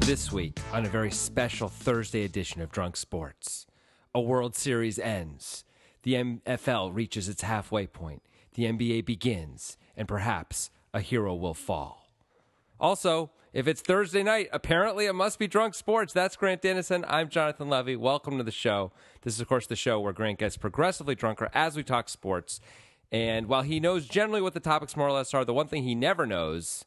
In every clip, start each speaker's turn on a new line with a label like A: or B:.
A: This week, on a very special Thursday edition of Drunk Sports, a World Series ends, the NFL reaches its halfway point, the NBA begins, and perhaps a hero will fall. Also, if it's Thursday night, apparently it must be Drunk Sports. That's Grant Dennison. I'm Jonathan Levy. Welcome to the show. This is, of course, the show where Grant gets progressively drunker as we talk sports. And while he knows generally what the topics more or less are, the one thing he never knows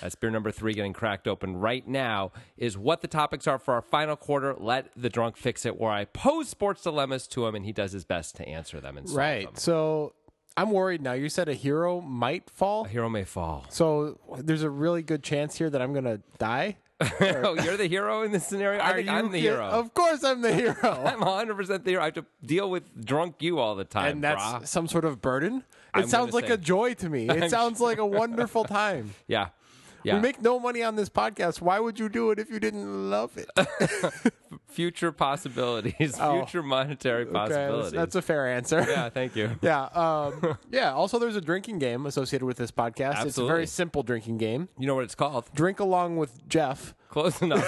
A: that's beer number three getting cracked open right now. Is what the topics are for our final quarter. Let the drunk fix it, where I pose sports dilemmas to him and he does his best to answer them. And solve them.
B: Right. So I'm worried now. You said a hero might fall.
A: A hero may fall.
B: So there's a really good chance here that I'm going to die.
A: oh, you're the hero in this scenario. I
B: Are
A: think
B: you
A: I'm the
B: kid-
A: hero.
B: Of course I'm the hero.
A: I'm 100 percent the hero. I have to deal with drunk you all the time.
B: and that's
A: brah.
B: some sort of burden.
A: I'm
B: It
A: gonna
B: sounds like
A: say-
B: a joy to me. It
A: I'm
B: sounds like a wonderful time.
A: yeah, yeah.
B: We make no money on this podcast. Why would you do it if you didn't love it? Okay,
A: future possibilities,
B: Oh.
A: future monetary
B: that's,
A: possibilities.
B: that's a fair answer.
A: yeah, thank you.
B: Yeah. Um, yeah. Also, there's a drinking game associated with this podcast. It's a
A: Absolutely.
B: very simple drinking game.
A: You know what it's called?
B: Drink along with Jeff.
A: Close enough.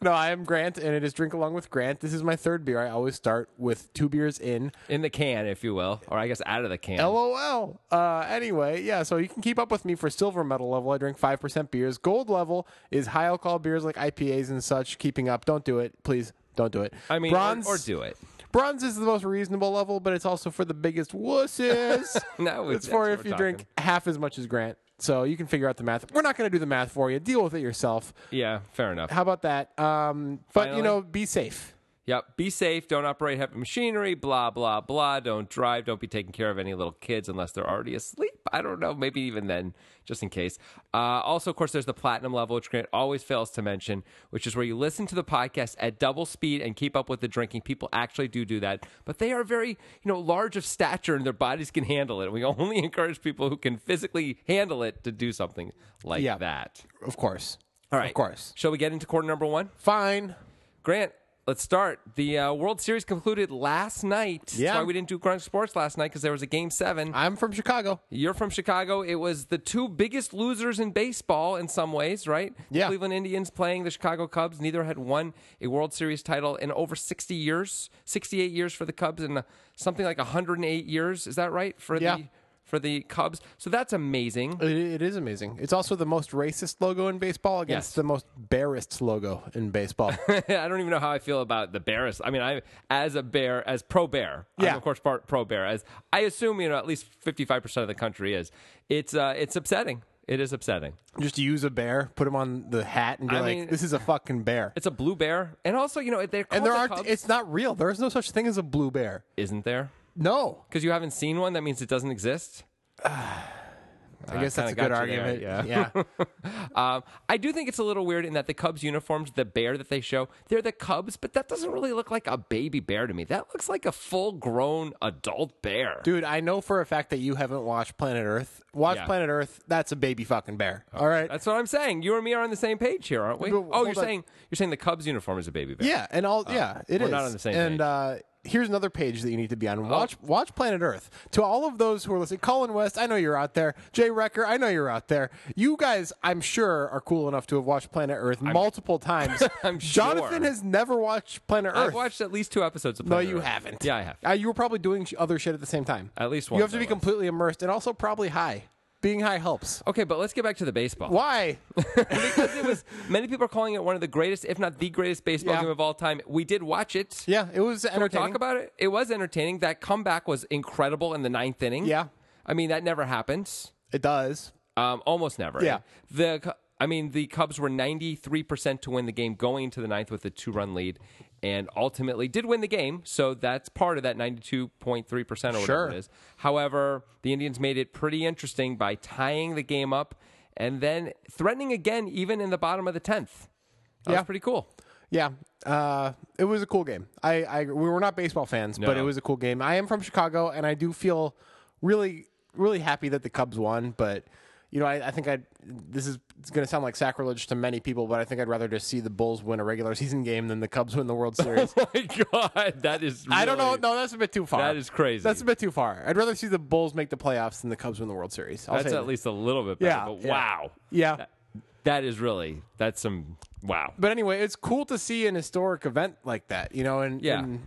B: No, I am Grant, and it is drink along with Grant. This is my third beer. I always start with two beers in.
A: in the can, if you will, or I guess out of the can.
B: LOL. Uh, anyway, yeah. So you can keep up with me for silver medal level. I drink five percent beers. Gold level is high alcohol beers like IPAs and such. Keeping up. Don't do it, please. Don't do it.
A: I mean, or-
B: bronze
A: or do it.
B: Bronze is the most reasonable level, but it's also for the biggest wusses.
A: No, that's
B: it's for
A: what
B: if
A: we're
B: you
A: talking.
B: drink half as much as Grant. So you can figure out the math. We're not going to do the math for you. Deal with it yourself.
A: Yeah, fair enough.
B: How about that? Um, but
A: Finally.
B: you know, be safe.
A: Yep. Be safe. Don't operate heavy machinery. Blah blah blah. Don't drive. Don't be taking care of any little kids unless they're already asleep. I don't know. Maybe even then, just in case. Uh, also, of course, there's the platinum level, which Grant always fails to mention, which is where you listen to the podcast at double speed and keep up with the drinking. People actually do do that, but they are very, you know, large of stature and their bodies can handle it. We only encourage people who can physically handle it to do something like
B: Yeah.
A: that.
B: Of course.
A: All right.
B: Of course.
A: Shall we get into quarter number one?
B: Fine.
A: Grant, let's start. The uh, World Series concluded last night.
B: Yeah.
A: That's why we didn't do Grunge Sports last night because there was a game seven.
B: I'm from Chicago.
A: You're from Chicago. It was the two biggest losers in baseball in some ways, right?
B: Yeah.
A: The Cleveland Indians playing the Chicago Cubs. Neither had won a World Series title in over 60 years, 68 years for the Cubs and uh, something like 108 years. Is that right? For
B: Yeah.
A: the for the Cubs. So that's amazing.
B: It, it is amazing. It's also the most racist logo in baseball against
A: Yes.
B: the most barest logo in baseball.
A: I don't even know how I feel about the bears. I mean, I as a bear, as pro bear, I'm
B: Yeah.
A: of course part pro bear. As I assume, you know, at least 55 percent of the country is. It's uh, it's upsetting. It is upsetting.
B: Just use a bear, put him on the hat, and be
A: I
B: like,
A: mean-
B: "This is a fucking bear."
A: It's a blue bear, and also you know they're called
B: And there
A: the
B: aren't.
A: Cubs,
B: It's not real. There is no such thing as a blue bear.
A: isn't there
B: No.
A: because you haven't seen one. That means it doesn't exist.
B: I guess that's a
A: kinda
B: good
A: got you there,
B: argument.
A: yeah. Um, I do think it's a little weird in that the Cubs uniforms, the bear that they show, they're the Cubs, but that doesn't really look like a baby bear to me. That looks like a full-grown adult bear.
B: Dude, I know for a fact that you haven't watched Planet Earth. Watch
A: Yeah. Oh,
B: Planet Earth. That's a baby fucking bear. All right.
A: That's what I'm saying. You and me are on the same page here, aren't we?
B: But
A: oh,
B: hold
A: you're
B: on.
A: saying you're saying the Cubs uniform is a baby bear.
B: yeah, and all yeah, it is.
A: Uh, we're not on the same
B: And
A: page. Oh.
B: uh here's another page that you need to be on. Watch watch Planet Earth. To all of those who are listening, Colin West, I know you're out there. Jay Wrecker, I know you're out there. You guys, I'm sure, are cool enough to have watched Planet Earth multiple times.
A: I'm
B: Jonathan
A: sure.
B: has never watched Planet Earth.
A: I've watched at least two episodes of.
B: no,
A: Planet
B: you
A: Earth.
B: haven't.
A: Yeah, I have.
B: Uh, you were probably doing sh- other shit at the same time.
A: At least
B: You have
A: once
B: to
A: I
B: be
A: was.
B: completely immersed and also probably high. Being high helps.
A: Okay, but let's get back to the baseball.
B: Why?
A: because it was many people are calling it one of the greatest, if not the greatest, baseball
B: Yeah.
A: game of all time. We did watch it.
B: Yeah, it was
A: Can we
B: entertaining.
A: talk about it? It was entertaining. That comeback was incredible in the ninth inning.
B: Yeah.
A: I mean that never happens.
B: it does.
A: Um, almost never.
B: Yeah.
A: The Cu- I mean the Cubs were 93% to win the game going into the ninth with a two-run lead and ultimately did win the game, so that's part of that 92.3% or whatever
B: Sure.
A: it is. However, the Indians made it pretty interesting by tying the game up and then threatening again even in the bottom of the 10th. That was
B: Yeah.
A: pretty cool.
B: Yeah, uh, it was a cool game. I, I we were not baseball fans, but
A: No.
B: it was a cool game. I am from Chicago, and I do feel really really happy that the Cubs won, but. you know, I, I think I this is going to sound like sacrilege to many people, but I think I'd rather just see the Bulls win a regular season game than the Cubs win the World Series.
A: My God, that is. Really,
B: Oh I don't know. No, that's a bit too far.
A: That is crazy.
B: That's a bit too far. I'd rather see the Bulls make the playoffs than the Cubs win the World Series. I'll
A: that's
B: say
A: at
B: that.
A: least a little bit better.
B: Yeah,
A: but
B: yeah.
A: wow,
B: Yeah.
A: that is really that's some wow.
B: but anyway, it's cool to see an historic event like that, you know, and
A: Yeah.
B: and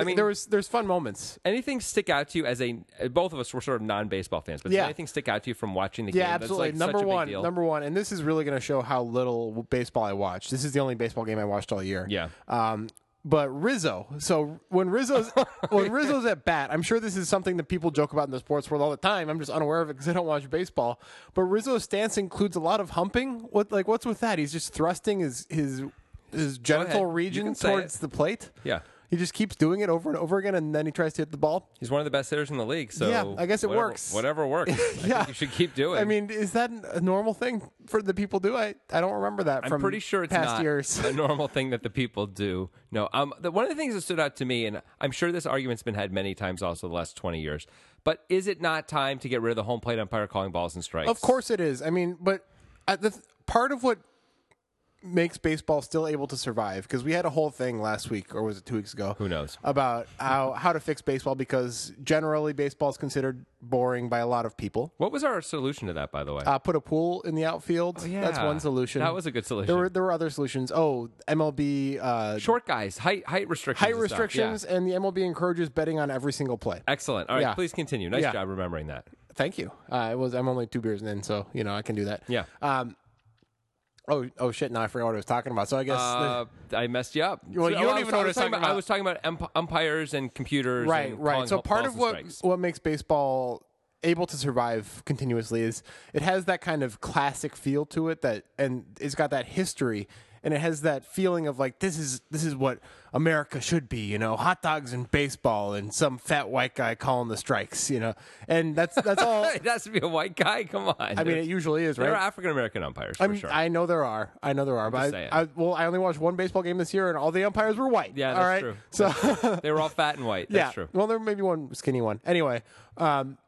A: I mean-
B: there was there's fun moments.
A: Anything stick out to you as a? uh, Both of us were sort of non-baseball fans, but
B: Yeah.
A: did anything stick out to you from watching the game?
B: Yeah,
A: that's,
B: absolutely.
A: like, such
B: number
A: a big
B: one,
A: deal?
B: number one, and this is really going to show how little w- baseball I watch. This is the only baseball game I watched all year.
A: Yeah.
B: Um, but Rizzo. So when Rizzo's when Rizzo's at bat, I'm sure this is something that people joke about in the sports world all the time. I'm just unaware of it because I don't watch baseball. But Rizzo's stance includes a lot of humping. What like what's with that? He's just thrusting his his his
A: ahead.
B: genital
A: You
B: region
A: can say
B: towards
A: it.
B: the plate.
A: Yeah.
B: He just keeps doing it over and over again, and then he tries to hit the ball.
A: He's one of the best hitters in the league, so
B: Yeah, I guess it
A: whatever-
B: works.
A: Whatever works, I
B: Yeah.
A: think you should keep doing.
B: I mean, is that a normal thing for the people do? I, I don't remember that
A: I'm
B: from
A: pretty sure it's
B: past
A: not
B: years.
A: a normal thing that the people do. No, um, the, one of the things that stood out to me, and I'm sure this argument's been had many times also the last 20 years, but is it not time to get rid of the home plate umpire calling balls and strikes?
B: Of course it is. I mean, but at the part of what makes baseball still able to survive because we had a whole thing last week or was it two weeks ago? Who
A: knows?
B: about how how to fix baseball because generally baseball is considered boring by a lot of people.
A: What was our solution to that, by the way?
B: Uh, put a pool in the outfield. That's
A: Oh, yeah.
B: one solution.
A: That was a good solution.
B: There were there were other solutions. Oh, MLB uh,
A: Short guys, height height restrictions,
B: height
A: and stuff, yeah.
B: restrictions, and the MLB encourages betting on every single play.
A: Excellent. All right,
B: Yeah.
A: please continue. Nice
B: Yeah.
A: job remembering that.
B: Thank you. Uh, it was. I'm only two beers in, so you know I can do that.
A: Yeah.
B: Um. Oh. Oh shit! Now I forgot what I was talking about. So I guess.
A: Uh, I messed you up. oh,
B: Well, you
A: I
B: don't
A: was-
B: even know what I was talking about.
A: I was talking about ump- umpires and computers.
B: the, right.
A: and
B: Right.
A: calling
B: So
A: balls
B: part of
A: and
B: what
A: strikes.
B: what makes baseball able to survive continuously is it has that kind of classic feel to it that, and it's got that history. And it has that feeling of like this is this is what America should be, you know, hot dogs and baseball and some fat white guy calling the strikes, you know, and that's that's all.
A: it has to be a white guy. Come on.
B: I mean, it usually is, right?
A: there are African American umpires for
B: I'm-
A: sure.
B: I know there are. I know there are.
A: just
B: But
A: saying.
B: I, I, well, I only watched one baseball game this year, and all the umpires were white.
A: Yeah, that's
B: all right.
A: true.
B: So
A: they were all fat and white.
B: yeah,
A: That's true.
B: well, there may be one skinny one. Anyway, um,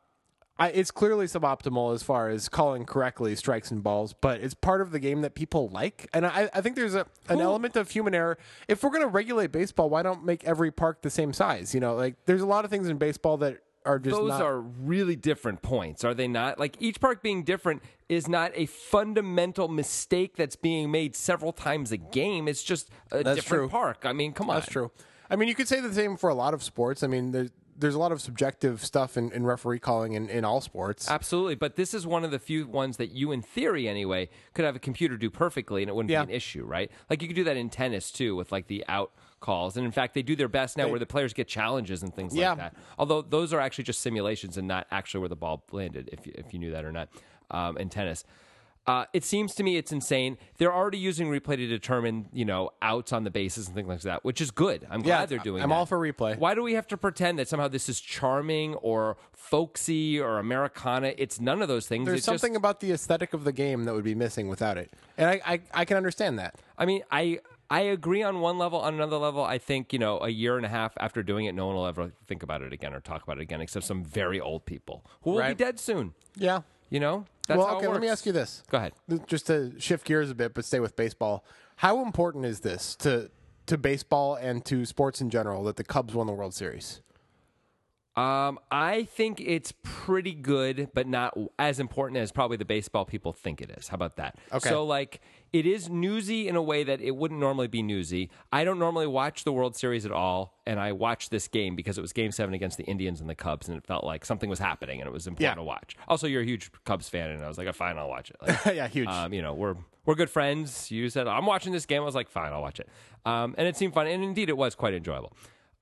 B: I, it's clearly suboptimal as far as calling correctly strikes and balls, but it's part of the game that people like, and I, I think there's a, an element of human error. If we're going to regulate baseball, why don't make every park the same size? You know, like there's a lot of things in baseball that are just
A: Those
B: not-
A: are really different points, are they not? Like each park being different is not a fundamental mistake that's being made several times a game. It's just a
B: That's
A: different
B: true.
A: park. I mean, come on.
B: Oh, That's true. I mean, you could say the same for a lot of sports. I mean, there's there's a lot of subjective stuff in, in referee calling in, in all sports.
A: Absolutely, but this is one of the few ones that you, in theory anyway, could have a computer do perfectly, and it wouldn't
B: Yeah.
A: be an issue, right? Like you could do that in tennis too, with like the out calls, and in fact, they do their best now, where the players get challenges and things
B: Yeah.
A: like that. Although those are actually just simulations and not actually where the ball landed, if you, if you knew that or not, um, in tennis. Uh, it seems to me it's insane. They're already using replay to determine, you know, outs on the bases and things like that, which is good. I'm
B: Yeah,
A: glad they're doing.
B: I'm
A: that.
B: all for replay.
A: Why do we have to pretend that somehow this is charming or folksy or Americana? It's none of those things.
B: There's
A: It's just-
B: something about the aesthetic of the game that would be missing without it, and I I, I can understand that.
A: I mean, I I agree on one level. On another level, I think you know, a year and a half after doing it, no one will ever think about it again or talk about it again, except some very old people who will be
B: Right.
A: dead soon.
B: Yeah.
A: You know, that's
B: well,
A: how it
B: okay. Let me
A: works.
B: ask you this.
A: Go ahead.
B: Th- Just to shift gears a bit, but stay with baseball. How important is this to to baseball and to sports in general that the Cubs won the World Series?
A: Um, I think it's pretty good, but not as important as probably the baseball people think it is. How about that?
B: Okay.
A: So like, it is newsy in a way that it wouldn't normally be newsy. I don't normally watch the World Series at all, and I watched this game because it was Game Seven against the Indians and the Cubs, and it felt like something was happening, and it was important
B: Yeah.
A: to watch. Also, you're a huge Cubs fan, and I was like, fine, I'll watch it. Like,
B: yeah, huge.
A: um, you know, we're we're good friends. You said I'm watching this game. I was like, fine, I'll watch it. Um, and it seemed fun, and indeed, it was quite enjoyable.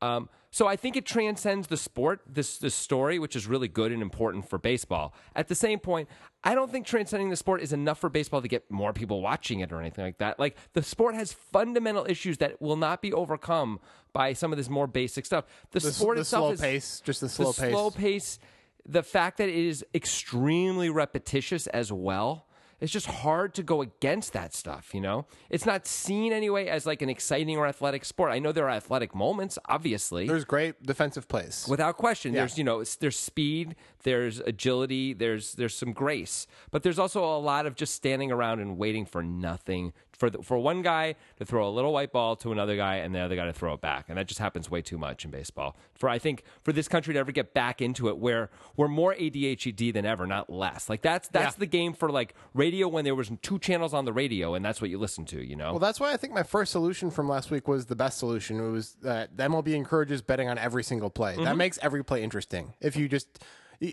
A: Um, so I think it transcends the sport, this this story, which is really good and important for baseball. At the same point, I don't think transcending the sport is enough for baseball to get more people watching it or anything like that. Like the sport has fundamental issues that will not be overcome by some of this more basic stuff. The,
B: the, s-
A: sport
B: the
A: itself
B: slow
A: is
B: pace, just the slow
A: the
B: pace.
A: slow pace, the fact that it is extremely repetitious as well. It's just hard to go against that stuff, you know? It's not seen anyway as like an exciting or athletic sport. I know there are athletic moments, obviously.
B: There's great defensive plays.
A: Without question, there's you know it's- there's speed, there's agility, there's there's some grace, but there's also a lot of just standing around and waiting for nothing for the, for one guy to throw a little white ball to another guy and the other guy to throw it back, and that just happens way too much in baseball. For I think for this country to ever get back into it, where we're more ADHD E than ever, not less. Like that's that's
B: Yeah.
A: the game for like radio when there was two channels on the radio and that's what you listen to, you know.
B: Well, that's why I think my first solution from last week was the best solution. It was uh, the MLB encourages betting on every single play. That makes every play interesting. If you just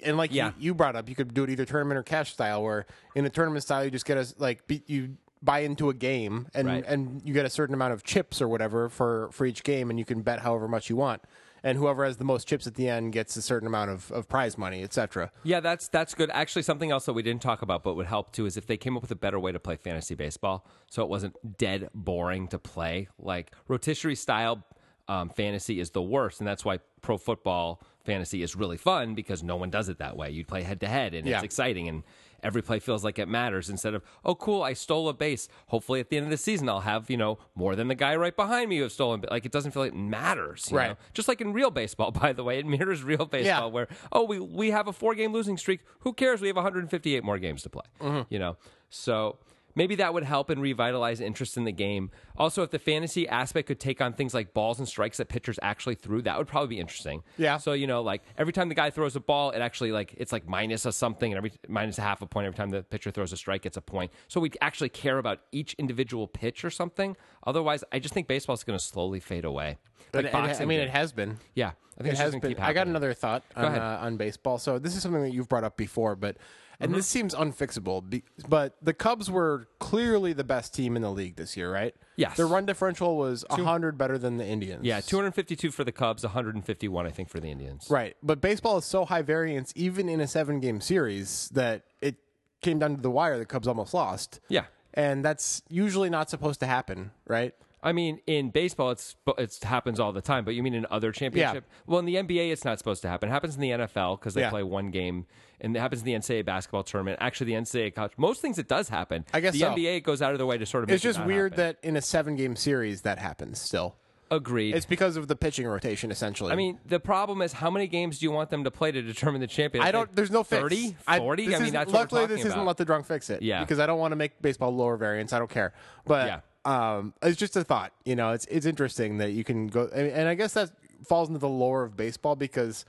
B: and like
A: Mm-hmm. Yeah.
B: you, you brought up, you could do it either tournament or cash style. Where in a tournament style, you just get a like be, you buy into a game and
A: Right.
B: and you get a certain amount of chips or whatever for for each game, and you can bet however much you want. And whoever has the most chips at the end gets a certain amount of, of prize money, etc.
A: Yeah, that's that's good. Actually, something else that we didn't talk about but would help too is if they came up with a better way to play fantasy baseball, so it wasn't dead boring to play. Like rotisserie style um, fantasy is the worst, and that's why pro football fantasy is really fun because no one does it that way. You play head to head, and
B: Yeah.
A: it's exciting, and every play feels like it matters. Instead of oh, cool, I stole a base. Hopefully, at the end of the season, I'll have you know more than the guy right behind me who have stolen. Like it doesn't feel like it matters, you
B: Right.
A: know? Just like in real baseball, by the way, it mirrors real baseball where oh we we have a four game losing streak. Who cares? We have 158 more games to play.
B: Mm-hmm.
A: You know, so maybe that would help and revitalize interest in the game. Also, if the fantasy aspect could take on things like balls and strikes that pitchers actually threw, that would probably be interesting.
B: Yeah.
A: So you know, like every time the guy throws a ball, it actually like it's like minus a something, and every minus a half a point every time the pitcher throws a strike, it's a point. So we actually care about each individual pitch or something. Otherwise, I just think baseball's going to slowly fade away.
B: But
A: like
B: it-
A: boxing,
B: I mean,
A: did.
B: it has been.
A: Yeah, I think
B: it
A: it's just
B: has
A: gonna
B: been.
A: keep
B: I got
A: happening.
B: another thought on,
A: ahead.
B: uh, on baseball. So this is something that you've brought up before, but and
A: Mm-hmm.
B: this seems unfixable. be- But the Cubs were clearly the best team in the league this year, right?
A: Yes.
B: Their run differential was hundred better than the Indians.
A: Yeah, 252 for the Cubs, 151 I think for the Indians.
B: Right. But baseball is so high variance, even in a seven game series, that it came down to the wire. The Cubs almost lost.
A: Yeah.
B: And that's usually not supposed to happen, right?
A: I mean, in baseball, it's it happens all the time. But you mean in other championship? Well, in the NBA, it's not supposed to happen. It happens in the NFL because they
B: Yeah.
A: play one game, and it happens in the NCAA basketball tournament. Actually, the NCAA college, most things it does happen.
B: I guess
A: the
B: so.
A: NBA goes out of their way to sort of. Make
B: It's just
A: it not
B: weird
A: happen.
B: that in a seven game series that happens still.
A: that agreed.
B: It's because of the pitching rotation, essentially.
A: I mean, the problem is how many games do you want them to play to determine the champion?
B: I don't. There's no fix.
A: 30,
B: I-
A: 40?
B: this
A: I, mean,
B: isn't-
A: that's
B: luckily
A: what we're
B: this
A: talking
B: isn't
A: about.
B: let the drunk fix it.
A: Yeah.
B: because I don't want to make baseball lower variance. I don't care. But um, it's just a thought. You know, it's it's interesting that you can go, and, and I guess that falls into the lore of baseball because.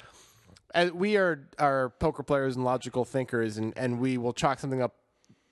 B: As we are are poker players and logical thinkers, and, and we will chalk something up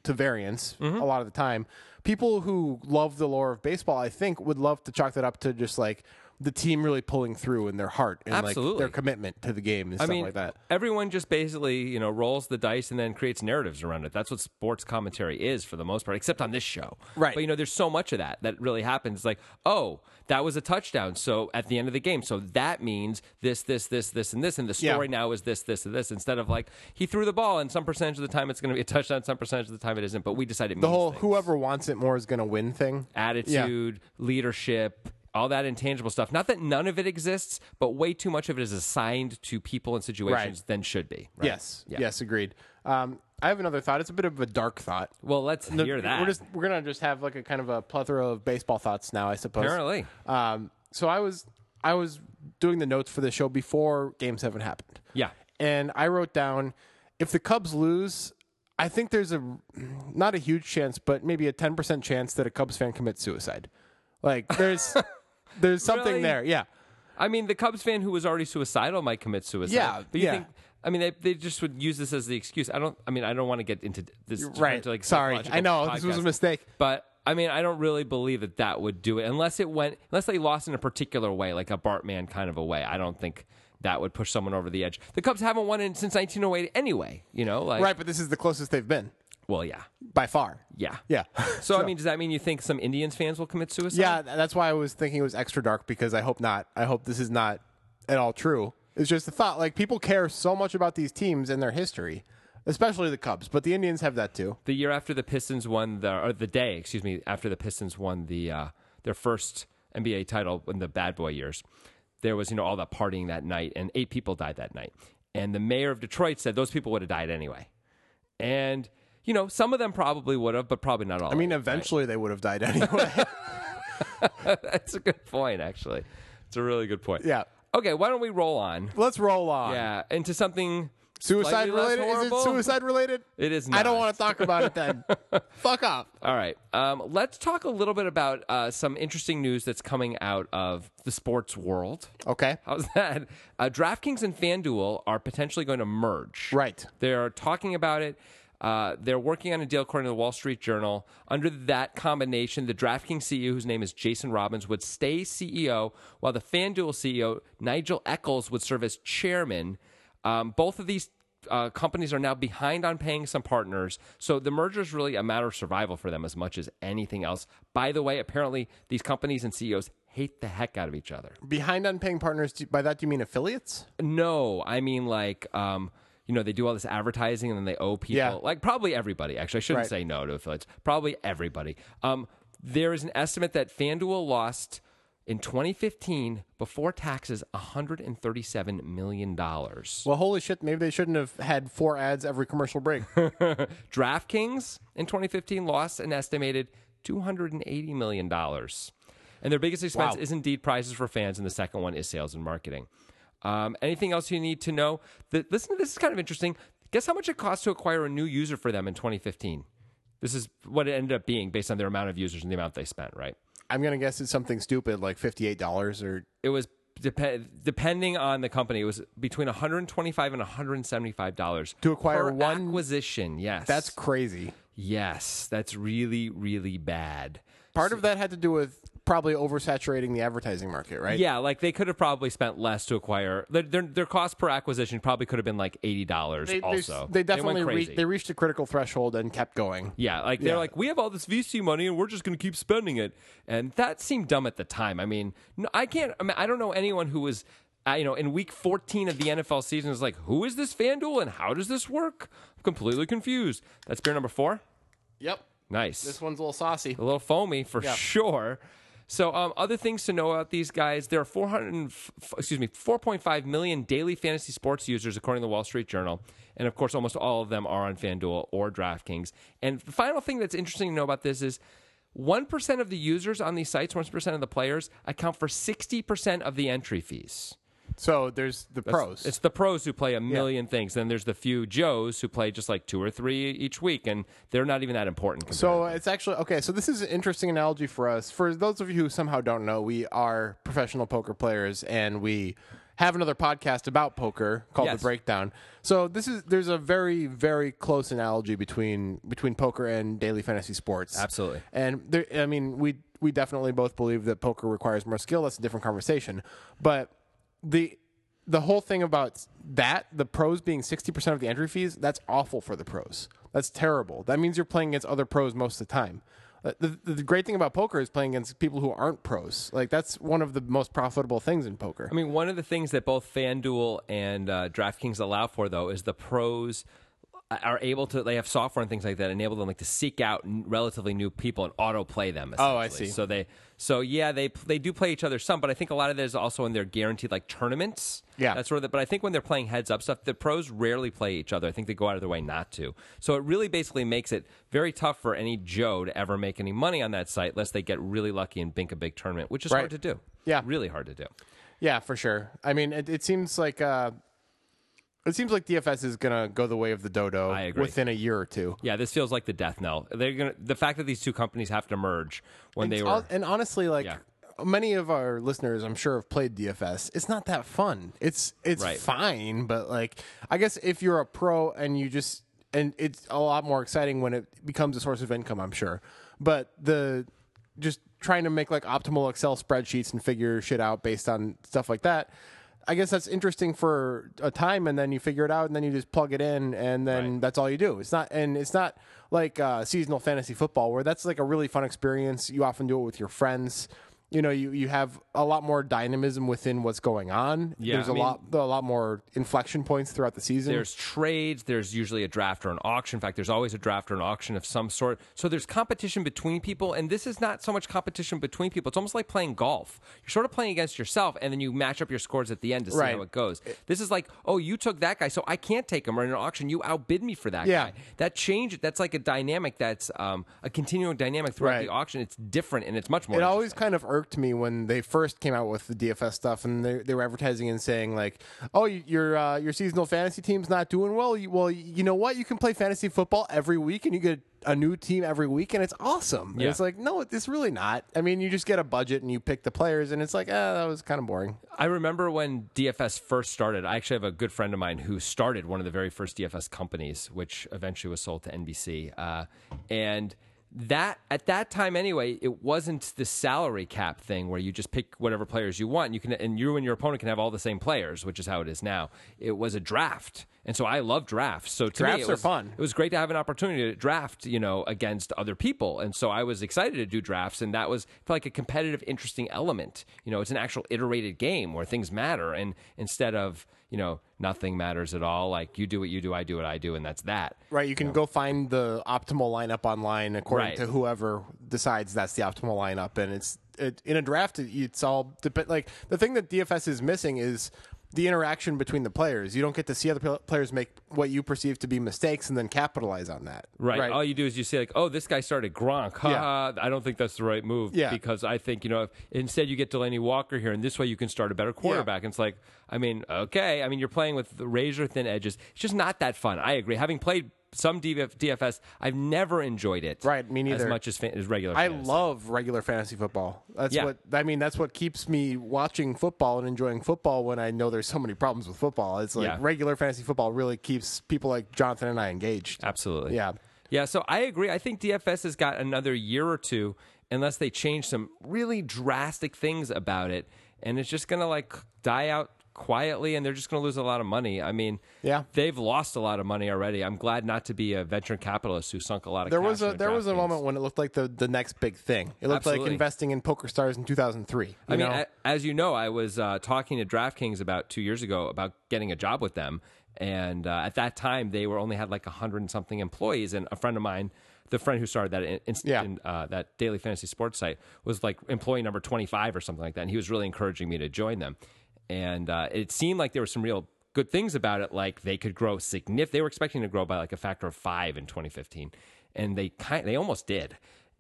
B: to variance
A: Mm-hmm.
B: a lot of the time. People who love the lore of baseball, I think, would love to chalk that up to just like the team really pulling through in their heart and like
A: Absolutely.
B: their commitment to the game and
A: I
B: stuff
A: mean,
B: like that.
A: everyone just basically, you know, rolls the dice and then creates narratives around it. That's what sports commentary is for the most part, except on this show.
B: Right.
A: But, you know, there's so much of that that really happens. Like, oh, that was a touchdown. So at the end of the game, so that means this, this, this, this, and this. And the
B: Yeah.
A: story now is this, this, and this. Instead of like, he threw the ball and some percentage of the time it's going to be a touchdown, some percentage of the time it isn't. But we decided
B: the whole Oh, whoever wants it more is going to win thing.
A: attitude, leadership, all that intangible stuff. Not that none of it exists, but way too much of it is assigned to people and situations than should be. right?
B: Yes. Yes. Agreed. Um, I have another thought. It's a bit of a dark thought.
A: Well, let's hear that.
B: We're just we're gonna just have like a kind of a plethora of baseball thoughts now, I suppose.
A: Apparently.
B: Um, so I was I was doing the notes for the show before Game Seven happened.
A: Yeah.
B: And I wrote down if the Cubs lose, I think there's a not a huge chance, but maybe a ten percent chance that a Cubs fan commits suicide. Like there's there's something
A: Really?
B: there. Yeah.
A: I mean, the Cubs fan who was already suicidal might commit suicide.
B: Yeah,
A: but you
B: yeah.
A: think? I mean, they, they just would use this as the excuse. I don't. I mean, I don't want to get into this.
B: right.
A: into, like,
B: Sorry.
A: psychological
B: I know, this was a
A: podcast.
B: mistake.
A: But I mean, I don't really believe that that would do it unless it went unless they lost in a particular way, like a Bartman kind of a way. I don't think that would push someone over the edge. The Cubs haven't won in, since 1908 anyway. You know, like
B: Right, but this is the closest they've been
A: Well, yeah,
B: by far.
A: yeah,
B: Yeah.
A: So, I mean, does that mean you think some Indians fans will commit suicide?
B: Yeah, th- that's why I was thinking it was extra dark because I hope not. I hope this is not at all true. It's just the thought like people care so much about these teams and their history, especially the Cubs, but the Indians have that too.
A: the year after the Pistons won the or the day, excuse me, after the Pistons won the uh, their first NBA title in the Bad Boy years, there was you know all that partying that night, and eight people died that night. And the mayor of Detroit said those people would have died anyway. And You know, some of them probably would have, but probably not all.
B: I mean, eventually they would have died anyway.
A: that's a good point, actually. It's a really good point.
B: Yeah.
A: Okay, why don't we roll on?
B: Let's roll on.
A: Yeah, into something
B: Suicide
A: slightly less
B: related? Is it
A: horrible.
B: suicide related?
A: It is
B: I don't
A: not.
B: want to talk about it then. Fuck off.
A: All right. Um, let's talk a little bit about uh, some interesting news that's coming out of the sports world.
B: Okay.
A: How's that? Uh, DraftKings and FanDuel are potentially going to merge.
B: Right.
A: They are talking about it. Uh, they're working on a deal, according to the Wall Street Journal. Under that combination, the DraftKings CEO, whose name is Jason Robbins, would stay CEO, while the FanDuel CEO, Nigel Eccles, would serve as chairman. Um, both of these uh, companies are now behind on paying some partners. So the merger is really a matter of survival for them as much as anything else. By the way, apparently, these companies and CEOs hate the heck out of each other.
B: Behind on paying partners, do- by that do you mean affiliates?
A: No, I mean like um, you know, they do all this advertising and then they owe people
B: Yeah.
A: like probably everybody. Actually, I shouldn't
B: Right.
A: say no to affiliates. Probably everybody. Um, there is an estimate that FanDuel lost in 2015 before taxes 137 million dollars.
B: Well, holy shit, maybe they shouldn't have had four ads every commercial break.
A: DraftKings in 2015 lost an estimated 280 million dollars, and their biggest expense
B: Wow.
A: is indeed prizes for fans, and the second one is sales and marketing. Um, anything else you need to know? The, listen, this is kind of interesting. Guess how much it cost to acquire a new user for them in 2015. This is what it ended up being based on their amount of users and the amount they spent. Right?
B: I'm going to guess it's something stupid like $58 or
A: It was dep- depending on the company. It was between 125 and 175 dollars
B: To acquire
A: per
B: one-
A: acquisition. Yes,
B: that's crazy.
A: Yes, that's really, really bad.
B: Part of that had to do with probably oversaturating the advertising market, right?
A: Yeah, like they could have probably spent less to acquire. Their, their, their cost per acquisition probably could have been like eighty dollars.
B: They, they-
A: Also,
B: they definitely
A: went
B: re-
A: crazy.
B: they reached a critical threshold and kept going.
A: yeah, like they're
B: Yeah.
A: like, we have all this VC money and we're just going to keep spending it, and that seemed dumb at the time. I mean, no, I can't. I, mean, I don't know anyone who was, uh, you know, in week fourteen of the NFL season is like, who is this FanDuel and how does this work? I'm completely confused. That's beer number four.
B: Yep.
A: Nice.
B: one's a little saucy.
A: a little foamy for sure. So, um, other things to know about these guys: there are 400, and f- f- excuse me, 4.5 million daily fantasy sports users, according to the Wall Street Journal, and of course, almost all of them are on FanDuel or DraftKings. And the final thing that's interesting to know about this is. 1% of the users on these sites, 1% of the players, account for 60% of the entry fees.
B: So there's the pros.
A: It's the pros who play a million things. Then there's the few Joes who play just like two or three each week, and they're not even that important. compared
B: So it's actually okay. So this is an interesting analogy for us. For those of you who somehow don't know, we are professional poker players, and we have another podcast about poker called
A: Yes.
B: The Breakdown. So this is there's a very very close analogy between between poker and daily fantasy sports.
A: Absolutely.
B: And there, I mean, we we definitely both believe that poker requires more skill. That's a different conversation. But the the whole thing about that, the pros being sixty percent of the entry fees, that's awful for the pros. That's terrible. That means you're playing against other pros most of the time. Uh, The, the, the great thing about poker is playing against people who aren't pros. Like that's one of the most profitable things in poker.
A: I mean, one of the things that both FanDuel and uh, DraftKings allow for, though, is the pros are able to. They have software and things like that enable them like to seek out n- relatively new people and autoplay them.
B: Oh, I
A: essentially.
B: see.
A: So they, so yeah, they they do play each other some, but I think a lot of that is also in their guaranteed like tournaments.
B: Yeah.
A: that's sort of. The, but I think when they're playing heads up stuff, the pros rarely play each other. I think they go out of their way not to. So it really basically makes it very tough for any Joe to ever make any money on that site, unless they get really lucky and bink a big tournament, which is
B: Right.
A: hard to do.
B: Yeah.
A: really hard to do.
B: Yeah, for sure. I mean, it, it seems like uh, it seems like DFS is gonna go the way of the dodo
A: I agree.
B: within a year or two.
A: Yeah, this feels like the death knell. They're gonna the fact that these two companies have to merge when they were
B: Hon- and honestly, like
A: Yeah.
B: many of our listeners, I'm sure have played DFS. It's not that fun. It's it's
A: Right.
B: fine, but like I guess if you're a pro and you just and it's a lot more exciting when it becomes a source of income. I'm sure, but the just trying to make like optimal Excel spreadsheets and figure shit out based on stuff like that. I guess that's interesting for a time, and then you figure it out, and then you just plug it in, and then that's all you do. It's not, and it's not like uh, seasonal fantasy football where that's like a really fun experience. You often do it with your friends. you know you, you have a lot more dynamism within what's going on.
A: Yeah,
B: there's
A: I
B: a
A: mean-
B: lot a lot more inflection points throughout the season.
A: There's trades. There's usually a draft or an auction. In fact, there's always a draft or an auction of some sort. So there's competition between people, and this is not so much competition between people. It's almost like playing golf. You're sort of playing against yourself, and then you match up your scores at the end to see
B: Right.
A: how it goes. This is like, oh, you took that guy, so I can't take him. Or in an auction, you outbid me for that
B: Yeah.
A: guy. That change. That's like a dynamic. That's um, a continuing dynamic throughout
B: Right.
A: the auction. It's different and it's much more.
B: It always kind of irked me when they first came out with the DFS stuff, and they, they were advertising and saying like, "Oh, y- your uh, your seasonal fantasy team's not doing well. You, well, you know what? You can play fantasy football every week, and you get a new team every week, and it's awesome." And
A: Yeah.
B: it's like, no, it's really not. I mean, you just get a budget and you pick the players, and it's like, ah, that was kind of boring.
A: I remember when DFS first started. I actually have a good friend of mine who started one of the very first DFS companies, which eventually was sold to NBC. Uh, and that at that time, anyway, it wasn't the salary cap thing where you just pick whatever players you want. You can and you and your opponent can have all the same players, which is how it is now. It was a draft, and so I love drafts. So to me,
B: Drafts
A: it
B: are
A: was-
B: fun.
A: it was great to have an opportunity to draft, you know, against other people. And so I was excited to do drafts, and that was felt like a competitive, interesting element. You know, it's an actual iterated game where things matter, and instead of you know nothing matters at all, like you do what you do, I do what I do, and that's that.
B: Right, you can go find the optimal lineup online according
A: Right.
B: to whoever decides that's the optimal lineup, and it's it, in a draft. It, it's all depend. Like the thing that DFS is missing is the interaction between the players. You don't get to see other pl- players make what you perceive to be mistakes and then capitalize on that.
A: Right. All you do is you say like, "Oh, this guy started Gronk. Ha,
B: Yeah.
A: ha, I don't think that's the right move
B: Yeah.
A: because I think you know if, instead you get Delaney Walker here, and this way you can start a better quarterback." And it's like, I mean, okay, I mean you're playing with razor thin edges. It's just not that fun. I agree. Having played some DF, DFS, I've never enjoyed it.
B: Right, me
A: As
B: neither.
A: much as, fan, as regular.
B: I
A: fantasy.
B: love regular fantasy football. That's
A: Yeah.
B: what I mean. That's what keeps me watching football and enjoying football when I know there's so many problems with football. It's like
A: Yeah.
B: regular fantasy football really keeps people like Jonathan and I engaged.
A: Absolutely.
B: Yeah.
A: Yeah, so I agree. I think DFS has got another year or two unless they change some really drastic things about it and it's just going to like die out quietly and they're just going to lose a lot of money. I mean,
B: Yeah.
A: They've lost a lot of money already. I'm glad not to be a venture capitalist who sunk a lot of
B: There
A: cash
B: was a
A: into
B: there was a
A: DraftKings.
B: moment when it looked like the, the next big thing. It looked
A: Absolutely.
B: like investing in poker stars in 2003. you
A: I mean,
B: know?
A: a, as you know, I was uh, talking to DraftKings about two years ago about getting a job with them, and uh, at that time they were only had like a hundred and something employees. And a friend of mine, the friend who started that in, in,
B: Yeah.
A: in, uh, that daily fantasy sports site, was like employee number twenty five or something like that. And he was really encouraging me to join them, and uh, it seemed like there were some real good things about it. Like they could grow significant. They were expecting to grow by like a factor of five in twenty fifteen, and they kind they almost did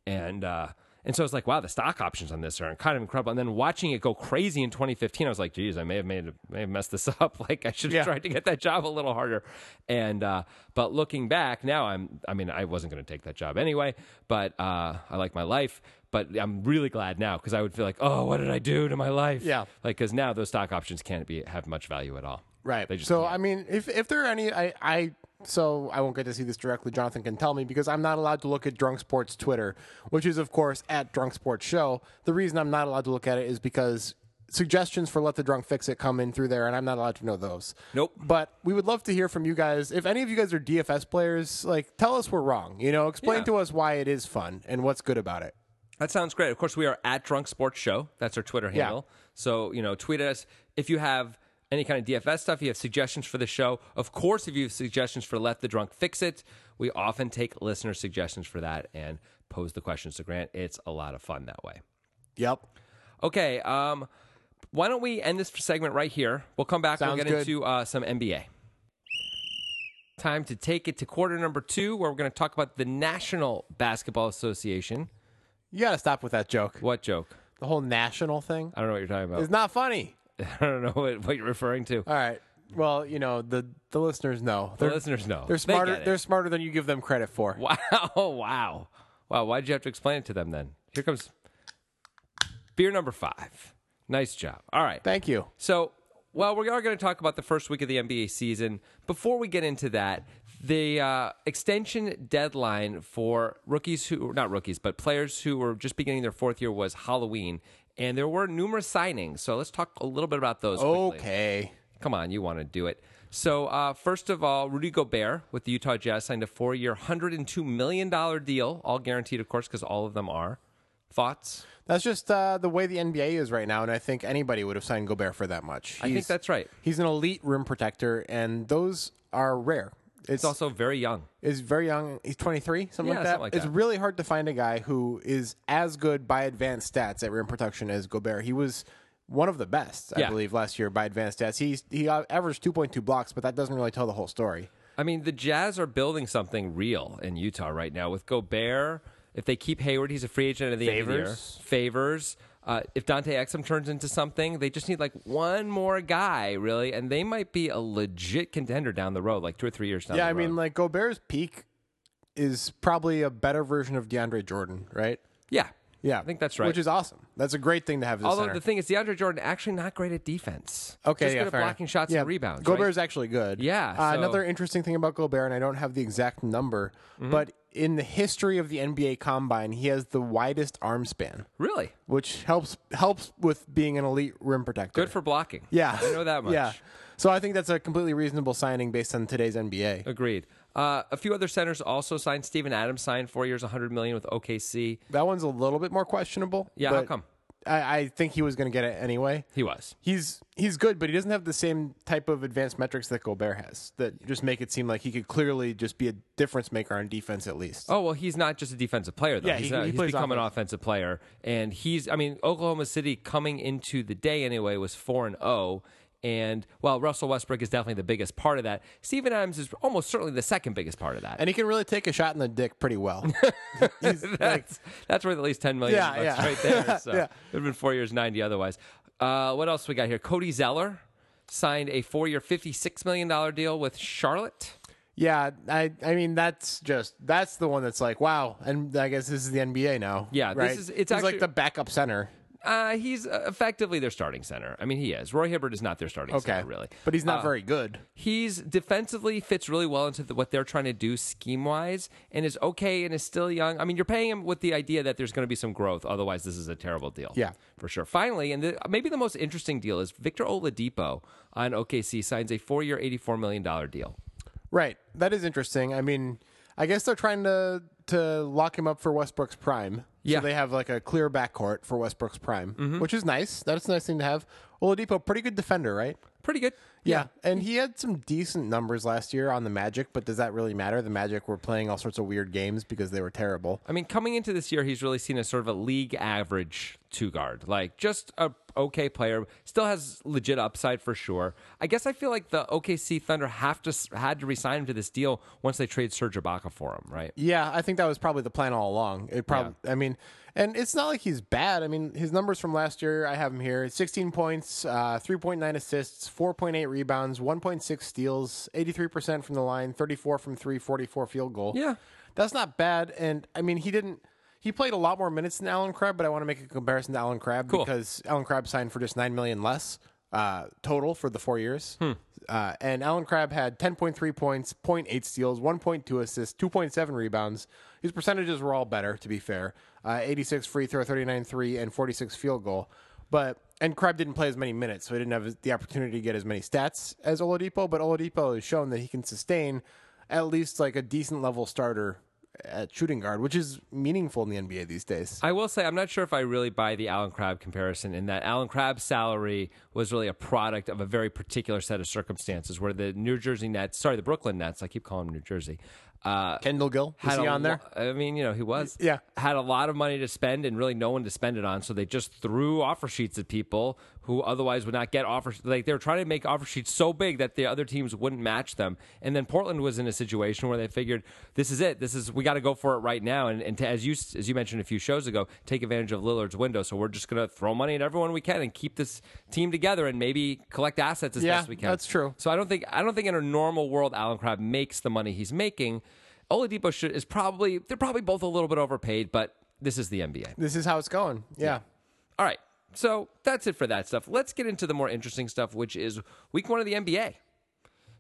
A: and uh, and so I was like, wow, the stock options on this are kind of incredible. And then watching it go crazy in 2015, I was like, geez, I may have made may have messed this up. like I should have
B: Yeah.
A: tried to get that job a little harder. And uh, but looking back now, I'm I mean I wasn't going to take that job anyway, but uh, I like my life. But I'm really glad now because I would feel like, oh, what did I do to my life?
B: Yeah.
A: like because now those stock options can't be have much value at all.
B: right.
A: They just
B: so
A: can't.
B: I mean, if if there are any, I, I so I won't get to see this directly. Jonathan can tell me because I'm not allowed to look at Drunk Sports Twitter, which is of course at Drunk Sports Show. The reason I'm not allowed to look at it is because suggestions for let the drunk fix it come in through there and i'm not allowed to know those
A: Nope.
B: but we would love to hear from you guys if any of you guys are dfs players like tell us we're wrong you know explain
A: Yeah.
B: to us why it is fun and what's good about it
A: That sounds great. Of course, we are at Drunk Sports Show. That's our Twitter
B: Yeah.
A: handle. So, you know, tweet at us if you have any kind of DFS stuff, you have suggestions for the show. Of course, if you have suggestions for Let the Drunk Fix It, we often take listener suggestions for that and pose the questions to Grant. It's a lot of fun that way.
B: yep
A: Okay. Um, why don't we end this segment right here? We'll come back and
B: Sounds
A: we'll get
B: good.
A: into uh, some NBA. Time to take it to quarter number two, where we're going to talk about the National Basketball Association.
B: You gotta stop with that joke.
A: What joke?
B: The whole national thing
A: I don't know what you're talking about.
B: is not funny.
A: I don't know what, what you're referring to.
B: All right. Well, you know the the listeners know.
A: the
B: They're,
A: listeners know.
B: they're smarter.
A: They
B: They
A: get
B: are
A: it.
B: smarter than you give them credit for.
A: wow, wow, wow. Why'd you have to explain it to them then? Here comes beer number five. Nice job. All right.
B: Thank you.
A: So, well, we are going to talk about the first week of the NBA season. Before we get into that, the uh, extension deadline for rookies who, not rookies, but players who were just beginning their fourth year was Halloween. And there were numerous signings. So let's talk a little bit about those. quickly.
B: Okay.
A: Come on, you want to do it. So, uh, first of all, Rudy Gobert with the Utah Jazz signed a four year, $102 million deal, all guaranteed, of course, because all of them are. Thoughts?
B: That's just uh, the way the NBA is right now, and I think anybody would have signed Gobert for that much.
A: I think
B: He's-
A: that's right.
B: He's an elite rim protector, and those are rare. It's
A: He's also very young.
B: is very young. He's 23, something
A: Yeah,
B: like that.
A: something like
B: it's
A: that.
B: really hard to find a guy who is as good by advanced stats at rim protection as Gobert. He was one of the best, I
A: Yeah.
B: believe, last year by advanced stats. He's, he averaged 2.2 blocks, but that doesn't really tell the whole story.
A: I mean, the Jazz are building something real in Utah right now with Gobert. If they keep Hayward, he's a free agent at the end of the year.
B: Favors.
A: Favors. Uh, if Dante Exum turns into something, they just need like one more guy, really, and they might be a legit contender down the road, like two or three years down
B: Yeah,
A: the
B: I
A: road.
B: mean, like Gobert's peak is probably a better version of DeAndre Jordan, right?
A: yeah,
B: Yeah,
A: I think that's right.
B: Which is awesome. That's a great thing to have. As a
A: Although
B: center.
A: the thing is, DeAndre Jordan actually not great at defense.
B: Okay,
A: just
B: yeah,
A: good at
B: fair
A: blocking
B: enough.
A: shots
B: yeah.
A: and rebounds. right?
B: Gobert is actually good.
A: Yeah,
B: Uh,
A: so-
B: Another interesting thing about Gobert, and I don't have the exact number,
A: Mm-hmm.
B: but in the history of the NBA Combine, he has the widest arm span,
A: really
B: which helps helps with being an elite rim protector.
A: good for blocking.
B: yeah,
A: I know that much.
B: Yeah. So I think that's a completely reasonable signing based on today's NBA.
A: Agreed. Uh, a few other centers also signed. Steven Adams signed four years, 100 million with OKC.
B: That one's a little bit more questionable.
A: Yeah, how
B: but
A: come?
B: I, I think he was going to get it anyway.
A: He was.
B: he's he's good, but he doesn't have the same type of advanced metrics that Gobert has that just make it seem like he could clearly just be a difference maker on defense at least.
A: Oh well, he's not just a defensive player though.
B: Yeah,
A: he's,
B: he-
A: not-
B: he
A: he's
B: plays
A: become an
B: offense.
A: offensive player, and he's. I mean, Oklahoma City coming into the day anyway was four and zero, and while Russell Westbrook is definitely the biggest part of that, Steven Adams is almost certainly the second biggest part of that.
B: And he can really take a shot in the dick pretty well. he's like,
A: that's that's worth at least ten million
B: Yeah,
A: bucks
B: yeah.
A: right there. So
B: Yeah.
A: it'd have been four years ninety otherwise. Uh, what else we got here? Cody Zeller signed a four-year, fifty-six million dollar deal with Charlotte.
B: yeah, I I mean that's just that's the one that's like wow, and I guess this is the NBA now.
A: Yeah, this
B: right?
A: is- it's
B: he's
A: actually-
B: like the backup center.
A: Uh, he's uh, effectively their starting center. I mean, he is. Roy Hibbert is not their starting
B: Okay,
A: center, really.
B: but he's not
A: Uh,
B: very good.
A: He's defensively fits really well into the, what they're trying to do scheme wise, and is okay and is still young. I mean, you're paying him with the idea that there's going to be some growth. Otherwise, this is a terrible deal.
B: Yeah.
A: for sure. Finally, and the, maybe the most interesting deal is Victor Oladipo on OKC signs a four-year, eighty-four million dollar deal.
B: Right, that is interesting. I mean, I guess they're trying to to lock him up for Westbrook's prime.
A: Yeah.
B: so they have like a clear backcourt for Westbrook's prime, which is nice. That's a nice thing to have. Oladipo, pretty good defender, right?
A: Pretty good.
B: Yeah. and he had some decent numbers last year on the Magic, but does that really matter? The Magic were playing all sorts of weird games because they were terrible.
A: I mean, coming into this year, he's really seen as sort of a league average two guard, like just a okay player. Still has legit upside for sure. I guess I feel like the OKC Thunder have to had to resign him to this deal once they trade Serge Ibaka for him, right?
B: Yeah, I think that was probably the plan all along. It probably, I mean, and it's not like he's bad. I mean, his numbers from last year, I have him here: sixteen points, uh, three point nine assists, four point eight rebounds, one point six steals, eighty three percent from the line, thirty four from three, 44 field goal.
A: Yeah.
B: that's not bad. And I mean, he didn't. He played a lot more minutes than Alan Crabb, but I want to make a comparison to Alan Crabb because Alan Crabb signed for just nine million less uh, total for the four years. Uh, and Alan Crabb had 10.3 points, 0.8 steals, 1.2 assists, 2.7 rebounds. His percentages were all better, to be fair. Uh, 86 free throw, 39 three, and 46 field goal. But and Crabb didn't play as many minutes, so he didn't have the opportunity to get as many stats as Oladipo. But Oladipo has shown that he can sustain at least like a decent level starter at shooting guard, which is meaningful in the NBA these days.
A: I will say I'm not sure if I really buy the Alan Crabb comparison in that Alan Crabb's salary was really a product of a very particular set of circumstances where the New Jersey Nets, sorry, the Brooklyn Nets, I keep calling them New Jersey, uh,
B: Kendall Gill, is
A: had
B: he
A: a
B: on there?
A: lo- I mean, you know, he was.
B: Yeah.
A: Had a lot of money to spend and really no one to spend it on. So they just threw offer sheets at people who otherwise would not get offer. Like they were trying to make offer sheets so big that the other teams wouldn't match them. And then Portland was in a situation where they figured, this is it. This is, we got to go for it right now. And, and to, as you as you mentioned a few shows ago, take advantage of Lillard's window. So we're just going to throw money at everyone we can and keep this team together and maybe collect assets as
B: Yeah,
A: best we can.
B: that's true.
A: So I don't think I don't think in a normal world Alan Crabb makes the money he's making. Oladipo should, is probably they're probably both a little bit overpaid, but this is the NBA.
B: This is how it's going. Yeah.
A: All right. So that's it for that stuff. Let's get into the more interesting stuff, which is week one of the NBA.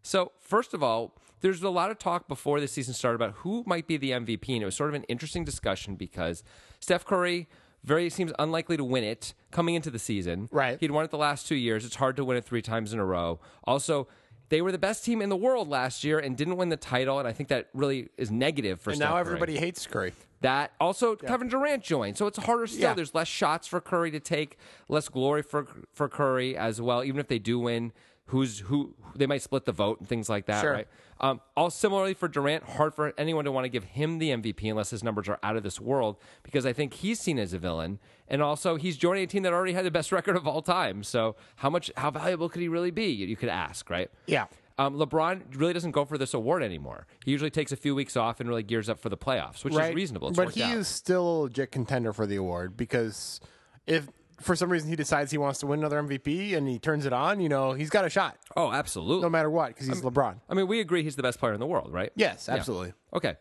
A: So, first of all, there's a lot of talk before the season started about who might be the MVP, and it was sort of an interesting discussion because Steph Curry very seems unlikely to win it coming into the season.
B: Right.
A: He'd won it the last two years. It's hard to win it three times in a row. Also, they were the best team in the world last year and didn't win the title, and I think that really is negative for
B: And
A: Steph
B: now
A: Curry.
B: everybody hates Curry.
A: That also Kevin Durant joined, so it's harder still.
B: Yeah.
A: There's less shots for Curry to take, less glory for for Curry as well. Even if they do win, who's who? They might split the vote and things like that,
B: Sure.
A: right? Um, all similarly for Durant, hard for anyone to want to give him the MVP unless his numbers are out of this world, because I think he's seen as a villain, and also he's joining a team that already had the best record of all time. So how much, how valuable could he really be? You, you could ask, right?
B: Yeah.
A: Um, LeBron really doesn't go for this award anymore. He usually takes a few weeks off and really gears up for the playoffs, which
B: right?
A: is reasonable. It's
B: but
A: worked
B: he
A: out.
B: is still a legit contender for the award because if for some reason he decides he wants to win another MVP and he turns it on, you know, he's got a shot
A: oh, absolutely.
B: no matter what because he's LeBron.
A: I mean, we agree he's the best player in the world, right?
B: Yes, absolutely.
A: Okay.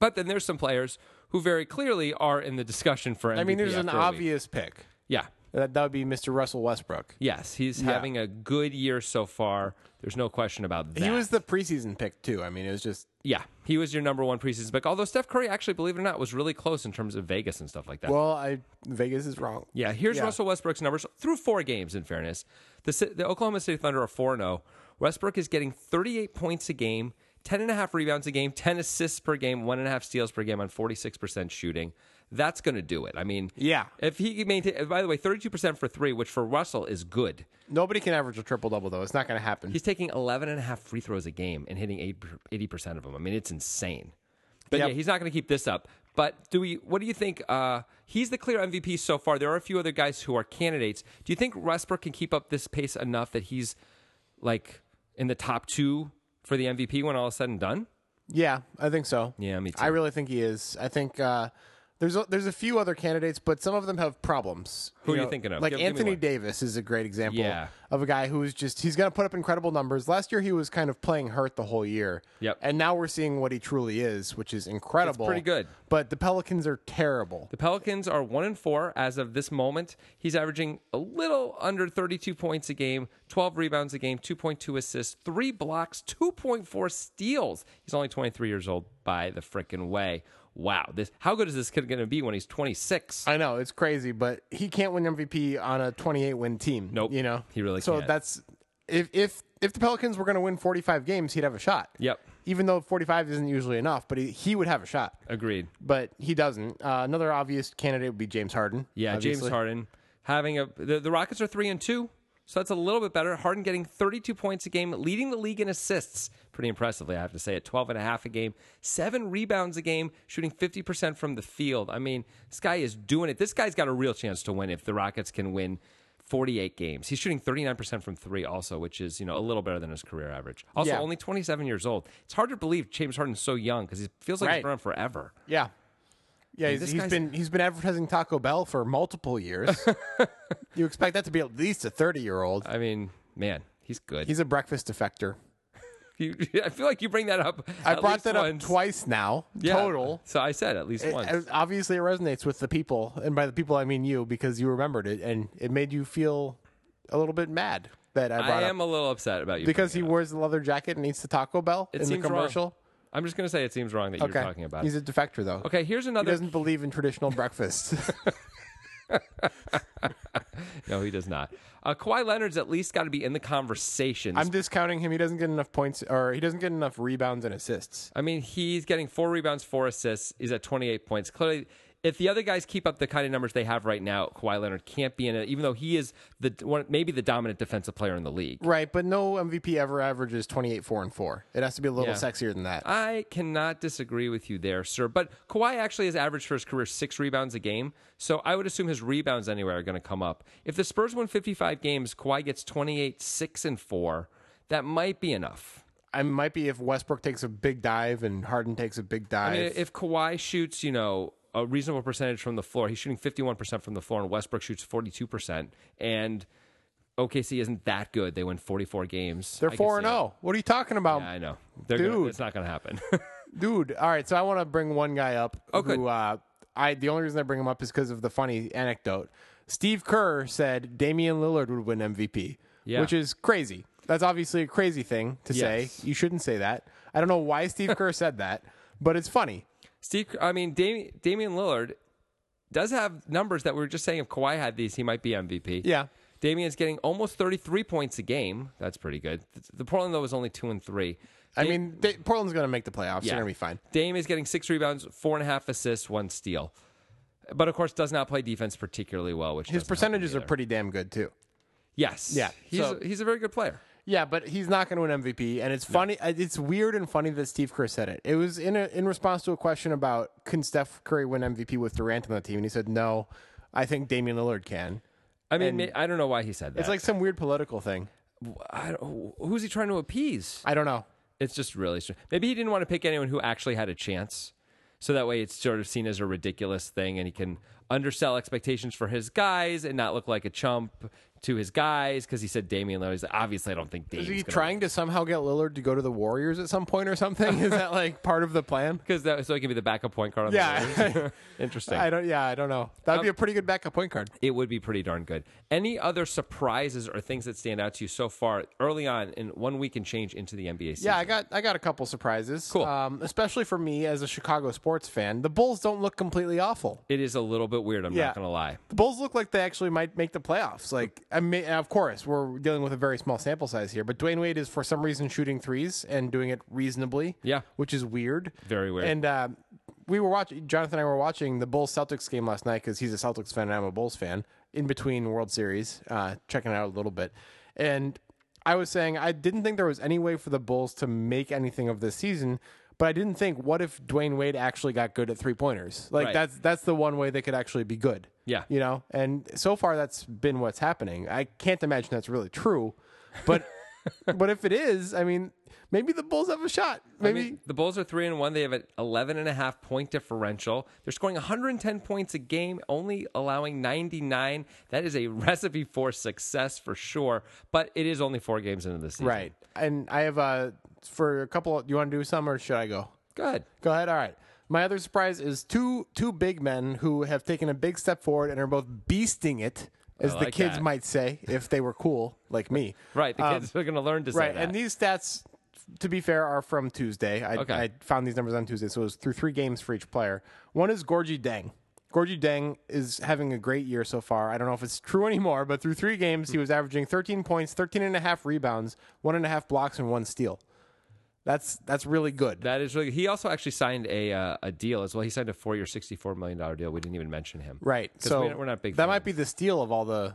A: But then there's some players who very clearly are in the discussion for MVP.
B: I mean, there's an
A: after a week.
B: obvious pick.
A: Yeah.
B: That, that would be Mr. Russell Westbrook.
A: Yes, he's
B: Yeah.
A: having a good year so far. There's no question about that.
B: He was the preseason pick too. I mean, it was just
A: yeah, he was your number one preseason pick. Although Steph Curry, actually, believe it or not, was really close in terms of Vegas and stuff like that.
B: well, I Vegas is wrong.
A: Yeah, here's
B: Yeah.
A: Russell Westbrook's numbers through four games. In fairness, the Ci- the Oklahoma City Thunder are four zero. Westbrook is getting 38 points a game, 10 and a half rebounds a game, 10 assists per game, one and a half steals per game on 46 percent shooting. That's going to do it. I mean,
B: Yeah.
A: If he maintain, by the way, 32 percent for three, which for Russell is good.
B: Nobody can average a triple double though. It's not going to happen.
A: He's taking 11 and a half free throws a game and hitting 80 percent of them. I mean, it's insane. But
B: Yep.
A: yeah, he's not going to keep this up. But do we? What do you think? Uh, he's the clear MVP so far. There are a few other guys who are candidates. Do you think Westbrook can keep up this pace enough that he's like in the top two for the MVP when all is said and done?
B: Yeah, I think so.
A: Yeah, me too.
B: I really think he is. I think uh, there's a, there's a few other candidates, but some of them have problems.
A: Who are you thinking of?
B: Like
A: Give- give me
B: Anthony
A: one.
B: Davis is a great example
A: Yeah.
B: of a guy who is just he's going to put up incredible numbers. Last year he was kind of playing hurt the whole year.
A: Yep.
B: And now we're seeing what he truly is, which is incredible.
A: pretty good.
B: But the Pelicans are terrible.
A: The Pelicans are one and four as of this moment. He's averaging a little under 32 points a game, 12 rebounds a game, 2.2 assists, three blocks, 2.4 steals. He's only 23 years old by the frickin' way. Wow, this how good is this kid going to be when he's 26?
B: I know it's crazy, but he can't win MVP on a 28 win team.
A: Nope.
B: You know
A: He really
B: So
A: can't.
B: that's if if if the Pelicans were going to win 45 games, he'd have a shot.
A: Yep.
B: Even though 45 isn't usually enough, but he, he would have a shot.
A: Agreed.
B: But he doesn't. Uh, another obvious candidate would be James Harden.
A: Yeah,
B: obviously.
A: James Harden having a the, the Rockets are three and two, so that's a little bit better. Harden getting 32 points a game, leading the league in assists, pretty impressively, I have to say, at 12 and a half a game, seven rebounds a game, shooting 50% from the field. I mean, this guy is doing it. This guy's got a real chance to win if the Rockets can win. 48 games. He's shooting 39% from 3 also, which is, you know, a little better than his career average. Also
B: Yeah.
A: only 27 years old. It's hard to believe James Harden's so young cuz he feels like he's
B: Right.
A: been around forever.
B: Yeah. Yeah,
A: this
B: he's, he's
A: guy's-
B: been he's been advertising Taco Bell for multiple years. you expect that to be at least a 30 year old.
A: I mean, man, he's good.
B: He's a breakfast defector.
A: You, I feel like you bring that up.
B: I
A: at
B: brought
A: least
B: that
A: once.
B: up twice now,
A: Yeah.
B: total.
A: So I said at least
B: It-
A: once.
B: it- obviously, it resonates with the people, and by the people I mean you, because you remembered it, and it made you feel a little bit mad that I brought
A: I
B: it
A: am a little upset about you
B: because he
A: bringing it
B: wears the leather jacket and eats the Taco Bell
A: up. It
B: in the
A: seems wrong.
B: commercial.
A: I'm just gonna say it seems wrong that
B: Okay,
A: you're talking about.
B: he's
A: it.
B: a defector though.
A: Okay, here's
B: he
A: another.
B: doesn't believe in traditional breakfast.
A: no, he does not. Uh, Kawhi Leonard's at least got to be in the conversation.
B: I'm discounting him. He doesn't get enough points, or he doesn't get enough rebounds and assists.
A: I mean, he's getting four rebounds, four assists. He's at 28 points. Clearly, if the other guys keep up the kind of numbers they have right now, Kawhi Leonard can't be in it. Even though he is the one, maybe the dominant defensive player in the league.
B: Right, but no MVP ever averages 28, 4, and 4. It has to be a little
A: Yeah.
B: sexier than that.
A: I cannot disagree with you there, sir. But Kawhi actually has averaged for his career six rebounds a game, so I would assume his rebounds anywhere are going to come up. If the Spurs win 55 games, Kawhi gets 28, 6, and 4. That might be enough.
B: I might be if Westbrook takes a big dive and Harden takes a big dive.
A: I mean, if Kawhi shoots, you know, a reasonable percentage from the floor, he's shooting 51% from the floor, and Westbrook shoots 42%, and OKC isn't that good. They win 44 games. I
B: They're
A: can
B: 4 and
A: see it.
B: 0. What are you talking about?
A: I know. They're gonna-
B: Dude.
A: it's not going to happen.
B: Dude, all right, so I want to bring one guy up
A: Okay.
B: who uh, I the only reason I bring him up is because of the funny anecdote. Steve Kerr said Damian Lillard would win MVP,
A: Yeah.
B: which is crazy. That's obviously a crazy thing to
A: Yes.
B: say. You shouldn't say that. I don't know why Steve Kerr said that, but it's funny.
A: Steve, I mean, Dam- Damian Lillard does have numbers that we were just saying if Kawhi had these, he might be MVP.
B: Yeah.
A: Damian's getting almost 33 points a game. That's pretty good. The Portland, though, is only 2 and 3.
B: I mean, they, Portland's going to make the playoffs.
A: Yeah.
B: They're going to be fine.
A: Dame is getting six rebounds, four and a half assists, one steal. But of course, does not play defense particularly well, which
B: His
A: doesn't help
B: percentages
A: him
B: are
A: either.
B: pretty damn good too.
A: Yes.
B: Yeah,
A: He's,
B: so-
A: he's a very good player.
B: Yeah, but he's not going to win MVP, and it's funny. uh, It's weird and funny that Steve Kerr said it. It was in a, in response to a question about can Steph Curry win MVP with Durant on the team, and he said no. I think Damian Lillard can.
A: I mean, ma- I don't know why he said that.
B: It's like some weird political thing.
A: I don't, who's he trying to appease?
B: I don't know.
A: It's just really strange. Maybe he didn't want to pick anyone who actually had a chance. So that way it's sort of seen as a ridiculous thing and he can undersell expectations for his guys and not look like a chump to his guys because he said Damian Lillard. He's like, obviously, I don't think
B: Is he
A: Damian's going
B: trying to somehow get Lillard to go to the Warriors at some point or something? Is that like part of the plan?
A: Because that, so he can be the backup point guard on the Warriors.
B: Yeah,
A: Interesting. Um,
B: I don't. Yeah, I don't know. That'd be a pretty good backup point card.
A: it would be pretty darn good. Any other surprises or things that stand out to you so far early on in one week and change into the NBA season?
B: Yeah, I got I got a couple surprises.
A: Cool.
B: um, especially for me as a Chicago sports fan. The Bulls don't look completely awful.
A: It is a little bit weird. I'm
B: Yeah.
A: not going to lie.
B: The Bulls look like they actually might make the playoffs. Like, I mean, and of course, we're dealing with a very small sample size here, but Dwayne Wade is for some reason shooting threes and doing it reasonably.
A: Yeah.
B: which is weird.
A: Very weird.
B: And uh, we were watching. Jonathan and I were watching the Bulls Celtics game last night because he's a Celtics fan and I'm a Bulls fan. In between World Series, uh, checking it out a little bit, and I was saying I didn't think there was any way for the Bulls to make anything of this season. But I didn't think, what if Dwayne Wade actually got good at three pointers? Like
A: Right.
B: that's that's the one way they could actually be good.
A: Yeah.
B: You know, and so far that's been what's happening. I can't imagine that's really true, but but if it is, I mean, maybe the Bulls have a shot. Maybe
A: I mean, the Bulls are three and one. They have an 11 and a half point differential. They're scoring 110 points a game, only allowing 99. That is a recipe for success for sure. But it is only four games into the season.
B: right. And I have uh for a couple. Do you want to do some or should I go?
A: Good.
B: Go ahead. All right. My other surprise is two two big men who have taken a big step forward and are both beasting it, as the
A: like
B: kids
A: that.
B: might say, if they were cool like me.
A: Right. The
B: Um,
A: kids are going to learn to say
B: Right,
A: that.
B: and these stats, to be fair, are from Tuesday. I,
A: Okay.
B: I found these numbers on Tuesday, so it was through three games for each player. One is Gorgie Deng. Gorgie Deng is having a great year so far. I don't know if it's true anymore, but through three games, he was averaging 13 points, 13 and a half rebounds, one and a half blocks, and one steal. That's that's really good.
A: that is really. He also actually signed a uh, a deal as well. He signed a four year, sixty four million dollar deal. We didn't even mention him.
B: right.
A: 'Cause
B: So
A: we- we're not big
B: That
A: fans.
B: might be the steal of all the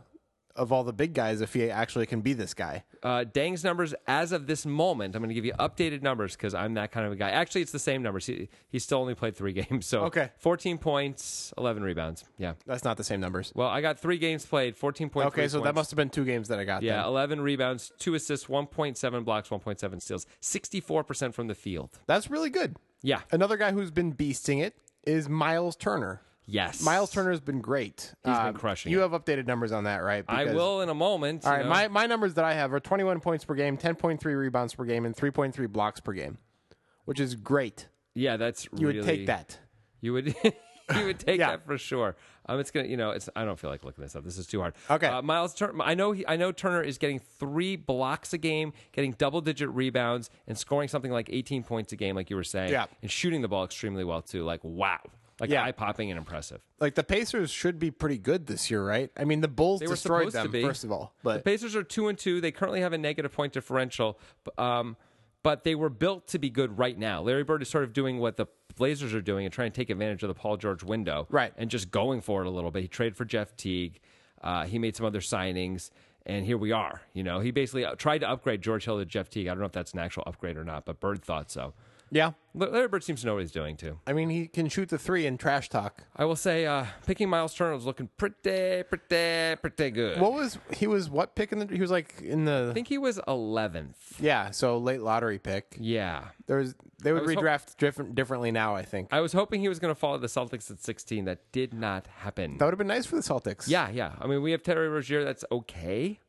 B: of all the big guys if he actually can be this guy.
A: Uh, Dang's numbers as of this moment. I'm going to give you updated numbers because I'm that kind of a guy. Actually, it's the same numbers. He, he still only played three games. So
B: Okay.
A: 14 points, 11 rebounds. Yeah.
B: That's not the same numbers.
A: Well, I got three games played, 14 points.
B: Okay, so that must have been two games that I got.
A: yeah,
B: then.
A: 11 rebounds, two assists, 1.7 blocks, 1.7 steals, 64% from the field.
B: That's really good.
A: Yeah.
B: Another guy who's been beasting it is Miles Turner.
A: Yes.
B: Miles Turner's been great. He's
A: been crushing
B: You
A: it.
B: have updated numbers on that, right?
A: I
B: Because-
A: will in a moment.
B: All
A: you
B: right,
A: know.
B: my, my numbers that I have are 21 points per game, 10.3 rebounds per game, and 3.3 blocks per game, which is great.
A: yeah, that's
B: You
A: really
B: would take that.
A: You would you would take
B: Yeah.
A: that for sure. Um, it's gonna you know it's I don't feel like looking this up. This is too hard.
B: Okay.
A: uh, Miles Turner. I know he, I know Turner is getting three blocks a game, getting double digit rebounds, and scoring something like eighteen points a game, like you were saying.
B: Yeah.
A: and shooting the ball extremely well too. Like wow, like
B: Yeah.
A: eye popping and impressive.
B: Like the Pacers should be pretty good this year, right? I mean, the Bulls
A: were
B: destroyed
A: supposed to
B: them
A: be.
B: first of all, but
A: The Pacers are two and two. They currently have a negative point differential, b- um, but they were built to be good right now. Larry Bird is sort of doing what the Blazers are doing and trying to take advantage of the Paul George window,
B: Right.
A: And just going for it a little bit. He traded for Jeff Teague. Uh, he made some other signings, and here we are. You know, he basically uh, tried to upgrade George Hill to Jeff Teague. I don't know if that's an actual upgrade or not, but Bird thought so.
B: yeah.
A: L- Larry Bird seems to know what he's doing too.
B: I mean, he can shoot the three and trash talk.
A: I will say, uh, picking Miles Turner was looking pretty, pretty, pretty good.
B: What was he was what pick in the he was like in
A: I
B: the
A: think he was 11th.
B: yeah so late lottery pick.
A: Yeah.
B: There was they would
A: was hop-
B: redraft different differently now. I think
A: I was hoping he was going to follow the Celtics at 16. That did not happen.
B: that would have been nice for the Celtics.
A: yeah, yeah. I mean, we have Terry Rozier. That's okay.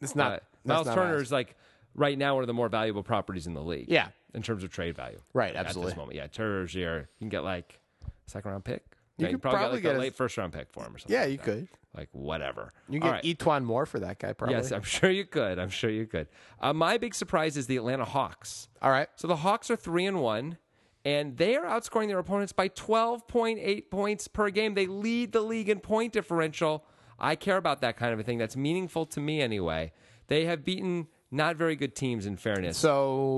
B: It's not
A: Uh,
B: that's
A: Miles
B: not
A: Turner
B: ours.
A: is like right now one of the more valuable properties in the league.
B: Yeah.
A: in terms of trade value.
B: Right,
A: At
B: absolutely.
A: this moment, yeah. Terry Rozier, you can get like second round pick.
B: You
A: Yeah,
B: could probably
A: probably, get like
B: get
A: a
B: a-
A: late first round pick for him or something.
B: Yeah,
A: like
B: you
A: that.
B: could.
A: Like whatever.
B: You
A: All
B: get
A: right.
B: Etwan Moore for that guy, probably.
A: Yes, I'm sure you could. I'm sure you could. Uh, my big surprise is the Atlanta Hawks.
B: All right.
A: So the Hawks are three and one, and they are outscoring their opponents by twelve point eight points per game. They lead the league in point differential. I care about that kind of a thing. That's meaningful to me anyway. They have beaten Not very good teams, in fairness.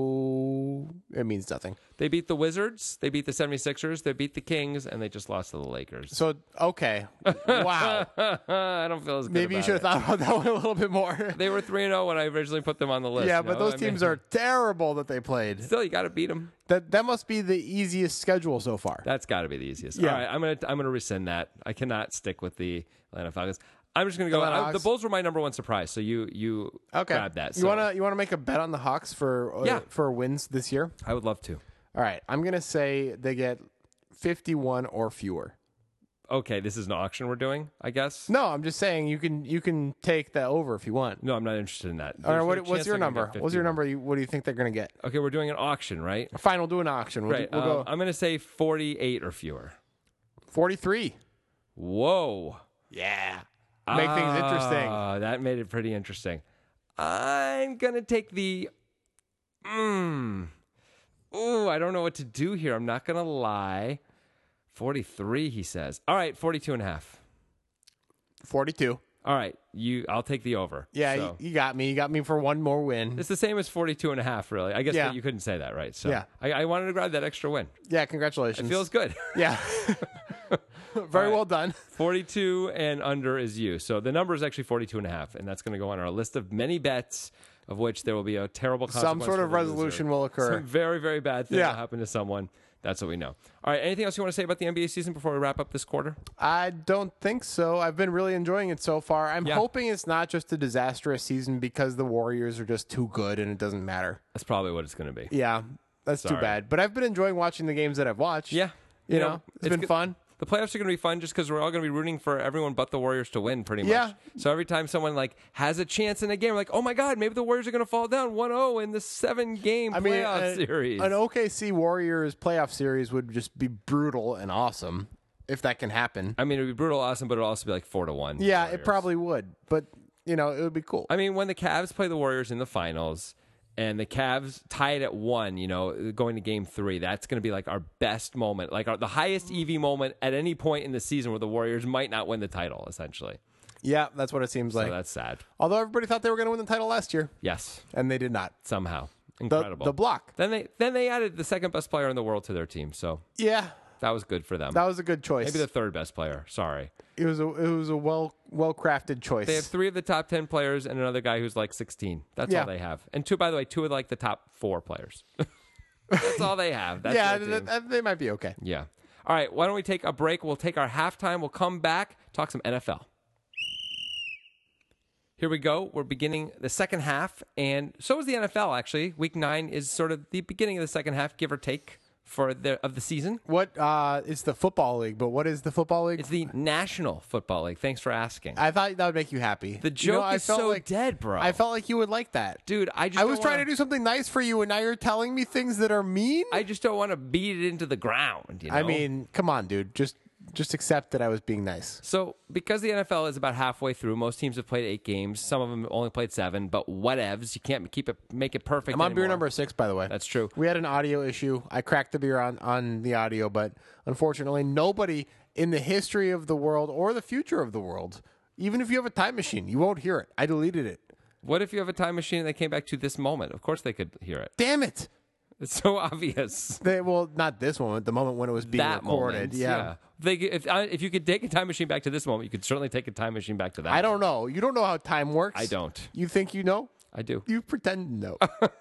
B: So it means nothing.
A: They beat the Wizards, they beat the 76ers, they beat the Kings, and they just lost to the Lakers.
B: So okay, wow.
A: I don't feel as good.
B: Maybe you
A: about it.
B: should have thought about that one a little bit more.
A: They were 3 0 when I originally put them on the list.
B: yeah,
A: you
B: but
A: know?
B: those
A: I
B: teams
A: mean,
B: are terrible that they played.
A: Still, you got to beat them.
B: That that must be the easiest schedule so far.
A: That's got to be the easiest.
B: Yeah.
A: All right, I'm gonna I'm gonna rescind that. I cannot stick with the Atlanta Falcons. I'm just gonna go.
B: Atlanta
A: I- the
B: Hawks.
A: Bulls were my number one surprise. So you you
B: Okay,
A: grab that.
B: You
A: So
B: wanna you wanna make a bet on the Hawks for uh,
A: Yeah.
B: for wins this year?
A: I would love to.
B: All right, I'm gonna say they get 51 or fewer.
A: Okay, this is an auction we're doing. I guess.
B: No, I'm just saying you can you can take the over if you want.
A: No, I'm not interested in that.
B: All right,
A: There's
B: what,
A: no
B: what's
A: chance
B: your
A: they're gonna
B: number?
A: get
B: What's your
A: 51.
B: number? You, what do you think they're gonna get?
A: Okay, we're doing an auction, right?
B: Fine, we'll do an auction. We'll,
A: Right.
B: we'll
A: um,
B: go
A: I'm gonna say 48 or fewer.
B: 43.
A: Whoa.
B: Yeah, make things interesting.
A: Ah, that made it pretty interesting. I'm gonna take the. Mmm. Ooh, I don't know what to do here. I'm not gonna lie. 43, he says. All right, 42 and a half.
B: 42.
A: All right, you. I'll take the over.
B: Yeah,
A: So-
B: you, you got me. You got me for one more win.
A: it's the same as 42 and a half, really. I guess
B: Yeah.
A: that you couldn't say that, right? So
B: Yeah.
A: I, I wanted to grab that extra win.
B: Yeah, congratulations.
A: It feels good.
B: yeah, very
A: right.
B: well done.
A: 42 and under is you. So the number is actually 42 and a half, and that's going to go on our list of many bets, of which there will be a terrible
B: Some
A: consequence
B: sort
A: for
B: of
A: the loser.
B: resolution will occur.
A: Some very, very bad thing
B: Yeah.
A: will happen to someone. That's what we know. All right. Anything else you want to say about the NBA season before we wrap up this quarter?
B: I don't think so. I've been really enjoying it so far. I'm
A: Yeah.
B: hoping it's not just a disastrous season because the Warriors are just too good and it doesn't matter.
A: That's probably what it's going to be.
B: Yeah, that's too
A: Sorry.
B: bad. But I've been enjoying watching the games that I've watched.
A: Yeah.
B: you, know, it's been
A: good-
B: fun.
A: The playoffs are going to be fun just because we're all going to be rooting for everyone but the Warriors to win, pretty much.
B: Yeah.
A: So every time someone like has a chance in a game, we're like, oh my god, maybe the Warriors are going to fall down 1-0 in the seven game
B: I mean,
A: playoff
B: an-
A: series.
B: an OKC Warriors playoff series would just be brutal and awesome if that can happen.
A: I mean, it would be brutal, awesome, but it would also be like four to one.
B: yeah,
A: Warriors.
B: it probably would, but you know, it would be cool.
A: I mean, when the Cavs play the Warriors in the finals and the Cavs tied at one, you know, going to game three, that's going to be like our best moment, like our, the highest EV moment at any point in the season where the Warriors might not win the title, essentially.
B: yeah, that's what it seems
A: So
B: like.
A: that's sad.
B: Although everybody thought they were going to win the title last year,
A: Yes,
B: and they did not.
A: somehow.
B: The,
A: Incredible.
B: the block.
A: then they then they added the second best player in the world to their team, so
B: Yeah,
A: that was good for them.
B: that was a good choice.
A: Maybe the third best player. Sorry,
B: it was a it was a well well crafted choice.
A: they have three of the top ten players and another guy who's like sixteen. That's
B: Yeah.
A: all they have. And two, by the way, two of like the top four players. That's all they have. That's
B: yeah,
A: their
B: th-
A: team.
B: th- they might be okay.
A: Yeah. All right. Why don't we take a break? We'll take our halftime. We'll come back, talk some NFL. Here we go. We're beginning the second half, and so is the NFL. Actually, Week Nine is sort of the beginning of the second half, give or take, for the of the season.
B: What uh it's the football league, but what is the football league?
A: It's the National Football League. Thanks for asking,
B: I thought that would make you happy.
A: The
B: You know,
A: joke
B: I
A: is
B: felt
A: so
B: like,
A: dead, bro.
B: I felt like you would like that.
A: dude. I just
B: I
A: don't
B: was trying
A: wanna-
B: to do something nice for you, and now you're telling me things that are mean.
A: I just don't want to beat it into the ground. You know?
B: I mean, come on, dude. Just just accept that I was being nice.
A: So, because the NFL is about halfway through, most teams have played eight games. Some of them only played seven, but whatevs. You can't keep it, make it perfect.
B: I'm on beer
A: anymore.
B: number six, by the way.
A: That's true.
B: We had an audio issue. I cracked the beer on on the audio, but unfortunately, nobody in the history of the world or the future of the world, even if you have a time machine, you won't hear it. I deleted it.
A: What if you have a time machine and they came back to this moment? Of course they could hear it.
B: Damn it.
A: It's so obvious.
B: They, well, not this moment. The moment when it was being
A: that
B: recorded.
A: moment.
B: Yeah.
A: They, could- if, I- if you could take a time machine back to this moment, you could certainly take a time machine back to that.
B: I don't know. You don't know how time works.
A: I don't.
B: You think you know?
A: I do.
B: You pretend to know.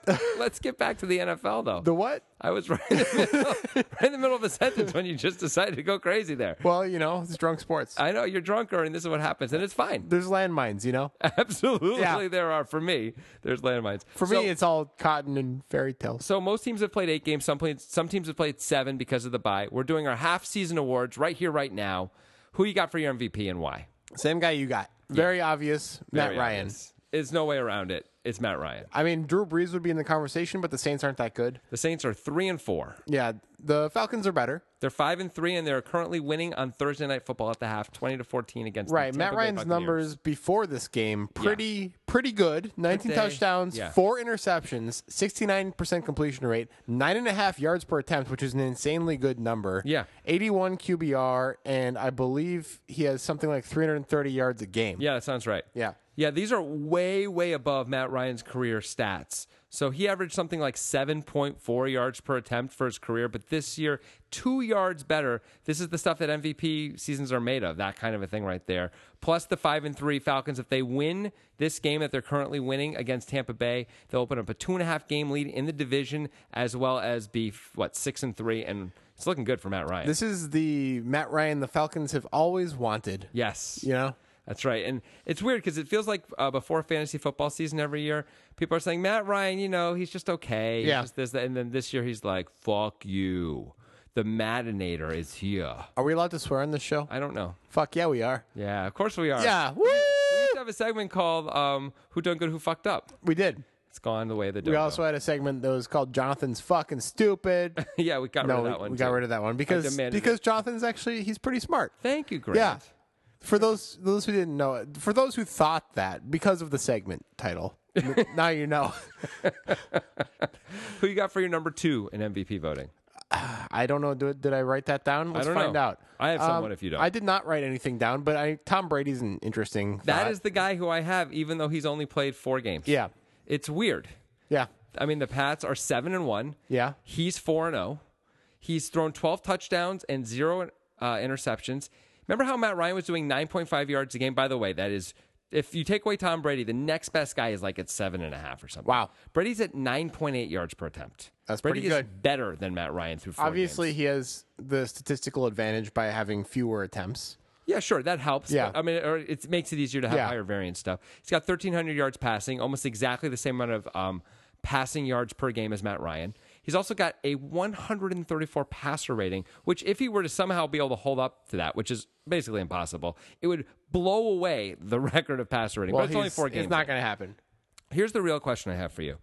A: Let's get back to the NFL, though.
B: the what?
A: I was right in the, middle, right in the middle of a sentence when you just decided to go crazy there.
B: Well, you know, it's drunk sports.
A: I know you're drunker, and this is what happens, and it's fine.
B: There's landmines, you know?
A: Absolutely,
B: Yeah.
A: there are for me. There's landmines
B: For
A: So-
B: me, it's all cotton and fairy tales.
A: So most teams have played eight games. Some played, some teams have played seven because of the bye. We're doing our half season awards right here, right now. Who you got for your MVP and why?
B: Same guy you got. Very obvious, Matt
A: Very
B: Ryan.
A: obvious. There's no way around it. It's Matt Ryan.
B: I mean, Drew Brees would be in the conversation, but the Saints aren't that good.
A: The Saints are three and four.
B: Yeah, the Falcons are better.
A: They're five and three, and they're currently winning on Thursday night football at the half, twenty to fourteen against.
B: Right,
A: the
B: Matt
A: Tampa Bay
B: Ryan's
A: Buccaneers.
B: numbers before this game pretty pretty good. Nineteen
A: Good day.
B: touchdowns,
A: Yeah.
B: four interceptions, sixty nine percent completion rate, nine and a half yards per attempt, which is an insanely good number.
A: Yeah.
B: eighty one QBR, and I believe he has something like three hundred and thirty yards a game.
A: Yeah, that sounds right.
B: Yeah.
A: Yeah, these are way, way above Matt Ryan's career stats. So he averaged something like 7.4 yards per attempt for his career, but this year, two yards better. This is the stuff that MVP seasons are made of, that kind of a thing right there. Plus the five and three Falcons, if they win this game that they're currently winning against Tampa Bay, they'll open up a two and a half game lead in the division, as well as be what six and three, and it's looking good for Matt Ryan.
B: This is the Matt Ryan the Falcons have always wanted.
A: yes,
B: You know?
A: That's right. And it's weird because it feels like uh, before fantasy football season every year, people are saying, Matt Ryan, you know, he's just okay. He's
B: Yeah.
A: just this, that. And then this year he's like, fuck you. The Madinator is here.
B: Are we allowed to swear on this show?
A: I don't know.
B: Fuck yeah, we are.
A: Yeah, of course we are.
B: Yeah. Woo!
A: We used to have a segment called um, Who Done Good, Who Fucked Up.
B: We did.
A: It's gone the way of the
B: We
A: dodo.
B: also had a segment that was called Jonathan's fucking stupid.
A: yeah, we got rid
B: no,
A: of
B: we,
A: that one.
B: we got
A: too.
B: rid of that one because
A: demanded
B: because Jonathan's actually he's pretty smart.
A: Thank you, Grant.
B: Yeah. For those those who didn't know, it, for those who thought that because of the segment title, n- now you know.
A: Who you got for your number two in MVP voting?
B: I don't know. Did, did I write that down? Let's
A: don't
B: find
A: know.
B: out. Um,
A: I have someone if you don't.
B: I did not write anything down, but I Tom Brady's an interesting.
A: That
B: thought.
A: is the guy who I have, even though he's only played four games.
B: Uh, Yeah.
A: It's weird.
B: yeah,
A: I mean, the Pats are seven and one.
B: Yeah.
A: he's four and zero. He's thrown twelve touchdowns and zero uh, interceptions. Remember how Matt Ryan was doing nine point five yards a game? By the way, that is if you take away Tom Brady, the next best guy is like at seven and a half or something.
B: Wow.
A: Brady's at nine point eight yards per attempt.
B: That's
A: Brady
B: pretty
A: is
B: good.
A: better than Matt Ryan through four
B: obviously
A: games.
B: he has the statistical advantage by having fewer attempts.
A: Yeah, sure, that helps.
B: Yeah.
A: but, I mean, or it makes it easier to have
B: Yeah.
A: higher variance stuff. He's got 1,300 yards passing, almost exactly the same amount of um, passing yards per game as Matt Ryan. He's also got a 134 passer rating, which, if he were to somehow be able to hold up to that, which is basically impossible, it would blow away the record of passer rating.
B: Well,
A: but it's only
B: he's-
A: four games.
B: It's not going to happen.
A: Here's the real question I have for you.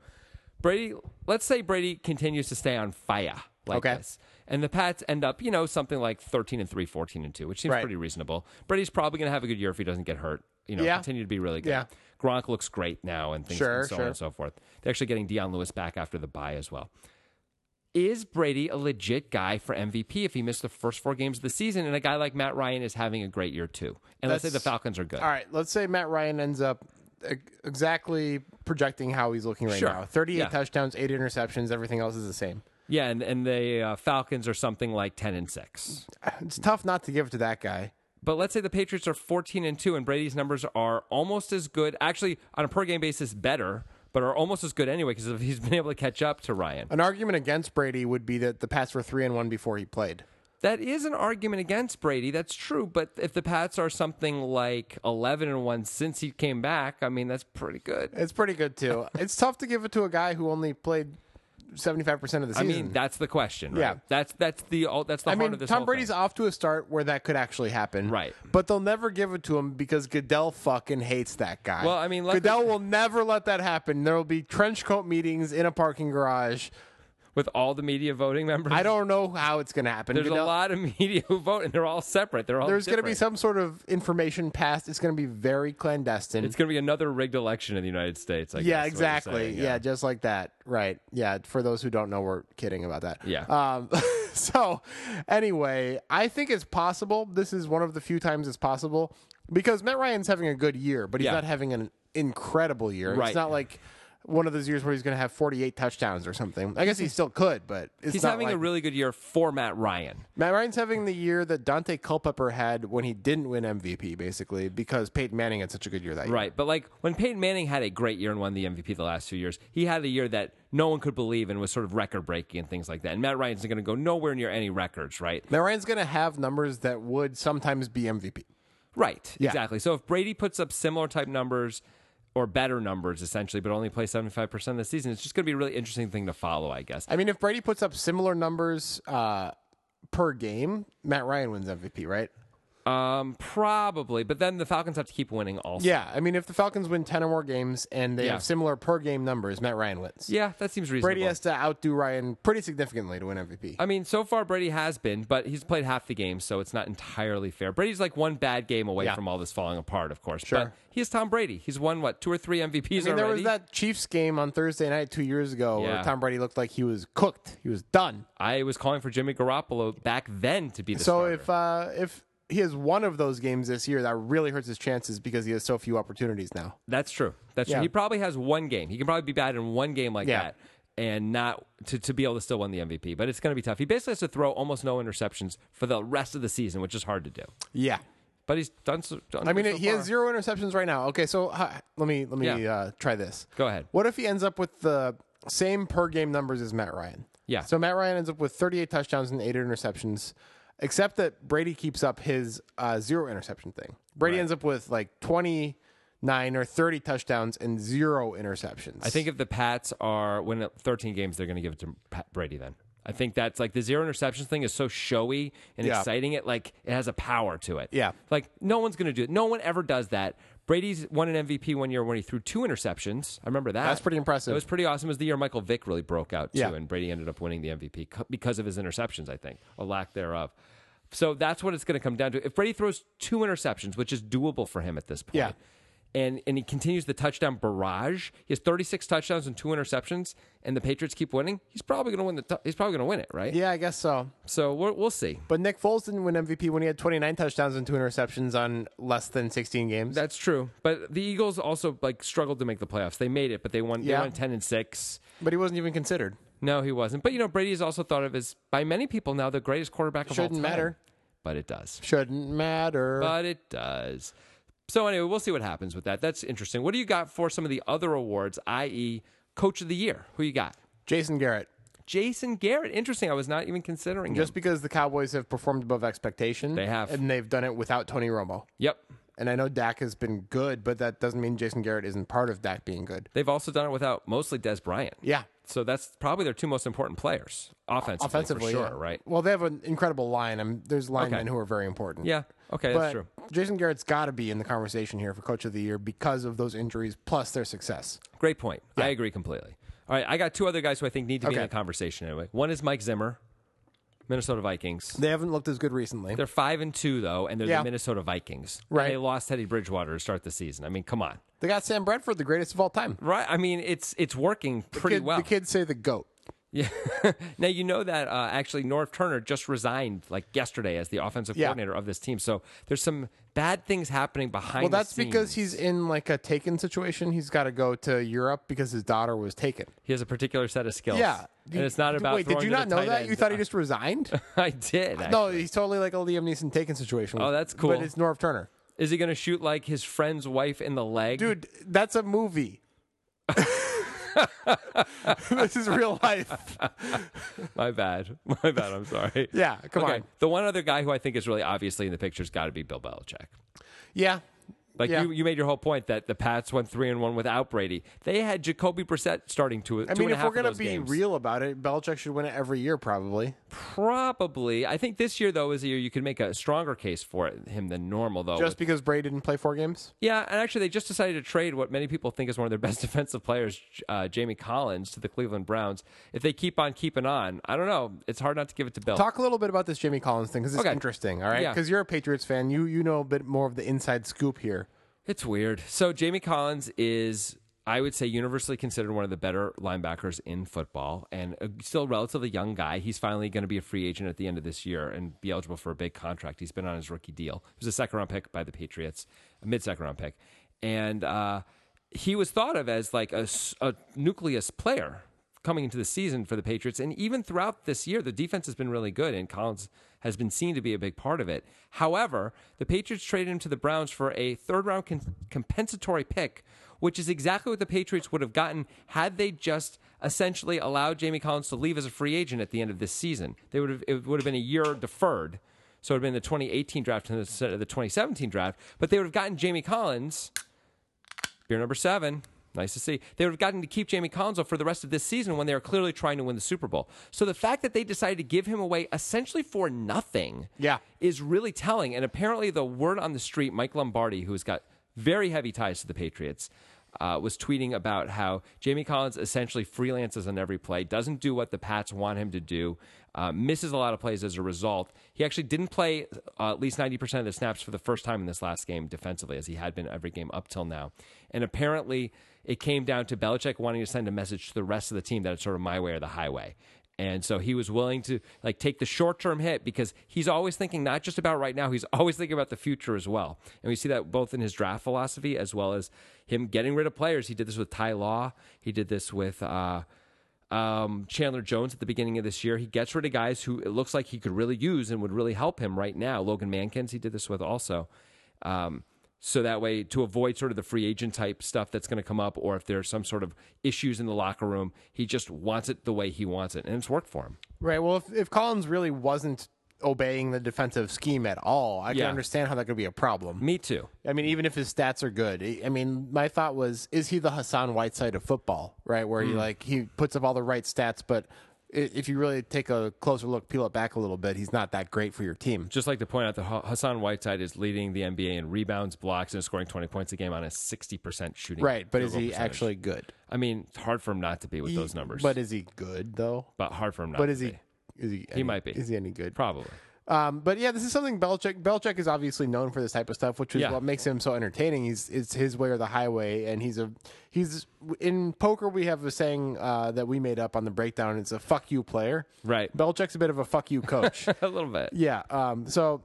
A: Brady, let's say Brady continues to stay on fire like
B: Okay.
A: this. And the Pats end up, you know, something like 13 and 3, 14 and 2, which seems
B: Right.
A: pretty reasonable. Brady's probably going to have a good year if he doesn't get hurt. You know,
B: Yeah.
A: continue to be really good.
B: Yeah.
A: Gronk looks great now and things
B: Sure,
A: and so on
B: sure.
A: and so forth. They're actually getting Deion Lewis back after the bye as well. Is Brady a legit guy for MVP if he missed the first four games of the season and a guy like Matt Ryan is having a great year too? And let's say the
B: That's-
A: Falcons are good.
B: All right, let's say Matt Ryan ends up e- exactly projecting how he's looking right
A: Sure.
B: now. 38
A: Yeah.
B: touchdowns, 8 interceptions, everything else is the same.
A: Yeah, and, and the uh, Falcons are something like 10 and 6.
B: It's tough not to give it to that guy.
A: But let's say the Patriots are 14 and 2 and Brady's numbers are almost as good, actually on a per game basis better, but are almost as good anyway because he's been able to catch up to Ryan.
B: An argument against Brady would be that the Pats were 3 and 1 before he played.
A: That is an argument against Brady, that's true, but if the Pats are something like 11 and 1 since he came back, I mean that's pretty good.
B: It's pretty good too. it's tough to give it to a guy who only played 75% of the season.
A: I mean, that's the question, right?
B: Yeah.
A: That's that's the all that's the
B: I
A: heart
B: mean,
A: of this
B: Tom
A: whole
B: Brady's
A: thing.
B: off to a start where that could actually happen.
A: Right.
B: But they'll never give it to him because Goodell fucking hates that guy.
A: Well, I mean, luckily-
B: Goodell will never let that happen. There will be trench coat meetings in a parking garage.
A: with all the media voting members.
B: I don't know how it's going to happen.
A: There's a
B: Goodell-
A: lot of media who vote and they're all separate. They're all
B: There's going to be
A: different.
B: some sort of information passed. It's going to be very clandestine.
A: It's going to be another rigged election in the United States, I guess.
B: yeah,
A: is what you're
B: exactly.
A: saying,
B: yeah. just like that. Right. Yeah. For those who don't know, we're kidding about that.
A: Yeah.
B: Um, so, anyway, I think it's possible. This is one of the few times it's possible because Matt Ryan's having a good year, but he's
A: Yeah.
B: not having an incredible year.
A: Right.
B: It's not like one of those years where he's going to have 48 touchdowns or something. I guess he still could, but it's
A: He's
B: not
A: having
B: like-
A: a really good year for Matt Ryan.
B: Matt Ryan's having the year that Dante Culpepper had when he didn't win MVP, basically, because Peyton Manning had such a good year that year.
A: Right. But like when Peyton Manning had a great year and won the MVP the last two years, he had a year that no one could believe and was sort of record breaking and things like that. And Matt Ryan's going to go nowhere near any records, right?
B: Matt Ryan's going to have numbers that would sometimes be MVP.
A: Right.
B: Yeah.
A: Exactly. So if Brady puts up similar type numbers or better numbers essentially, but only plays 75% of the season, it's just going to be a really interesting thing to follow, I guess.
B: I mean, if Brady puts up similar numbers uh, per game, Matt Ryan wins MVP, right?
A: Um, probably. But then the Falcons have to keep winning also.
B: Yeah. I mean, if the Falcons win 10 or more games and they
A: Yeah.
B: have similar per game numbers, Matt Ryan wins.
A: Yeah, that seems reasonable.
B: Brady has to outdo Ryan pretty significantly to win MVP.
A: I mean, so far Brady has been, but he's played half the game, so it's not entirely fair. Brady's like one bad game away
B: Yeah.
A: from all this falling apart, of course. But
B: Sure.
A: he is Tom Brady. He's won what two or three MVPs
B: I mean, there was
A: already.
B: that Chiefs game on Thursday night two years ago
A: Yeah.
B: where Tom Brady looked like he was cooked. He was done.
A: I was calling for Jimmy Garoppolo back then to be the
B: So
A: starter.
B: if uh, if he has one of those games this year that really hurts his chances because he has so few opportunities now.
A: That's true. That's
B: Yeah.
A: true. He probably has one game. He can probably be bad in one game like
B: Yeah.
A: that and not to, to be able to still win the MVP. But it's going to be tough. He basically has to throw almost no interceptions for the rest of the season, which is hard to do.
B: Yeah.
A: But he's done so. Done
B: I mean,
A: so
B: he
A: far.
B: has zero interceptions right now. Okay, so uh, let me let me
A: Yeah.
B: uh, try this.
A: Go ahead.
B: What if he ends up with the same per game numbers as Matt Ryan?
A: Yeah.
B: So Matt Ryan ends up with 38 touchdowns and eight interceptions, except that Brady keeps up his uh, zero interception thing. Brady ends up with like 29 or 30 touchdowns and zero interceptions.
A: I think if the Pats are win 13 games, they're going to give it to Pat Brady then. I think that's like the zero interceptions thing is so showy and
B: Yeah.
A: exciting. It like it has a power to it.
B: Yeah.
A: like no one's going to do it. No one ever does that. Brady's won an MVP one year when he threw two interceptions. I remember that.
B: That's pretty impressive.
A: It was pretty awesome. It was the year Michael Vick really broke out too,
B: Yeah.
A: and Brady ended up winning the MVP co- because of his interceptions. I think or lack thereof. So that's what it's going to come down to. If Brady throws two interceptions, which is doable for him at this point,
B: Yeah.
A: and and he continues the touchdown barrage. He has 36 touchdowns and two interceptions, and the Patriots keep winning. He's probably going to win the. T- he's probably going to win it, right?
B: Yeah, I guess so.
A: So we're, we'll see.
B: But Nick Foles didn't win MVP when he had 29 touchdowns and two interceptions on less than 16 games.
A: That's true. But the Eagles also like struggled to make the playoffs. They made it, but they won.
B: Yeah.
A: They won 10 and six.
B: but he wasn't even considered.
A: No, he wasn't. But you know, Brady is also thought of as by many people now the greatest quarterback of all
B: Shouldn't
A: time.
B: matter.
A: but it does.
B: Shouldn't matter.
A: But it does. So anyway, we'll see what happens with that. That's interesting. What do you got for some of the other awards, i.e., Coach of the Year? Who you got?
B: Jason Garrett.
A: Jason Garrett. Interesting. I was not even considering
B: Just
A: him.
B: because the Cowboys have performed above expectation,
A: They have.
B: and they've done it without Tony Romo.
A: Yep.
B: And I know Dak has been good, but that doesn't mean Jason Garrett isn't part of Dak being good.
A: They've also done it without mostly Des Bryant.
B: Yeah,
A: So that's probably their two most important players offensively,
B: offensively,
A: for sure,
B: yeah.
A: right?
B: Well, they have an incredible line. i there's linemen
A: Okay.
B: who are very important.
A: Yeah. Okay,
B: but
A: that's true.
B: Jason Garrett's got to be in the conversation here for Coach of the Year because of those injuries plus their success.
A: Great point. I agree completely. All right, I got two other guys who I think need to be in
B: Okay.
A: the conversation anyway. One is Mike Zimmer, Minnesota Vikings.
B: They haven't looked as good recently.
A: They're five and two though, and they're
B: Yeah.
A: the Minnesota Vikings. And
B: Right.
A: they lost Teddy Bridgewater to start the season. I mean, come on.
B: They got Sam Bradford, the greatest of all time.
A: Right? I mean, it's it's working pretty
B: Kid-
A: well.
B: The kids say the goat.
A: Yeah. now you know that uh, actually Norv Turner just resigned like yesterday as the offensive
B: Yeah.
A: coordinator of this team. So there's some bad things happening behind.
B: Well,
A: the
B: that's because
A: scenes.
B: he's in like a taken situation. He's got to go to Europe because his daughter was taken.
A: he has a particular set of skills.
B: Yeah,
A: and it's not about.
B: Wait, did
A: throwing
B: you
A: to
B: not
A: the
B: know
A: tight
B: that?
A: end.
B: You thought he just resigned?
A: I did.
B: no,
A: No,
B: he's totally like a Liam Neeson taken situation.
A: Oh, that's cool.
B: But it's Norv Turner,
A: is he going to shoot like his friend's wife in the leg?
B: dude. That's a movie. this is real life.
A: my bad. My bad. I'm sorry.
B: Yeah, come
A: Okay.
B: on.
A: The one other guy who I think is really obviously in the picture's got to be Bill Belichick.
B: Yeah,
A: Like
B: Yeah.
A: you, you made your whole point that the Pats went three and one without Brady. They had Jacoby Brissett starting two.
B: I mean, if we're
A: gonna
B: gonna be real about it, Belichick should win it every year, probably.
A: Probably. I think this year though is a year you could make a stronger case for it- him than normal though.
B: Just
A: With-
B: because Brady didn't play four games.
A: yeah, and actually they just decided to trade what many people think is one of their best defensive players, uh, Jamie Collins, to the Cleveland Browns. If they keep on keeping on, I don't know. It's hard not to give it to Bill.
B: Talk a little bit about this Jimmy Collins thing because it's
A: Okay.
B: interesting. All right,
A: Yeah.
B: because you're a Patriots fan, you you know a bit more of the inside scoop here.
A: It's weird. So Jamie Collins is, I would say, universally considered one of the better linebackers in football, and a still relatively young guy. He's finally going to be a free agent at the end of this year and be eligible for a big contract. He's been on his rookie deal. It was a second round pick by the Patriots, a mid second round pick, and uh, he was thought of as like a, s- a nucleus player coming into the season for the Patriots. And even throughout this year, the defense has been really good, and Collins has been seen to be a big part of it. However, the Patriots traded him to the Browns for a third round con- compensatory pick, which is exactly what the Patriots would have gotten had they just essentially allowed Jamie Collins to leave as a free agent at the end of this season. They would have, it would have been a year deferred. So it would have been the 2018 draft instead of the 2017 draft, but they would have gotten Jamie Collins beer number seven. Nice to see. They would have gotten to keep Jamie Collins off for the rest of this season when they are clearly trying to win the Super Bowl. So the fact that they decided to give him away essentially for nothing
B: Yeah.
A: is really telling. And apparently, the word on the street, Mike Lombardi, who's got very heavy ties to the Patriots, uh, was tweeting about how Jamie Collins essentially freelances on every play, doesn't do what the Pats want him to do, uh, misses a lot of plays as a result. He actually didn't play uh, at least 90% of the snaps for the first time in this last game defensively, as he had been every game up till now. And apparently, it came down to Belichick wanting to send a message to the rest of the team that it's sort of my way or the highway. And so he was willing to like take the short term hit because he's always thinking not just about right now, he's always thinking about the future as well. And we see that both in his draft philosophy as well as him getting rid of players. He did this with Ty Law, he did this with uh, um, Chandler Jones at the beginning of this year. He gets rid of guys who it looks like he could really use and would really help him right now. Logan Mankins, he did this with also. Um, so that way to avoid sort of the free agent type stuff that's going to come up or if there's some sort of issues in the locker room he just wants it the way he wants it and it's worked for him
B: Right. Well, if, if Collins really wasn't obeying the defensive scheme at all, I
A: Yeah.
B: can understand how that could be a problem.
A: me too
B: I mean, even if his stats are good, I- I mean, my thought was, is he the Hassan Whiteside of football? Right, where
A: Mm.
B: he like he puts up all the right stats, but i- if you really take a closer look, peel it back a little bit, he's not that great for your team.
A: just like to point out that Ha- hassan whiteside is leading the nba in rebounds blocks and is scoring 20 points a game on a 60% shooting
B: Right, but
A: field
B: is
A: goal
B: he
A: percentage.
B: actually good?
A: i mean it's hard for him not to be with those numbers
B: But
A: but,
B: is he good though?
A: hard for him not
B: But
A: to
B: is he?
A: be.
B: Is he? He
A: might be.
B: Is he any good?
A: probably
B: Um, but yeah, this is something Belichick. Belichick is obviously known for this type of stuff, which is
A: Yeah.
B: what makes him so entertaining. He's it's his way or the highway, and he's a he's in poker. We have a saying uh, that we made up on the breakdown. It's a fuck you player.
A: Right.
B: Belichick's a bit of a fuck you coach.
A: a little bit
B: yeah. Um. So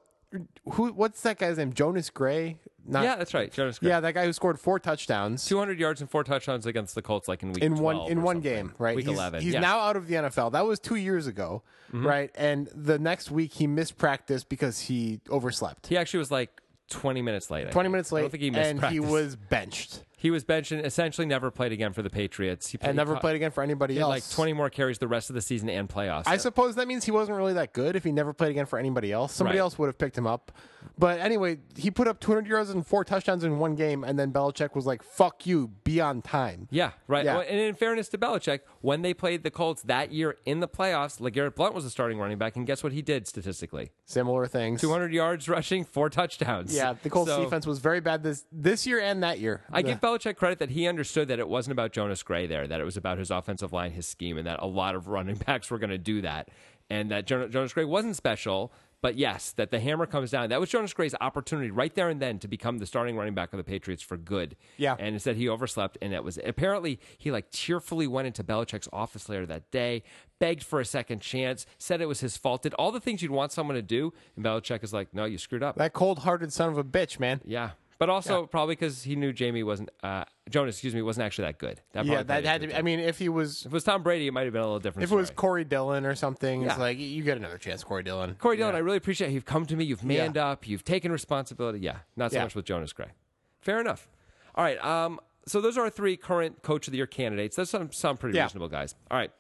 B: who? What's that guy's name? Jonas Gray. Not,
A: yeah that's right Jonas Gray.
B: Yeah, that guy who scored four touchdowns.
A: 200 yards and four touchdowns against the colts like in week
B: in one
A: 12
B: in
A: or
B: one
A: something.
B: game, right?
A: week
B: he's
A: 11
B: he's
A: yeah. Mm-hmm.
B: now out of the NFL. That was two years ago, right? And the next week he missed practice because he overslept.
A: He actually was like 20 minutes late. I
B: Twenty
A: think.
B: minutes
A: I
B: late,
A: don't think he missed
B: and he
A: practice.
B: was benched
A: He was benched and essentially never played again for the Patriots. He
B: and never
A: he
B: played again for anybody
A: caught, like
B: else.
A: 20 more carries the rest of the season and playoffs.
B: I suppose that means he wasn't really that good if he never played again for anybody else. Somebody
A: Right.
B: else would have picked him up. But anyway, he put up 200 yards and four touchdowns in one game, and then Belichick was like, "Fuck you, be on time."
A: yeah, right.
B: Yeah.
A: Well, And in fairness to Belichick, when they played the Colts that year in the playoffs, LeGarrette Blunt was the starting running back. And guess what he did statistically?
B: Similar things.
A: 200 yards rushing, four touchdowns.
B: Yeah, the Colts
A: So,
B: defense was very bad this this year and that year.
A: I give Belichick credit that he understood that it wasn't about Jonas Gray there, that it was about his offensive line, his scheme, and that a lot of running backs were going to do that. And that Jon- Jonas Gray wasn't special, but yes, that the hammer comes down. That was Jonas Gray's opportunity right there and then to become the starting running back of the Patriots for good.
B: Yeah.
A: And instead he overslept, and it was apparently he like tearfully went into Belichick's office later that day, begged for a second chance, said it was his fault, did all the things you'd want someone to do. And Belichick is like, no, you screwed up.
B: that cold-hearted son of a bitch, man.
A: Yeah, but also probably because he knew Jamie wasn't uh, Jonas. Excuse me, wasn't actually that good. That probably
B: Yeah, that
A: played
B: had
A: into
B: to. Be,
A: it.
B: I mean, if he was,
A: If it was Tom Brady, it might have been a little different.
B: if it was
A: story.
B: Corey Dillon or something, it's
A: Yeah.
B: like you get another chance, Corey Dillon.
A: Corey Dillon, I really appreciate you've come to me. You've manned
B: Yeah.
A: up. You've taken responsibility. Yeah, not so
B: Yeah.
A: much with Jonas Gray. Fair enough. All right. Um, so those are our three current Coach of the Year candidates. Those some sound pretty
B: Yeah.
A: reasonable guys. All right.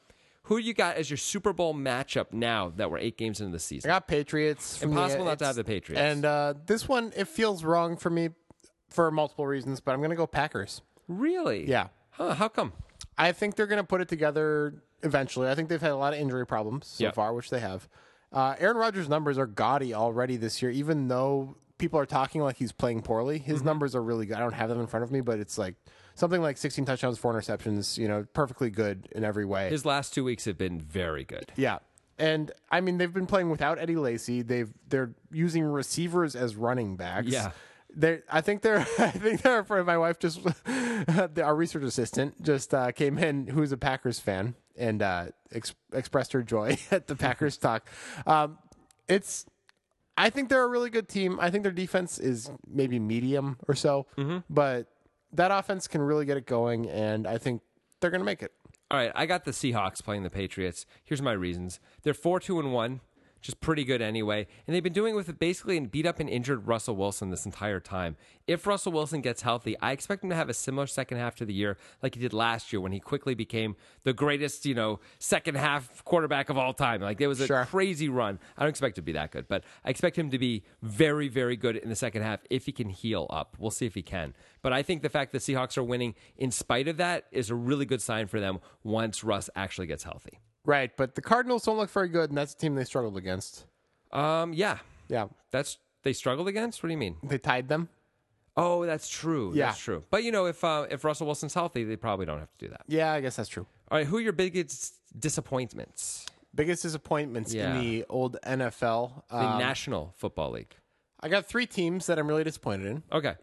A: Who you got as your Super Bowl matchup now that we're eight games into the
B: I
A: season?
B: got Patriots. from
A: Impossible not to
B: it's-
A: have the Patriots.
B: And uh, this one, it feels wrong for me for multiple reasons, but I'm going to go Packers.
A: Really?
B: Yeah,
A: Huh, how come?
B: I think they're going to put it together eventually. I think they've had a lot of injury problems so
A: Yeah.
B: far, which they have. Uh, Aaron Rodgers' numbers are gaudy already this year, even though people are talking like he's playing poorly.
A: Mm-hmm.
B: His numbers are really good. I don't have them in front of me, but it's like something like 16 touchdowns, four interceptions. You know, perfectly good in every way.
A: His last two weeks have been very good.
B: Yeah. And I mean they've been playing without Eddie Lacy. They've they're using receivers as running backs.
A: Yeah.
B: They I think they're I think they're for my wife just our research assistant just uh, came in who's a Packers fan and uh, ex- expressed her joy at the Packers talk. Um, it's I think they're a really good team. I think their defense is maybe medium or so, but that offense can really get it going, and I think they're going to make it.
A: All right, I got the Seahawks playing the Patriots. Here's my reasons. They're 4 2 and 1, which is pretty good anyway. And they've been doing it with basically an beat up and injured Russell Wilson this entire time. If Russell Wilson gets healthy, I expect him to have a similar second half to the year like he did last year when he quickly became the greatest, you know, second half quarterback of all time. Like there was a
B: Sure.
A: crazy run. I don't expect him to be that good, but I expect him to be very, very good in the second half if he can heal up. We'll see if he can. But I think the fact that Seahawks are winning in spite of that is a really good sign for them once Russ actually gets healthy.
B: Right, but the Cardinals don't look very good, and that's a team they struggled against.
A: Um, yeah,
B: Yeah,
A: that's they struggled against. What do you mean?
B: they tied them.
A: Oh, that's true.
B: Yeah.
A: That's true. But you know, if uh, if Russell Wilson's healthy, they probably don't have to do that.
B: Yeah, I guess that's true.
A: All right, who are your biggest disappointments?
B: Biggest disappointments
A: Yeah.
B: in the old NFL.
A: The
B: Um,
A: National Football League.
B: I got three teams that I'm really disappointed in.
A: Okay.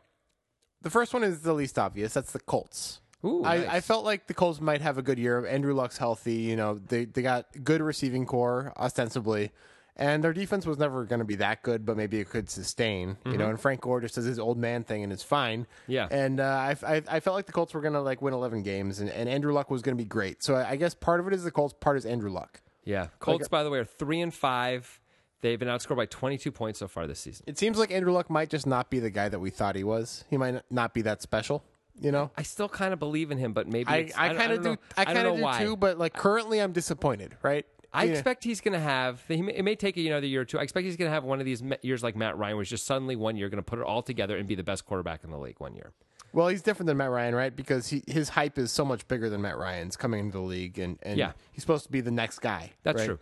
B: The first one is the least obvious. That's the Colts.
A: Ooh, nice.
B: I, I felt like the Colts might have a good year. Andrew Luck's healthy. You know, they, they got good receiving core, ostensibly. And their defense was never going to be that good, but maybe it could sustain. You know, and Frank Gore just does his old man thing and it's fine.
A: Mm-hmm. Yeah.
B: And uh, I, I, I felt like the Colts were going to like win 11 games and, and Andrew Luck was going to be great. So I, I guess part of it is the Colts, part is Andrew Luck.
A: yeah. Colts, by the way, are three and five. They've been outscored by 22 points so far this season.
B: It seems like Andrew Luck might just not be the guy that we thought he was. He might not be that special, you know?
A: I still kind of believe in him, but maybe
B: I,
A: it's-
B: I
A: don't-
B: kind of
A: don't
B: do.
A: know.
B: I
A: don't
B: kind
A: know
B: of do
A: why.
B: too, but like currently, I'm disappointed. Right?
A: I
B: You know,
A: expect he's going to have. He may, it may take you another year or two. I expect he's going to have one of these me- years like Matt Ryan, where he's just suddenly one year going to put it all together and be the best quarterback in the league one year.
B: Well, he's different than Matt Ryan, right? Because he, his hype is so much bigger than Matt Ryan's coming into the league, and, and
A: Yeah.
B: he's supposed to be the next guy.
A: That's
B: right?
A: true.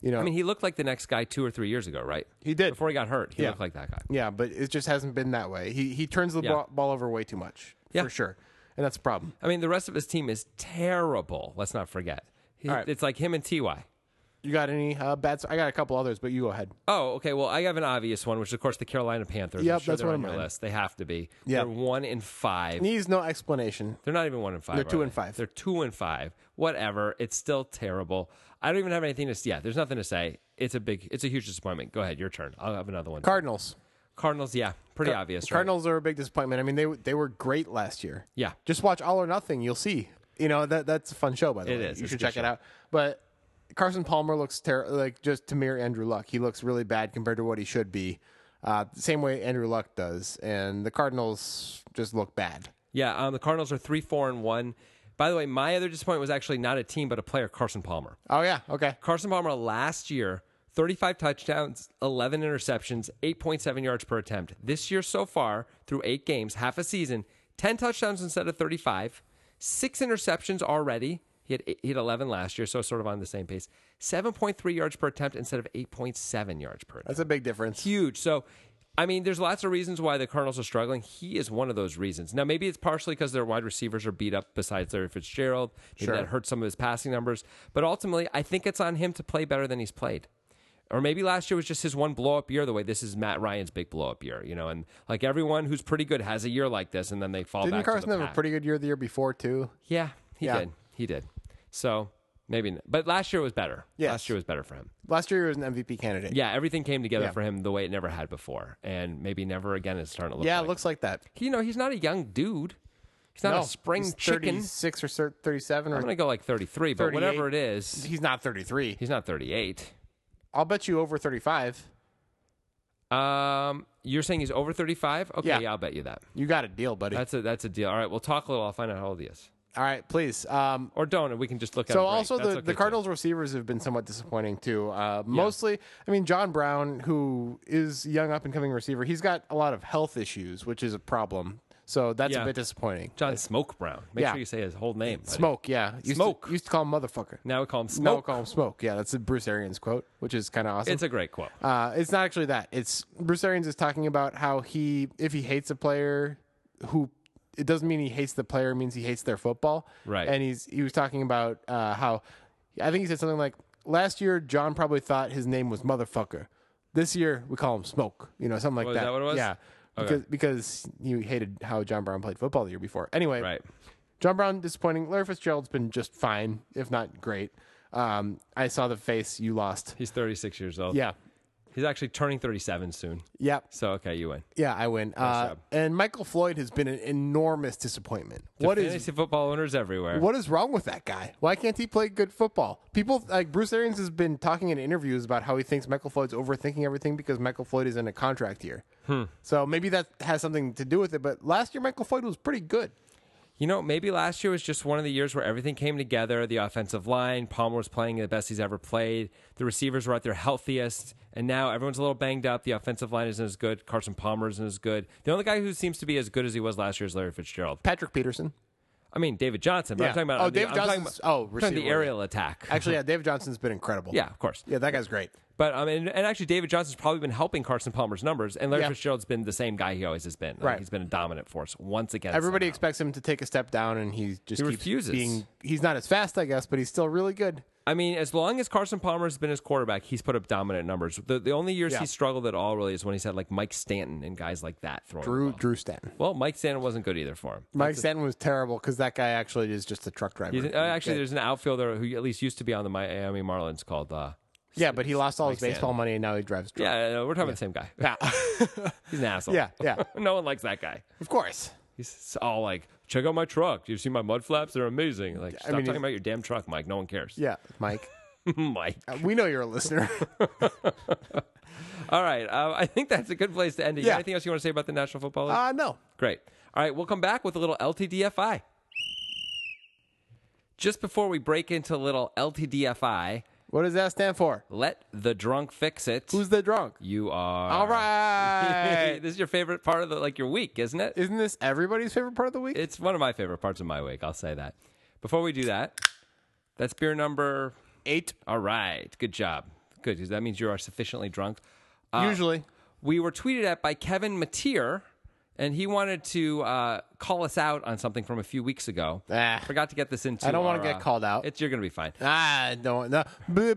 B: You know,
A: I mean, he looked like the next guy two or three years ago, right?
B: He did.
A: before he got hurt. He
B: Yeah.
A: looked like that guy.
B: yeah, but it just hasn't been that way. He he turns the
A: Yeah.
B: ball, ball over way too much
A: Yeah.
B: for sure, and that's a problem.
A: I mean, the rest of his team is terrible. Let's not forget. He-
B: All right.
A: It's like him and Ty.
B: You got any uh, bad? I got a couple others, but you go ahead.
A: Oh, okay. Well, I have an obvious one, which is of course the Carolina Panthers. I'm
B: Yep,
A: sure
B: that's
A: they're
B: one
A: on
B: of
A: your
B: mine.
A: list. They have to be.
B: Yeah.
A: They're one in five.
B: Needs no explanation.
A: They're not even one and five.
B: They're two
A: are
B: and
A: they?
B: five.
A: They're two and five. Whatever. It's still terrible. I don't even have anything to. Yeah, there's nothing to say. It's a big. It's a huge disappointment. Go ahead. Your turn. I'll have another one.
B: Cardinals.
A: Cardinals. Yeah, pretty obvious. right?
B: Cardinals are a big disappointment. I mean, they they were great last year.
A: Yeah.
B: just watch All or Nothing. You'll see. You know that that's a fun show by the
A: It
B: way.
A: is.
B: You
A: It's a
B: should
A: good
B: check it
A: show.
B: out. But Carson Palmer looks ter- like just to mirror Andrew Luck. He looks really bad compared to what he should be. Uh, same way Andrew Luck does, and the Cardinals just look bad.
A: Yeah. Um, the Cardinals are three, four, and one. By the way, my other disappointment was actually not a team, but a player, Carson Palmer.
B: Oh yeah, okay.
A: Carson Palmer last year, 35 touchdowns, 11 interceptions, 8.7 yards per attempt. This year so far, through eight games, half a season, 10 touchdowns instead of 35, six interceptions already. He had, he had 11 last year, so sort of on the same pace. 7.3 yards per attempt instead of 8.7 yards per attempt
B: That's a big difference.
A: huge. So, I mean, there's lots of reasons why the Cardinals are struggling. He is one of those reasons. Now, maybe it's partially because their wide receivers are beat up besides Larry Fitzgerald. Maybe
B: Sure.
A: that hurts some of his passing numbers. But ultimately, I think it's on him to play better than he's played. Or maybe last year was just his one blow up year, the way this is Matt Ryan's big blow up year, you know, and like everyone who's pretty good has a year like this and then they fall
B: Didn't
A: back to
B: Carson
A: the
B: have a
A: pack.
B: pretty good year the year before too?
A: Yeah, he
B: Yeah.
A: did. He did. So maybe, n- but last year was better.
B: Yes.
A: Last year was better for him.
B: Last year he was an MVP candidate.
A: Yeah, everything came together
B: Yeah.
A: for him the way it never had before, and maybe never again is starting to look.
B: yeah,
A: like.
B: it looks like that.
A: You know, he's not a young dude. He's not
B: no,
A: a spring
B: he's
A: chicken.
B: 36 or thir- 37 or
A: I'm gonna go like 33, but whatever it
B: 38.
A: is,
B: he's not 33.
A: he's not 38.
B: I'll bet you over 35.
A: Um, you're saying he's over 35? Okay,
B: Yeah.
A: yeah. I'll bet you that.
B: You got a deal, buddy.
A: That's a that's a deal. All right, we'll talk a little. I'll find out how old he is,
B: All right, please. Um,
A: or don't, and we can just look at.
B: so
A: him break.
B: also the,
A: That's okay,
B: the
A: too.
B: Cardinals receivers have been somewhat disappointing too. Uh, mostly, I mean John Brown, who is a young up and coming receiver, he's got a lot of health issues, which is a problem. So that's
A: Yeah.
B: a bit disappointing.
A: John Smoke Brown. Make
B: Yeah.
A: sure you say his whole name. buddy.
B: Smoke, yeah, used
A: Smoke.
B: To, used to call him motherfucker.
A: Now we call him
B: Now we
A: Smoke.
B: call him Smoke. Yeah, that's a Bruce Arians quote, which is kind of awesome.
A: it's a great quote.
B: Uh, it's not actually that. It's Bruce Arians is talking about how he, if he hates a player, who it doesn't mean he hates the player, it means he hates their football.
A: Right.
B: And he's he was talking about uh, how I think he said something like last year John probably thought his name was motherfucker. This year we call him Smoke. You know something like
A: Was
B: that.
A: that what it was?
B: Yeah.
A: Okay.
B: Because because you hated how John Brown played football the year before. Anyway,
A: Right.
B: John Brown disappointing. Larry Fitzgerald's been just fine, if not great. Um, I saw the face you lost.
A: He's 36 years old.
B: Yeah.
A: He's actually turning 37 soon.
B: Yep.
A: So okay, you win.
B: Yeah, I win. Uh,
A: job.
B: and Michael Floyd has been an enormous disappointment.
A: To
B: What is
A: fantasy football owners everywhere?
B: what is wrong with that guy? Why can't he play good football? People like Bruce Arians has been talking in interviews about how he thinks Michael Floyd's overthinking everything because Michael Floyd is in a contract year.
A: Hmm.
B: So maybe that has something to do with it. But last year Michael Floyd was pretty good.
A: You know, maybe last year was just one of the years where everything came together. The offensive line, Palmer was playing the best he's ever played. The receivers were at their healthiest, and now everyone's a little banged up. The offensive line isn't as good. Carson Palmer isn't as good. The only guy who seems to be as good as he was last year is Larry Fitzgerald.
B: Patrick Peterson.
A: I mean, David Johnson. But I'm
B: Yeah.
A: talking about
B: Oh,
A: I'm the-
B: David
A: I'm talking
B: Johnson's-
A: about-
B: oh,
A: I'm talking the
B: receiver.
A: aerial attack.
B: Actually, yeah, Dave Johnson's been incredible.
A: yeah, of course.
B: Yeah, that guy's great.
A: But um, and, and actually, David Johnson's probably been helping Carson Palmer's numbers, and Larry
B: Yeah.
A: Fitzgerald's been the same guy he always has been. Like,
B: Right.
A: he's been a dominant force once again.
B: Everybody
A: somehow.
B: expects him to take a step down and he just keeps
A: refuses.
B: being he's not as fast, I guess, but he's still really good.
A: I mean, as long as Carson Palmer has been his quarterback, he's put up dominant numbers. The, the only years
B: Yeah.
A: he struggled at all really is when he's had like Mike Stanton and guys like that throwing. the
B: Drew
A: ball.
B: Drew Stanton.
A: Well, Mike Stanton wasn't good either for him.
B: Mike Stanton was terrible because that guy actually is just a truck driver.
A: He's- uh, actually, there's an outfielder who at least used to be on the Miami Marlins called. Uh,
B: yeah, but he lost all his
A: Mike
B: baseball money and now he drives. Truck.
A: yeah, no, we're talking about the same guy. he's an asshole.
B: Yeah, yeah.
A: no one likes that guy.
B: of course.
A: He's all like, "Check out my truck. You see my mud flaps? They're amazing." Like, stop
B: mean,
A: talking
B: he's-
A: about your damn truck, Mike. No one cares.
B: Yeah, Mike. Uh,
A: Mike.
B: we know you're a listener.
A: All right, uh, I think that's a good place to end it. You got
B: Yeah.
A: Anything else you want to say about the National Football League?
B: uh, no.
A: Great. All right, we'll come back with a little LTDFI. Just before we break into a little LTDFI,
B: What does that stand for?
A: let the drunk fix it.
B: Who's the drunk?
A: you are?
B: All right.
A: this is your favorite part of the like your week, isn't it?
B: Isn't this everybody's favorite part of the week?
A: It's one of my favorite parts of my week. I'll say that. Before we do that, that's beer number.
B: Eight.
A: All right, good job. Good, because that means you are sufficiently drunk. uh,
B: Usually.
A: we were tweeted at by Kevin Mateer, and he wanted to uh, call us out on something from a few weeks ago.
B: Ah.
A: Forgot to get this into.
B: I don't
A: want
B: wanna get called out.
A: It's you're going to be fine.
B: Ah, don't no. Bleep,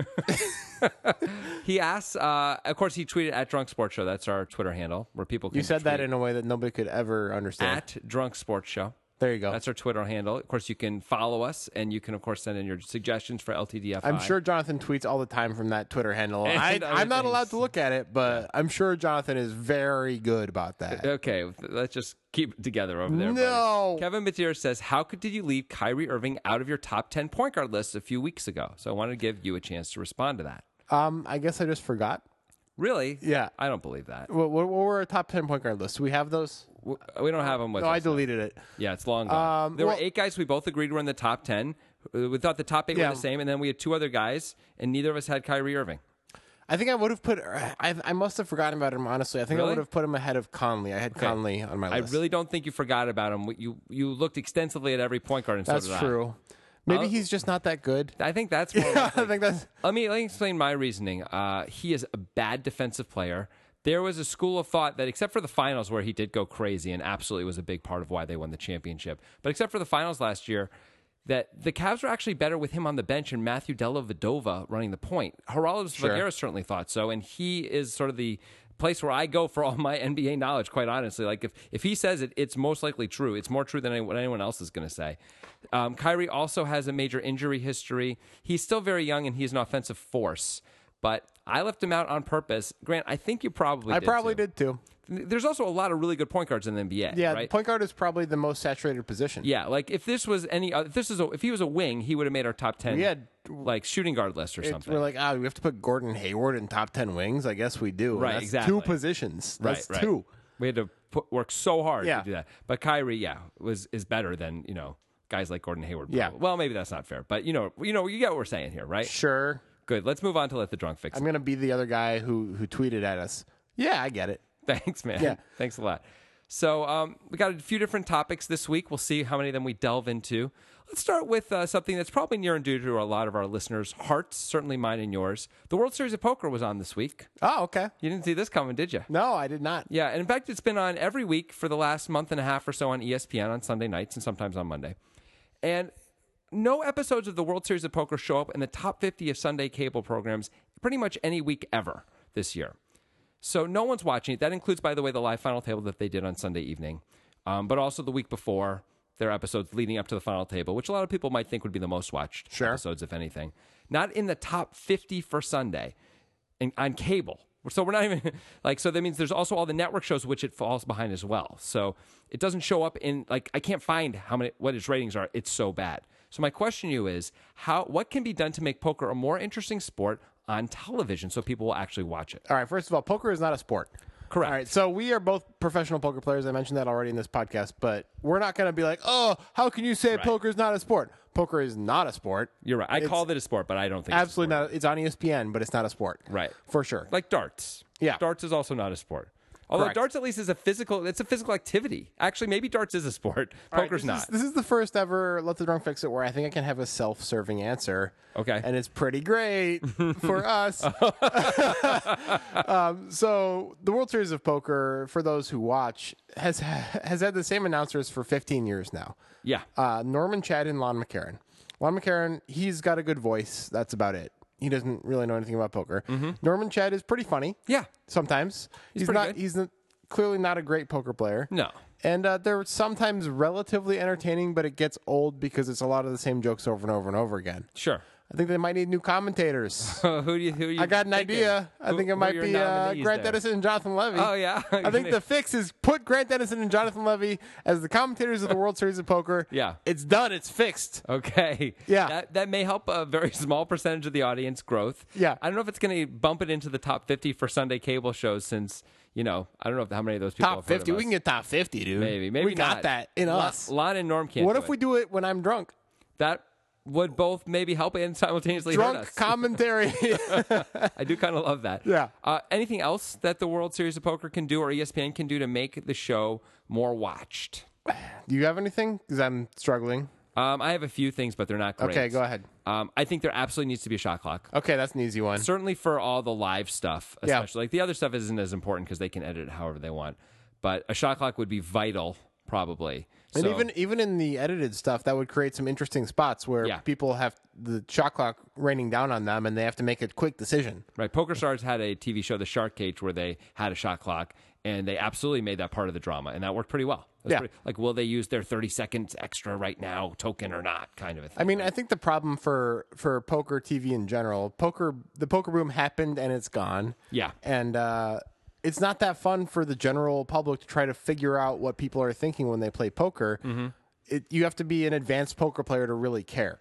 B: bleep.
A: He asks. Uh, of course, he tweeted at Drunk Sports Show. That's our Twitter handle where people. Can
B: You said that
A: tweet
B: in a way that nobody could ever understand.
A: at Drunk Sports Show.
B: there you go.
A: That's our Twitter handle. Of course, you can follow us, and you can, of course, send in your suggestions for LTDFI.
B: I'm sure Jonathan tweets all the time from that Twitter handle. I,
A: And other
B: I'm not allowed
A: things.
B: to look at it, but I'm sure Jonathan is very good about that.
A: Okay, let's just keep it together over there. buddy.
B: No.
A: Kevin Mateer says, How could did you leave Kyrie Irving out of your top 10 point guard list a few weeks ago? So I wanted to give you a chance to respond to that.
B: Um, I guess I just forgot.
A: Really?
B: Yeah.
A: I don't believe that.
B: What, what, what were our top 10 point guard lists? Do we have those?
A: W- We don't have him with
B: No, I
A: us.
B: deleted it.
A: yeah, it's long gone.
B: Um,
A: there
B: well-
A: were eight guys we both agreed were in the top 10. Uh, We thought the top eight
B: Yeah.
A: were the same, and then we had two other guys, and neither of us had Kyrie Irving.
B: I think I would have put, I, I must have forgotten about him, honestly. I think
A: Really?
B: I would have put him ahead of Conley. I had Conley on my
A: I
B: list.
A: really don't think you forgot about him. You you looked extensively at every point guard, and
B: That's
A: so did Oh.
B: true. Maybe
A: I'll-
B: he's just not that good.
A: I. I think that's more
B: I think that's.
A: Let me, let me explain my reasoning. Uh, he is a bad defensive player. There was a school of thought that, except for the finals where he did go crazy and absolutely was a big part of why they won the championship, but except for the finals last year, that the Cavs were actually better with him on the bench and Matthew Dellavedova running the point. Geraldo Vaguera certainly thought so, and he is sort of the place where I go for all my NBA knowledge, quite honestly. Like, if, if he says it, it's most likely true. It's more true than any- what anyone else is going to say. Um, Kyrie also has a major injury history. He's still very young, and he's an offensive force. But I left him out on purpose. Grant, I think you probably
B: I
A: did
B: probably
A: too.
B: did too.
A: There's also a lot of really good point guards in the NBA.
B: Yeah,
A: right?
B: point guard is probably the most saturated position.
A: Yeah, like if this was any, other, if this is a, if he was a wing, he would have made our top ten.
B: We had-
A: like shooting guard list or
B: It's-
A: something.
B: we're like, ah, we have to put Gordon Hayward in top ten wings. I guess we do. And
A: Right,
B: that's
A: exactly.
B: Two positions. That's two.
A: We had to put, work so hard
B: Yeah.
A: to do that. But Kyrie, yeah, was is better than you know guys like Gordon Hayward.
B: Yeah.
A: Well, maybe that's not fair, but you know, you know, you get what we're saying here, right?
B: Sure.
A: Good. Let's move on to let the drunk fix.
B: I'm
A: it.
B: gonna be the other guy who who tweeted at us. Yeah, I get it.
A: Thanks, man.
B: Yeah.
A: Thanks a lot. So um, we got a few different topics this week. We'll see how many of them we delve into. Let's start with uh, something that's probably near and dear to a lot of our listeners' hearts, certainly mine and yours. The World Series of Poker was on this week.
B: Oh, okay.
A: You didn't see this coming, did you?
B: No, I did not.
A: Yeah, and in fact, it's been on every week for the last month and a half or so on E ESPN on Sunday nights and sometimes on Monday. And no episodes of the World Series of Poker show up in the top 50 of Sunday cable programs pretty much any week ever this year. So no one's watching it. That includes, by the way, the live final table that they did on Sunday evening, um, but also the week before their episodes leading up to the final table, which a lot of people might think would be the most watched
B: Sure.
A: episodes, if anything. Not in the top 50 for Sunday and on cable. So we're not even like so that means there's also all the network shows which it falls behind as well. So it doesn't show up in like I can't find how many what its ratings are. It's so bad. So my question to you is how what can be done to make poker a more interesting sport on television so people will actually watch it?
B: All right. First of all, poker is not a sport.
A: Correct.
B: All right. So we are both professional poker players. I mentioned that already in this podcast, but we're not going to be like, oh, how can you say poker is not a sport? Poker is not a sport.
A: You're right. I called it a sport, but I don't think it's a
B: Absolutely not. It's on E ESPN, but it's not a sport.
A: Right.
B: For sure.
A: like darts.
B: Yeah.
A: darts is also not a sport. Although
B: Correct.
A: darts at least is a physical. It's a physical activity. Actually, maybe darts is a sport.
B: All right,
A: Poker's
B: this is-
A: not.
B: this is the first ever Let the Drunk Fix It where I think I can have a self serving answer.
A: Okay.
B: And it's pretty great for us. um, so, the World Series of Poker, for those who watch, has has had the same announcers for 15 years now
A: yeah.
B: uh, Norman Chad and Lon McCarron. Lon McCarron, he's got a good voice. That's about it. He doesn't really know anything about poker.
A: Mm-hmm.
B: Norman Chad is pretty funny.
A: Yeah.
B: Sometimes he's,
A: pretty
B: not.
A: good.
B: He's n- clearly not a great poker player.
A: No.
B: And uh, they're sometimes relatively entertaining, but it gets old because it's a lot of the same jokes over and over and over again.
A: Sure.
B: I think they might need new commentators.
A: Uh, who do you? Who do you
B: I got an
A: thinking?
B: idea. I
A: Who-
B: think
A: who
B: it
A: are
B: might
A: your
B: be uh,
A: nominees
B: Grant
A: there?
B: Dennison and Jonathan Levy.
A: Oh, yeah?
B: I think the fix is put Grant Dennison and Jonathan Levy as the commentators of the World Series of Poker.
A: Yeah.
B: it's done. It's fixed.
A: Okay.
B: Yeah.
A: That, that may help a very small percentage of the audience growth.
B: Yeah.
A: I don't know if it's going to bump it into the top 50 for Sunday cable shows since, you know, I don't know if- how many of those people
B: Top
A: have heard of
B: fifty. We
A: us.
B: can get top fifty, dude.
A: Maybe. Maybe
B: we got
A: not.
B: that in
A: Lon-
B: us.
A: Lon and Norm can't.
B: what
A: do
B: if
A: it.
B: we do it when I'm drunk?
A: That would both maybe help and simultaneously hurt
B: Drunk
A: us.
B: commentary.
A: I do kind of love that.
B: Yeah.
A: Uh, anything else that the World Series of Poker can do or E ESPN can do to make the show more watched?
B: do you have anything? Because I'm struggling.
A: Um, I have a few things, but they're not great.
B: Okay, go ahead.
A: Um, I think there absolutely needs to be a shot clock.
B: Okay, that's an easy one.
A: certainly for all the live stuff,
B: Yeah.
A: especially like the other stuff isn't as important because they can edit it however they want. But a shot clock would be vital, probably.
B: And
A: So-
B: even even in the edited stuff, that would create some interesting spots where
A: Yeah.
B: people have the shot clock raining down on them, and they have to make a quick decision.
A: right, Poker Stars had a TV show, The Shark Cage, where they had a shot clock, and they absolutely made that part of the drama, and that worked pretty well. It was
B: Yeah.
A: pretty- like, will they use their thirty seconds extra right now token or not? Kind of a thing.
B: I mean, I think the problem for for poker TV in general, poker the poker boom happened and it's gone.
A: Yeah.
B: and uh, it's not that fun for the general public to try to figure out what people are thinking when they play poker. It, you have to be an advanced poker player to really care.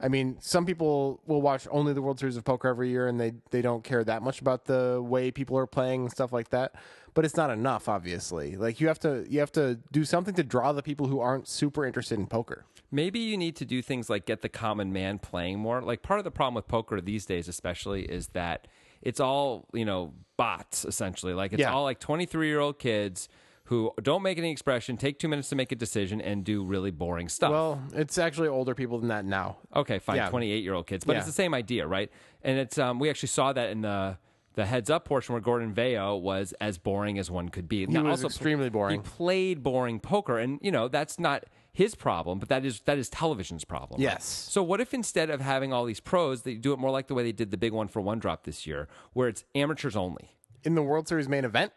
B: I mean, some people will watch only the World Series of Poker every year, and they they don't care that much about the way people are playing and stuff like that. But it's not enough, obviously. Like you have to you have to do something to draw the people who aren't super interested in poker.
A: Maybe you need to do things like get the common man playing more. Like part of the problem with poker these days, especially, is that it's all, you know, bots essentially. Like it's
B: Yeah.
A: all like 23 year old kids who don't make any expression, take two minutes to make a decision, and do really boring stuff.
B: Well, it's actually older people than that now.
A: okay, fine,
B: yeah.
A: 28 year old kids. But
B: Yeah.
A: it's the same idea, right? And it's, um, we actually saw that in the. The heads up portion where Gordon Veo was as boring as one could be. He
B: was extremely boring.
A: He played boring poker, and you know that's not his problem, but that is that is television's problem. right?
B: Yes.
A: So what if instead of having all these pros, they do it more like the way they did the big one for one drop this year, where it's amateurs only?
B: In the World Series main event,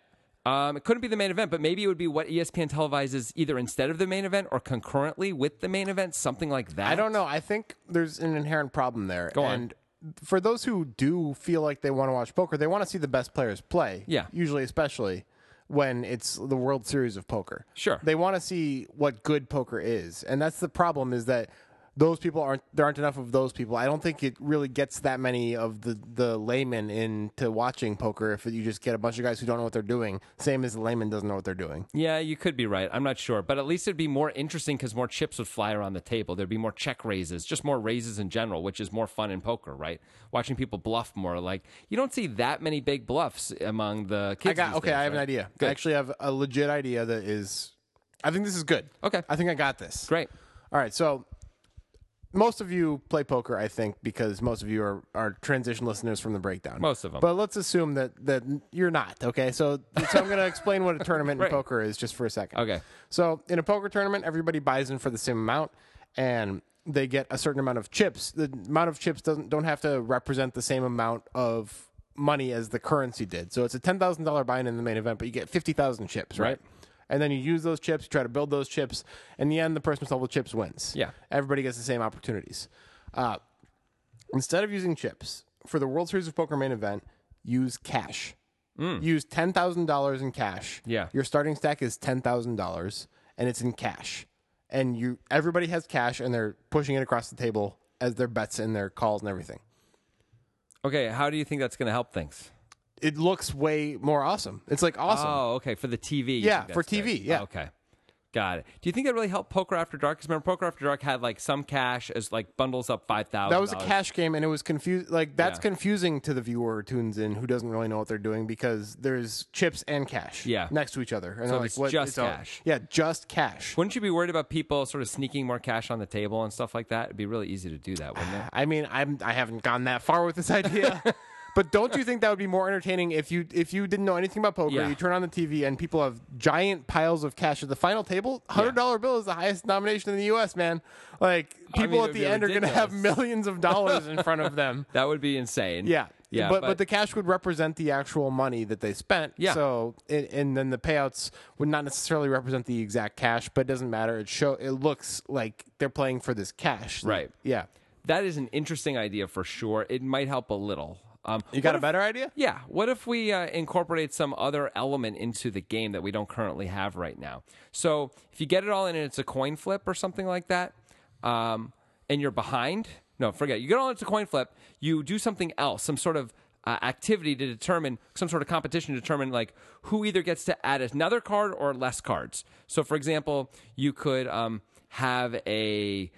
A: Um, it couldn't be the main event, but maybe it would be what E ESPN televises either instead of the main event or concurrently with the main event, something like that.
B: I don't know. I think there's an inherent problem there.
A: on.
B: and for those who do feel like they want to watch poker, they want to see the best players play.
A: Yeah.
B: Usually, especially when it's the World Series of poker.
A: Sure.
B: They want to see what good poker is. And that's the problem is that those people aren't there aren't enough of those people. I don't think it really gets that many of the the laymen into watching poker if you just get a bunch of guys who don't know what they're doing, same as the layman doesn't know what they're doing.
A: Yeah, you could be right. I'm not sure, but at least it'd be more interesting because more chips would fly around the table. There'd be more check raises, just more raises in general, which is more fun in poker, right? Watching people bluff more. Like you don't see that many big bluffs among the kids.
B: I got
A: these
B: okay.
A: days,
B: I have an
A: right?
B: idea.
A: Good.
B: I actually have a legit idea that is. I think this is good.
A: Okay.
B: I think I got this.
A: Great.
B: All right. So most of you play poker, I think, because most of you are, are transition listeners from the breakdown.
A: Most of 'em.
B: But let's assume that that you're not. Okay. So so I'm going to explain what a tournament in poker is just for a second.
A: Okay.
B: So in a poker tournament, everybody buys in for the same amount, and they get a certain amount of chips. The amount of chips doesn't don't have to represent the same amount of money as the currency did. So it's a ten thousand dollar buy-in in the main event, but you get fifty thousand chips, right?
A: Right.
B: And then you use those chips, you try to build those chips. In the end, the person with all the chips wins.
A: Yeah.
B: Everybody gets the same opportunities. Uh, instead of using chips for the World Series of Poker main event, use cash. Use ten thousand dollars in cash.
A: Hmm. Yeah.
B: your starting stack is ten thousand dollars, and it's in cash. And you, everybody has cash, and they're pushing it across the table as their bets and their calls and everything.
A: Okay, how do you think that's going to help things?
B: It looks way more awesome. It's like awesome.
A: Oh, okay, for the TV. you
B: Yeah,
A: think
B: for
A: that's
B: TV,
A: good.
B: yeah.
A: Oh, Okay. Got it. Do you think that really helped Poker After Dark? Because remember, Poker After Dark had like some cash as like bundles up five thousand.
B: that was a cash game, and it was confused. Like that's
A: Yeah.
B: confusing to the viewer who tunes in who doesn't really know what they're doing because there's chips and cash.
A: Yeah.
B: next to each other. And
A: So
B: they're like,
A: it's
B: what-
A: just
B: all-
A: cash.
B: yeah, just cash.
A: Wouldn't you be worried about people sort of sneaking more cash on the table and stuff like that? It'd be really easy to do that, wouldn't it?
B: I mean, I'm I haven't gone that far with this idea, But don't you think that would be more entertaining if you if you didn't know anything about poker?
A: Yeah.
B: You turn on the TV and people have giant piles of cash at the final table. Hundred dollar bill is the highest nomination in the U.S. Man, like
A: mean, it
B: people at
A: would
B: the
A: be
B: end are going to have
A: ridiculous.
B: millions of dollars in front of them.
A: That would be insane.
B: Yeah.
A: Yeah.
B: but, but the cash would represent the actual money that they spent.
A: Yeah.
B: So and, and then the payouts would not necessarily represent the exact cash, but it doesn't matter. It show it looks like they're playing for this cash.
A: Right.
B: Yeah.
A: that is an interesting idea for sure. It might help a little. Um,
B: You got
A: what
B: a
A: if-
B: better idea?
A: Yeah. What if we uh, incorporate some other element into the game that we don't currently have right now? So if you get it all in and it's a coin flip or something like that, um, and you're behind, no, forget. You get all into coin flip. You do something else, some sort of uh, activity to determine some sort of competition to determine like who either gets to add another card or less cards. So for example, you could um, have a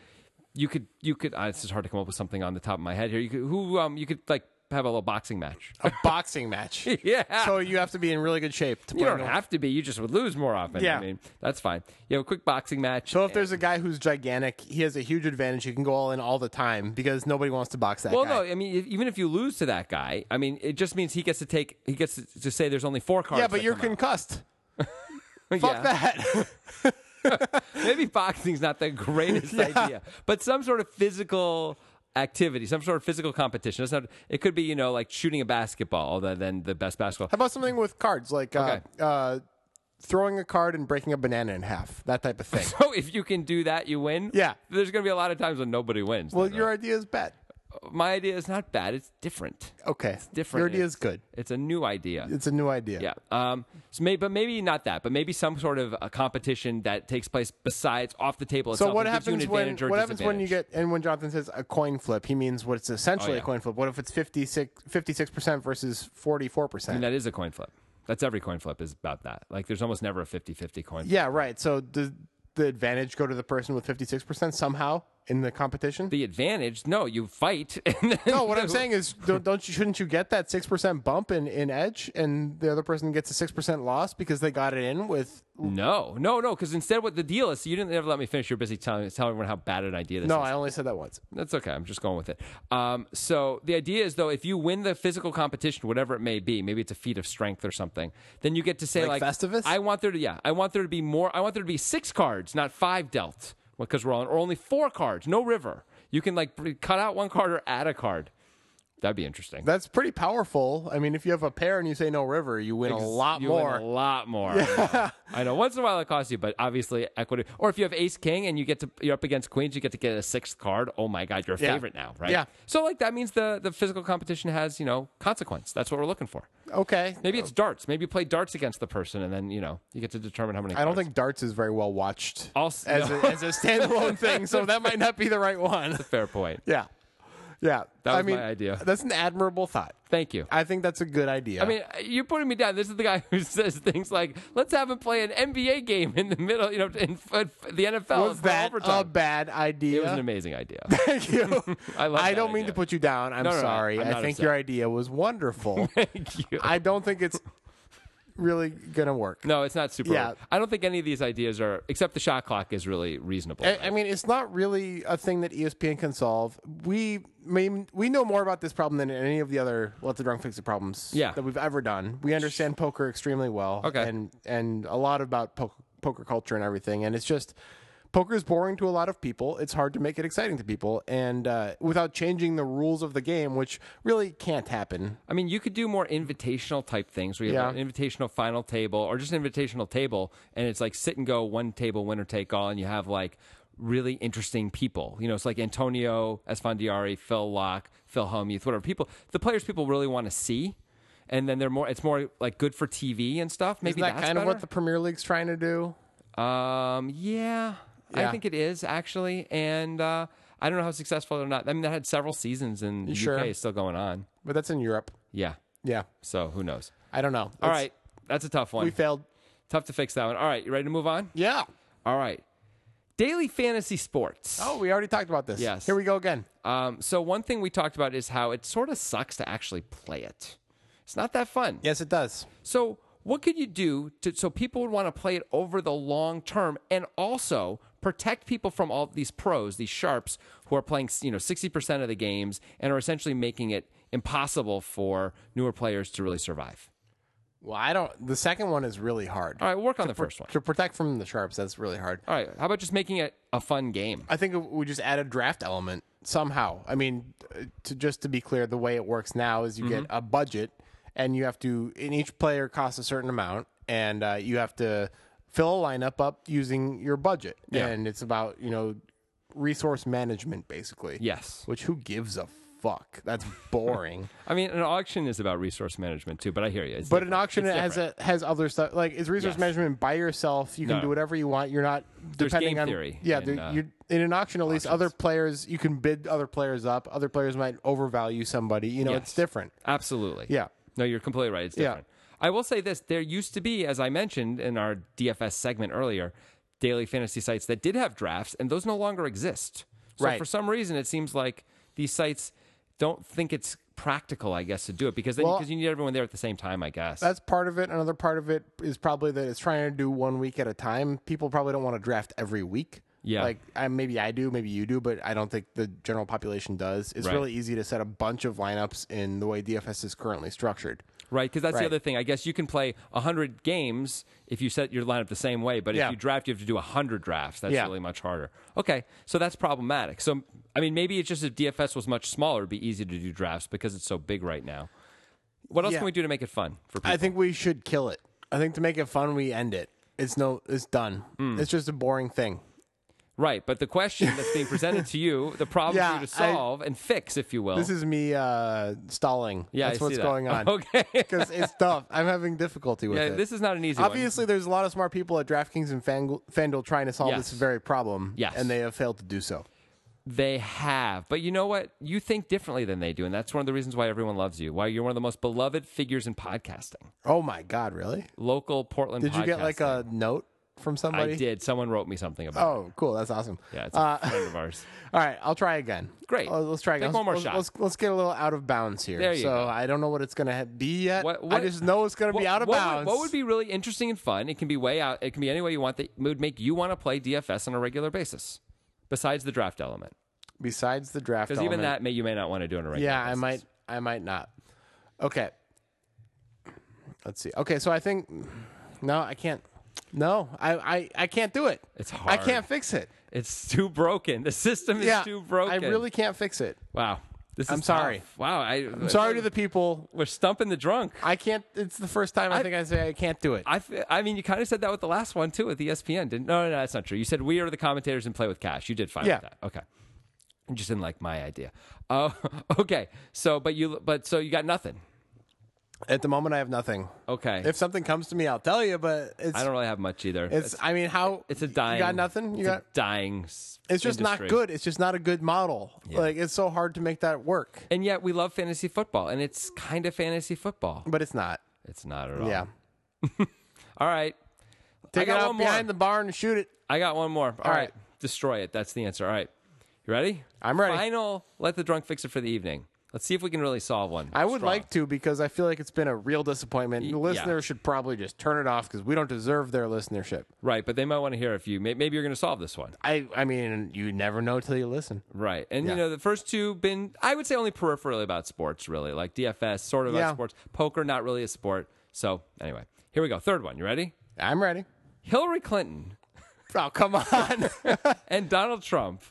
A: you could you could uh, it's just hard to come up with something on the top of my head here. You could who um you could like have a little boxing match.
B: A boxing match.
A: Yeah.
B: So you have to be in really good shape to
A: You
B: play.
A: don't
B: in a-
A: have to be. You just would lose more often.
B: Yeah.
A: I mean, that's fine. You have a quick boxing match.
B: so if there's a guy who's gigantic, he has a huge advantage. He can go all in all the time because nobody wants to box that
A: well,
B: guy.
A: no, I mean, if- even if you lose to that guy, I mean, it just means he gets to take. He gets to, to say there's only four cards.
B: yeah, but
A: that
B: you're
A: come out.
B: concussed.
A: Yeah.
B: Fuck that.
A: Maybe boxing's not the greatest idea, but some sort of physical activity, some sort of physical competition. It's not, it could be, you know, like shooting a basketball, although then the best basketball.
B: How about something with cards, like uh,
A: Okay.
B: uh, throwing a card and breaking a banana in half, that type of thing.
A: So if you can do that, you win.
B: Yeah.
A: There's going to be a lot of times when nobody wins.
B: well,
A: though,
B: your idea is
A: right?
B: bad.
A: my idea is not bad. It's different.
B: Okay,
A: Different.
B: Your idea
A: It's-
B: is good.
A: It's a new idea.
B: It's a new idea.
A: yeah. Um. So maybe, but maybe not that. But maybe some sort of a competition that takes place besides off the table.
B: So
A: Itself
B: what
A: and gives
B: happens
A: you an
B: when
A: advantage or
B: what happens when you
A: disadvantage.
B: get and when Jonathan says a coin flip, he means what's
A: Oh,
B: essentially a
A: yeah.
B: coin flip. What if it's 56 percent versus forty four
A: And
B: percent?
A: that is a coin flip. That's every coin flip is about that. Like there's almost never a 50-50 coin. flip.
B: Yeah, right. So does the advantage go to the person with fifty six percent somehow in the competition?
A: The advantage? No, you fight. And then
B: no, what I'm saying is, don't, don't you shouldn't you get that six percent bump in, in edge, and the other person gets a six percent loss because they got it in with
A: No, no, no. Because instead, what the deal is, you didn't ever let me finish. You're busy telling telling everyone how bad an idea this
B: No,
A: is.
B: I only said that once.
A: That's okay. I'm just going with it. Um, so the idea is, though, if you win the physical competition, whatever it may be, maybe it's a feat of strength or something, then you get to say
B: Like
A: like,
B: Festivus?
A: I want there to yeah, I want there to be more. I want there to be six cards, not five dealt, because we're on or only four cards, no river. You can like br- cut out one card or add a card. That'd be interesting.
B: That's pretty powerful. I mean, if you have a pair and you say no river, you win a lot
A: you win
B: more.
A: a lot more. I know. Once in a while it costs you, but obviously equity. Or if you have ace king and you get to you're up against queens, you get to get a sixth card. Oh my god, you're a
B: Yeah.
A: favorite now, right?
B: Yeah.
A: So like that means the the physical competition has you know consequence. That's what we're looking for.
B: Okay.
A: Maybe it's darts. Maybe you play darts against the person, and then you know you get to determine how many.
B: I don't
A: cards.
B: think darts is very well watched
A: Also-
B: as, a, as a standalone thing, so that might not be the right one.
A: fair point.
B: Yeah. Yeah.
A: That
B: I
A: was my
B: mean,
A: idea.
B: That's an admirable thought.
A: Thank you.
B: I think that's a good idea.
A: I mean, you're putting me down. This is the guy who says things like, "Let's have him play an NBA game in the middle," you know, in, f the NFL.
B: was
A: for
B: that
A: overtime."
B: a bad
A: uh,
B: idea?
A: It was an amazing idea.
B: Thank you.
A: I love
B: I
A: that
B: don't mean to
A: idea.
B: put you down. I'm
A: no, no.
B: sorry.
A: I'm
B: I
A: not
B: think
A: upset.
B: your idea was wonderful.
A: Thank you.
B: I don't think it's really gonna work.
A: No, it's not super.
B: Yeah.
A: I don't think any of these ideas are, except the shot clock is really reasonable.
B: I, I mean, it's not really a thing that E ESPN can solve. We I mean we know more about this problem than any of the other "Let the Drunk Fix It" problems
A: Yeah.
B: that we've ever done. We understand poker extremely well,
A: Okay.
B: and and a lot about po- poker culture and everything. And it's just poker is boring to a lot of people. It's hard to make it exciting to people, and uh, without changing the rules of the game, which really can't happen.
A: I mean, you could do more invitational type things where you have
B: Yeah.
A: an invitational final table or just an invitational table, and it's like sit and go, one table, winner take all, and you have like really interesting people. You know, it's like Antonio Esfandiari, Phil Locke, Phil Hellmuth, whatever people. The players people really want to see, and then they're more. It's more like good for TV and stuff. Maybe
B: Isn't that
A: that's
B: kind of
A: better?
B: what the Premier League's trying to do?
A: Um, yeah,
B: Yeah.
A: I think it is actually, and uh, I don't know how successful or not. I mean, that had several seasons, and the
B: sure?
A: UK is still going on.
B: But that's in Europe.
A: Yeah,
B: Yeah,
A: so who knows?
B: I don't know.
A: All right, that's a tough one.
B: we failed.
A: tough to fix that one. All right, you ready to move on?
B: Yeah.
A: All right, daily fantasy sports.
B: Oh, we already talked about this.
A: Yes.
B: Here we go again.
A: Um, so one thing we talked about is how it sort of sucks to actually play it. It's not that fun.
B: Yes, it does.
A: So, what could you do to so people would want to play it over the long term and also protect people from all these pros, these sharps who are playing, you know, 60% of the games and are essentially making it impossible for newer players to really survive.
B: Well, I don't. The second one is really hard.
A: All right, work on the first one.
B: To protect from the sharps, that's really hard.
A: All right, how about just making it a fun game?
B: I think we just add a draft element somehow. I mean, to just to be clear, the way it works now is you get
A: Mm-hmm.
B: a budget, and you have to. And each player costs a certain amount, and uh, you have to fill a lineup up using your budget.
A: Yeah.
B: And it's about you know resource management basically.
A: Yes.
B: Which who gives a fuck? That's boring.
A: I mean, an auction is about resource management too, but I hear you. It's
B: But
A: different.
B: an auction
A: It's
B: has a, has other stuff like it's resource
A: Yes.
B: management by yourself. You can
A: No.
B: do whatever you want. You're not depending
A: game
B: on
A: theory
B: yeah.
A: in,
B: there-
A: uh,
B: you're, in an auction, at least other players you can bid other players up. Other players might overvalue somebody. You know, it's
A: Yes.
B: different.
A: Absolutely.
B: Yeah.
A: No, you're completely right. It's
B: Yeah.
A: different. I will say this there used to be, as I mentioned in our DFS segment earlier, daily fantasy sites that did have drafts, and those no longer exist. So
B: Right.
A: for some reason, it seems like these sites don't think it's practical, I guess, to do it because then,
B: Well-
A: because you need everyone there at the same time, I guess.
B: That's part of it. Another part of it is probably that it's trying to do one week at a time. People probably don't want to draft every week.
A: Yeah.
B: Like I, maybe I do, maybe you do, but I don't think the general population does. It's
A: Right.
B: really easy to set a bunch of lineups in the way DFS is currently structured.
A: Right, because that's the
B: Right.
A: other thing. I guess you can play 100 games if you set your lineup the same way, but
B: Yeah.
A: if you draft, you have to do 100 drafts. That's
B: Yeah.
A: really much harder. Okay, so that's problematic. So, I mean, maybe it's just if DFS was much smaller, it'd be easy to do drafts because it's so big right now. What else
B: Yeah.
A: can we do to make it fun for people?
B: I think we should kill it. I think to make it fun, we end it. It's no, it's done.
A: Hmm.
B: It's just a boring thing.
A: right, but the question that's being presented to you, the problem
B: Yeah,
A: for you to
B: I-
A: solve and fix, if you will.
B: This is me uh, stalling.
A: Oh. yeah, I
B: that's what's
A: see that.
B: going on.
A: Okay.
B: because it's tough. I'm having difficulty with
A: yeah,
B: it.
A: uh, this is not an easy one.
B: Obviously, there's a lot of smart people at DraftKings and Fang- FanDuel trying to solve
A: Yes.
B: this very problem.
A: Yes.
B: and they have failed to do so.
A: They have. But you know what? You think differently than they do. And that's one of the reasons why everyone loves you, why you're one of the most beloved figures in podcasting.
B: Oh my God, really?
A: local Portland.
B: Did you get like
A: podcasting.
B: a note from somebody?
A: I did. Someone wrote me something about. it.
B: Oh, cool. That's awesome.
A: Yeah, it's a
B: Uh,
A: friend of ours.
B: all right, I'll try again.
A: Great.
B: Uh, let's try again.
A: Take one more
B: Let's-
A: shot.
B: Let's, let's get a little out of bounds here.
A: There you
B: so
A: go.
B: I don't know what it's going to be yet.
A: What- what-
B: I just know it's going to be out of
A: what, Would,
B: bounds.
A: what would be really interesting and fun? It can be way out. It can be any way you want that would make you want to play DFS on a regular basis. Besides the draft element,
B: besides the draft?
A: because even
B: element.
A: that may you may not want to do on a regular.
B: Yeah, I
A: basis.
B: might. I might not. Okay. Let's see. Okay, so I think no, I can't. No, I I, I can't do it.
A: It's
B: I
A: hard.
B: can't fix it.
A: It's too broken. The system is
B: yeah,
A: too broken.
B: I really can't fix it.
A: Wow. This is
B: I'm sorry.
A: tough. Wow. I,
B: I'm sorry to the people.
A: We're stumping the drunk.
B: I can't. It's the first time I, think I say I can't do it.
A: I, f- I mean, you kind of said that with the last one too, with E ESPN. Didn't? No, no, no, that's not true. You said we are the commentators and play with cash. You did fine with
B: Yeah.
A: that. Okay, you just didn't like my idea. Oh, okay. So, but you, but so you got nothing.
B: At the moment, I have nothing.
A: Okay,
B: If something comes to me, I'll tell you. But it's
A: I don't really have much either.
B: it's. I mean, how
A: it's a dying.
B: You got nothing. You
A: it's
B: got.
A: a dying. s-
B: It's just
A: industry.
B: not good. It's just not a good model. Like it's so hard to make that work,
A: And yet, we love fantasy football, and it's kind of fantasy football.
B: but it's not.
A: It's not at all.
B: Yeah.
A: All right. I
B: Take it
A: got
B: out
A: one more.
B: behind the barn and shoot it.
A: I got one more. all
B: right.
A: right. Destroy it. That's the answer. All right. You ready?
B: I'm ready.
A: Final let the drunk fix it for the evening. Let's see if we can really solve one.
B: I would
A: Strong.
B: like to because I feel like it's been a real disappointment. The listeners should probably just turn it off because we don't deserve their listenership.
A: Right, but they might want to hear if you may- maybe you're going to solve this one.
B: I, I mean, you never know till you listen.
A: Right. And
B: Yeah.
A: you know, the first two been I would say only peripherally about sports really. Like DFS sort of
B: Yeah.
A: about sports. Poker not really a sport. So, anyway, here we go. Third one. You ready?
B: I'm ready.
A: Hillary Clinton
B: Oh, come on.
A: and Donald Trump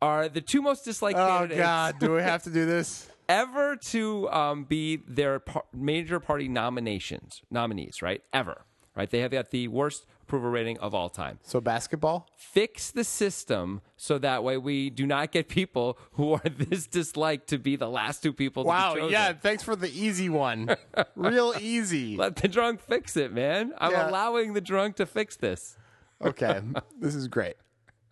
A: are the two most disliked
B: oh,
A: candidates
B: God. Do we have to do this?
A: ever to um, be their par- major party nominations nominees, right? Ever, right? They have got the worst approval rating of all time.
B: So, basketball?
A: Fix the system so that way we do not get people who are this disliked to be the last two people.
B: Wow.
A: to be chosen.
B: Yeah. Thanks for the easy one. real easy.
A: Let the drunk fix it, man. I'm
B: Yeah.
A: allowing the drunk to fix this.
B: Okay. This is great.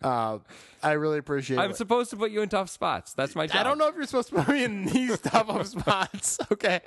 B: Uh, I really appreciate
A: I'm
B: it.
A: supposed to put you in tough spots. That's my job.
B: I don't know if you're supposed to put me in these top of spots. Okay.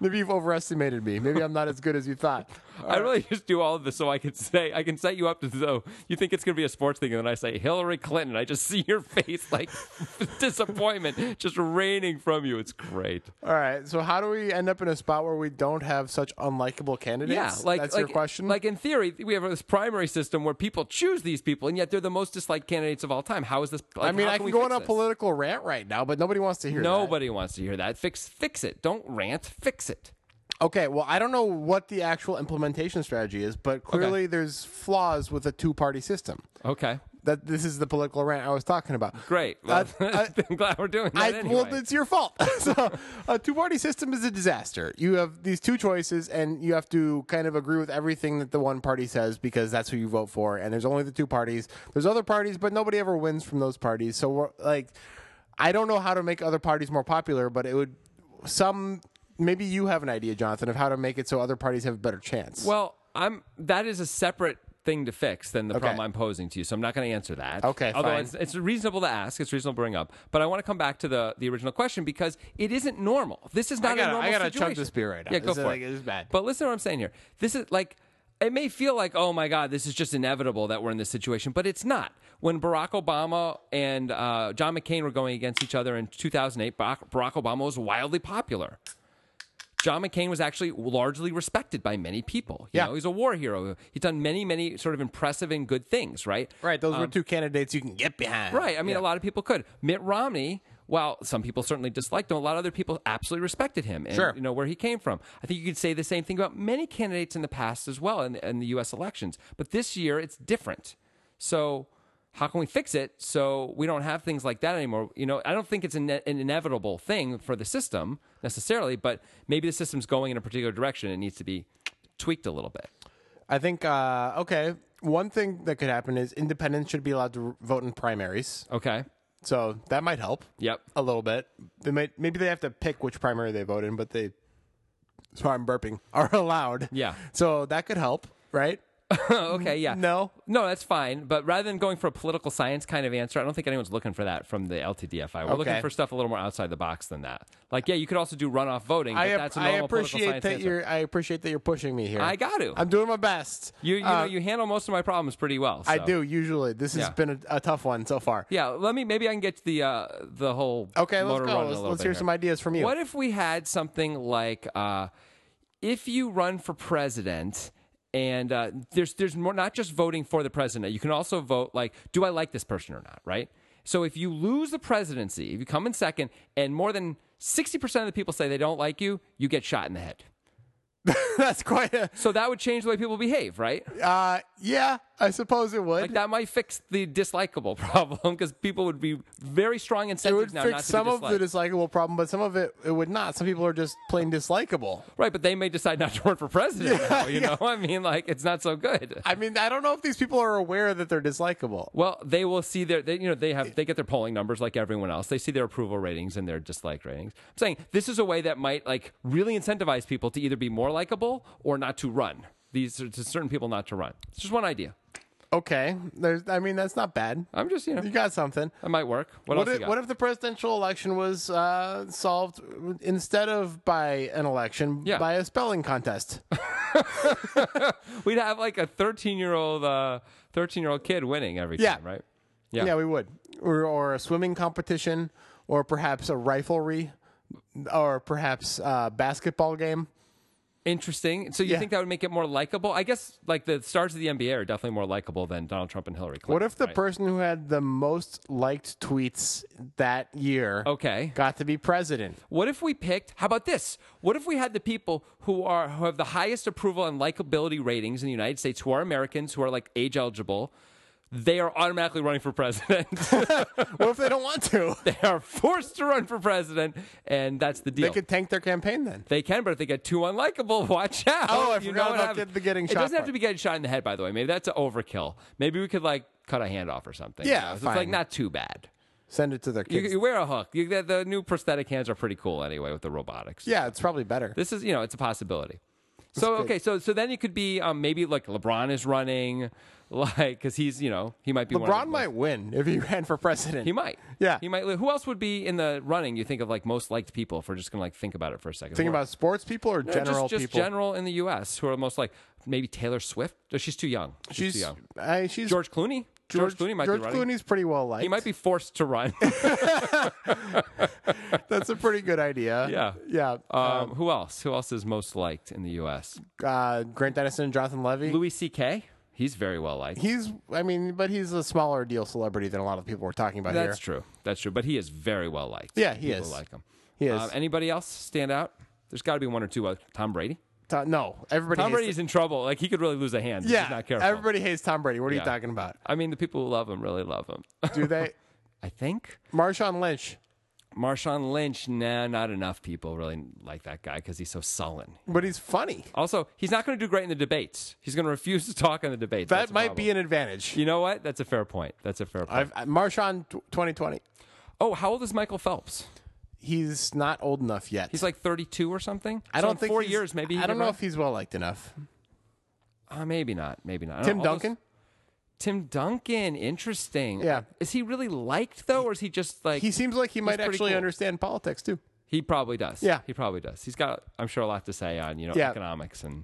B: Maybe you've overestimated me. Maybe I'm not as good as you thought.
A: I really just do all of this so I can say I can set you up to though you think it's going to be a sports thing, and then I say Hillary Clinton. I just see your face like disappointment just raining from you. It's great.
B: All right. So how do we end up in a spot where we don't have such unlikable candidates?
A: Yeah, like
B: that's
A: like,
B: your question.
A: Like in theory, we have this primary system where people choose these people, and yet they're the most disliked candidates of all time. How is this?
B: I
A: like,
B: mean,
A: how can
B: I can
A: we
B: go
A: fix
B: on a
A: this?
B: political rant right now, but nobody wants to hear that.
A: Nobody wants to hear that. Fix fix it. Don't rant. Fix it.
B: Okay, well, I don't know what the actual implementation strategy is, but clearly there's flaws with a two-party system.
A: Okay.
B: That this is the political rant I was talking about.
A: Great.
B: Uh,
A: Well,
B: I-
A: I'm glad we're doing
B: I,
A: that anyway.
B: Well, it's your fault. so, a two-party system is a disaster. You have these two choices, and you have to kind of agree with everything that the one party says because that's who you vote for. And there's only the two parties. There's other parties, but nobody ever wins from those parties. So, we're, like, I don't know how to make other parties more popular, but it would some. Maybe you have an idea, Jonathan, of how to make it so other parties have a better chance.
A: Well, I'm that is a separate thing to fix than the problem I'm posing to you. So I'm not going to answer that.
B: Okay,
A: Although
B: fine.
A: It's, it's reasonable to ask, it's reasonable to bring up. But I want to come back to the the original question because it isn't normal. This is not
B: gotta-
A: a normal
B: I gotta
A: situation.
B: chug this beer right now.
A: Yeah, go
B: This
A: for
B: is like-
A: it.
B: this is bad.
A: But listen to what I'm saying here. This is like it may feel like, oh my God, this is just inevitable that we're in this situation, but it's not. When Barack Obama and uh, John McCain were going against each other in 2008, Barack, Barack Obama was wildly popular. John McCain was actually largely respected by many people. You
B: Yeah.
A: know, he's a war hero. He's done many, many sort of impressive and good things, right?
B: Right, those were two candidates you can get behind.
A: um, Right. I mean, a lot of people could. Mitt Romney, while some people certainly disliked him, a lot of other people absolutely respected him and
B: Sure.
A: you know where he came from. I think you could say the same thing about many candidates in the past as well in, in the U.S. elections. But this year, it's different. So. How can we fix it so we don't have things like that anymore? You know, I don't think it's an, an inevitable thing for the system necessarily, but maybe the system's going in a particular direction. It needs to be tweaked a little bit.
B: I think uh, okay. One thing that could happen is independents should be allowed to r- vote in primaries,
A: Okay.
B: so that might help
A: Yep.
B: a little bit. They might maybe they have to pick which primary they vote in, but they. Sorry, I'm burping. Are allowed.
A: Yeah.
B: So that could help, right?
A: okay, yeah.
B: No.
A: No, that's fine. But rather than going for a political science kind of answer, I don't think anyone's looking for that from the LTDFI. We're looking
B: Okay.
A: for stuff a little more outside the box than that. Like, yeah, you could also do runoff voting, but
B: I, ap-
A: that's a
B: I
A: normal political
B: appreciate
A: science
B: that
A: answer.
B: you're. I appreciate that you're pushing me here.
A: I got to.
B: I'm doing my best.
A: you you,
B: Uh,
A: know, you handle most of my problems pretty well.
B: I
A: so.
B: do usually. This has
A: Yeah.
B: been a, a tough one so far.
A: Yeah, let me. Maybe I can get to the uh, the whole.
B: Okay, let's
A: motor
B: go.
A: run in a
B: Let's,
A: little
B: let's
A: bit
B: hear
A: here.
B: some ideas from you.
A: What if we had something like uh, if you run for president and uh, there's there's more not just voting for the president, you can also vote like do I like this person or not, right? So if you lose the presidency, if you come in second and more than 60% of the people say they don't like you, you get shot in the head.
B: That's quite a.
A: So that would change the way people behave, right?
B: Uh, yeah, I suppose it would.
A: Like that might fix the dislikable problem because people would be very strong
B: it
A: incentives
B: would
A: now not
B: fix
A: to
B: some
A: be
B: of the
A: disliked.
B: dislikable problem, but some of it it would not. Some people are just plain dislikable.
A: Right, but they may decide not to run for president. now, you know, I mean, like it's not so good.
B: I mean, I don't know if these people are aware that they're dislikable.
A: Well, they will see their, they, you know, they have they get their polling numbers like everyone else. They see their approval ratings and their dislike ratings. I'm saying this is a way that might like really incentivize people to either be more likable or not to run. These are to certain people not to run. It's just one idea.
B: Okay, there's. I mean, that's not bad.
A: I'm just you know
B: You got something.
A: that might work. What,
B: What
A: else? you
B: if,
A: got?
B: what if the presidential election was uh, solved instead of by an election
A: Yeah.
B: by a spelling contest?
A: We'd have like a 13 year old uh 13 year old kid winning every
B: Yeah.
A: time, right?
B: yeah.
A: Yeah.
B: we would, or, or a swimming competition, or perhaps a riflery, or perhaps a basketball game.
A: Interesting. So you
B: Yeah.
A: think that would make it more likable? I guess like the stars of the NBA are definitely more likable than Donald Trump and Hillary Clinton.
B: What if the
A: right?
B: person who had the most liked tweets that year
A: Okay.
B: got to be president?
A: What if we picked? How about this? What if we had the people who are who have the highest approval and likability ratings in the United States, who are Americans, who are like age eligible? They are automatically running for president.
B: What if they don't want to?
A: they are forced to run for president, and that's the deal.
B: They could tank their campaign then.
A: They can, but if they get too unlikable, watch out.
B: Oh, I forgot
A: what
B: about
A: happens.
B: get- the getting
A: it
B: shot
A: doesn't have
B: part.
A: to be getting shot in the head, by the way. Maybe that's an overkill. Maybe we could like cut a hand off or something.
B: Yeah,
A: you know? So
B: fine.
A: it's like not too bad.
B: Send it to their
A: You,
B: kids.
A: you wear a hook. You, the, the new prosthetic hands are pretty cool anyway with the robotics.
B: yeah, it's probably better.
A: This is, you know, it's a possibility. So
B: good.
A: okay, so so then it could be um, maybe like LeBron is running, like because he's you know he might be one of
B: LeBron
A: the-
B: might win if he ran for president.
A: he might
B: Yeah.
A: he might who else would be in the running you think of like most liked people if we're just gonna like think about it for a second
B: Thinking
A: Who are-
B: about sports people or
A: No,
B: general
A: just, just
B: people.
A: general in the U.S. who are most like maybe Taylor Swift No, she's too young she's, too
B: she's
A: young
B: I, she's
A: George Clooney George, Clooney might
B: George
A: be running
B: Clooney's pretty well liked.
A: he might be forced to run
B: That's a pretty good idea.
A: Yeah.
B: yeah.
A: um, who else who else is most liked in the U.S.
B: Uh, Grant Dennison and Jonathan Levy.
A: Louis C.K. He's very well liked.
B: He's, I mean, but he's a smaller deal celebrity than a lot of people we're talking about
A: That's
B: here.
A: true. That's true. But he is very well liked.
B: Yeah, he
A: People
B: is.
A: like him. Uh,
B: He is.
A: anybody else stand out? There's got to be one or two. Other. Tom Brady.
B: To- no, everybody.
A: Tom
B: hates
A: Brady's in trouble. Like he could really lose a hand. if
B: Yeah,
A: he's not careful.
B: everybody hates Tom Brady. What are
A: Yeah.
B: you talking about?
A: I mean, the people who love him really love him.
B: Do they?
A: I think
B: Marshawn Lynch.
A: Marshawn Lynch. Nah, not enough people really like that guy because he's so sullen.
B: But he's funny.
A: Also, he's not going to do great in the debates. He's going to refuse to talk in the debates.
B: That
A: That's a
B: might be
A: problem.
B: an advantage.
A: You know what? That's a fair point. That's a fair point.
B: I've, I- Marshawn tw- 2020.
A: oh, how old is Michael Phelps?
B: He's not old enough yet.
A: He's like 32 or something.
B: I
A: So
B: don't
A: in
B: think
A: four
B: he's-
A: years maybe. he
B: I
A: could
B: don't know
A: run.
B: if he's well liked enough.
A: Uh, maybe not. Maybe not. I don't
B: Tim
A: know. All those-
B: Duncan.
A: Tim Duncan. Interesting. Uh,
B: Yeah.
A: Is he really liked though, or is he just like
B: He seems like he might
A: pretty
B: actually
A: cool.
B: understand politics too.
A: he probably does?
B: Yeah.
A: He probably does. He's got, I'm sure, a lot to say on you know
B: Yeah.
A: economics and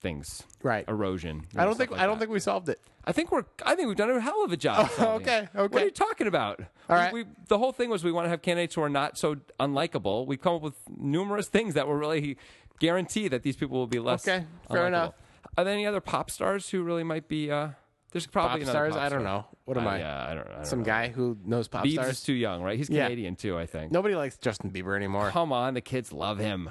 A: things,
B: Right.
A: Erosion.
B: I don't think I don't think we solved it.
A: I think we're. I think we've done a hell of a job. solving
B: okay,
A: it. What
B: okay.
A: are you talking about? All
B: right.
A: We, the whole thing was we want to have candidates who are not so unlikable. We've come up with numerous things that will really guarantee that these people will be less.
B: Okay, fair
A: unlikable.
B: enough.
A: Are there any other pop stars who really might be? Uh, there's probably
B: Pop
A: another
B: stars.
A: Pop
B: I don't
A: star. Uh,
B: know. What am I?
A: Yeah, I don't, I don't
B: Some
A: know.
B: guy who knows pop
A: Biebs
B: stars.
A: is too young, right? He's
B: Yeah.
A: Canadian too, I think.
B: Nobody likes Justin Bieber anymore.
A: Come on, the kids love him.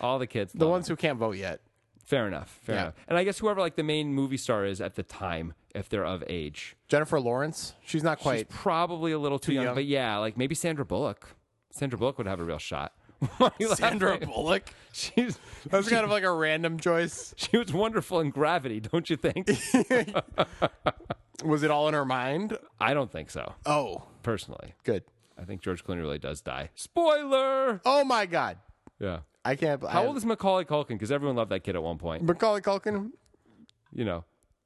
A: All the kids.
B: The
A: love
B: ones who can't vote yet.
A: him. Fair enough. Fair
B: Yeah.
A: enough. And I guess whoever like the main movie star is at the time, if they're of age.
B: Jennifer Lawrence. She's not
A: She's
B: quite.
A: probably a little too, young,
B: young.
A: but yeah, like maybe Sandra Bullock. Sandra Bullock would have a real shot. Why are you
B: Sandra
A: laughing?
B: Bullock.
A: she's
B: That's kind of like a random choice.
A: she was wonderful in Gravity, don't you think?
B: Was it all in her mind?
A: I don't think so,
B: Oh,
A: personally.
B: good.
A: I think George Clooney really does die. Spoiler.
B: Oh my God.
A: Yeah.
B: I can't.
A: How old is Macaulay Culkin? Because everyone loved that kid at one point.
B: Macaulay Culkin?
A: You know.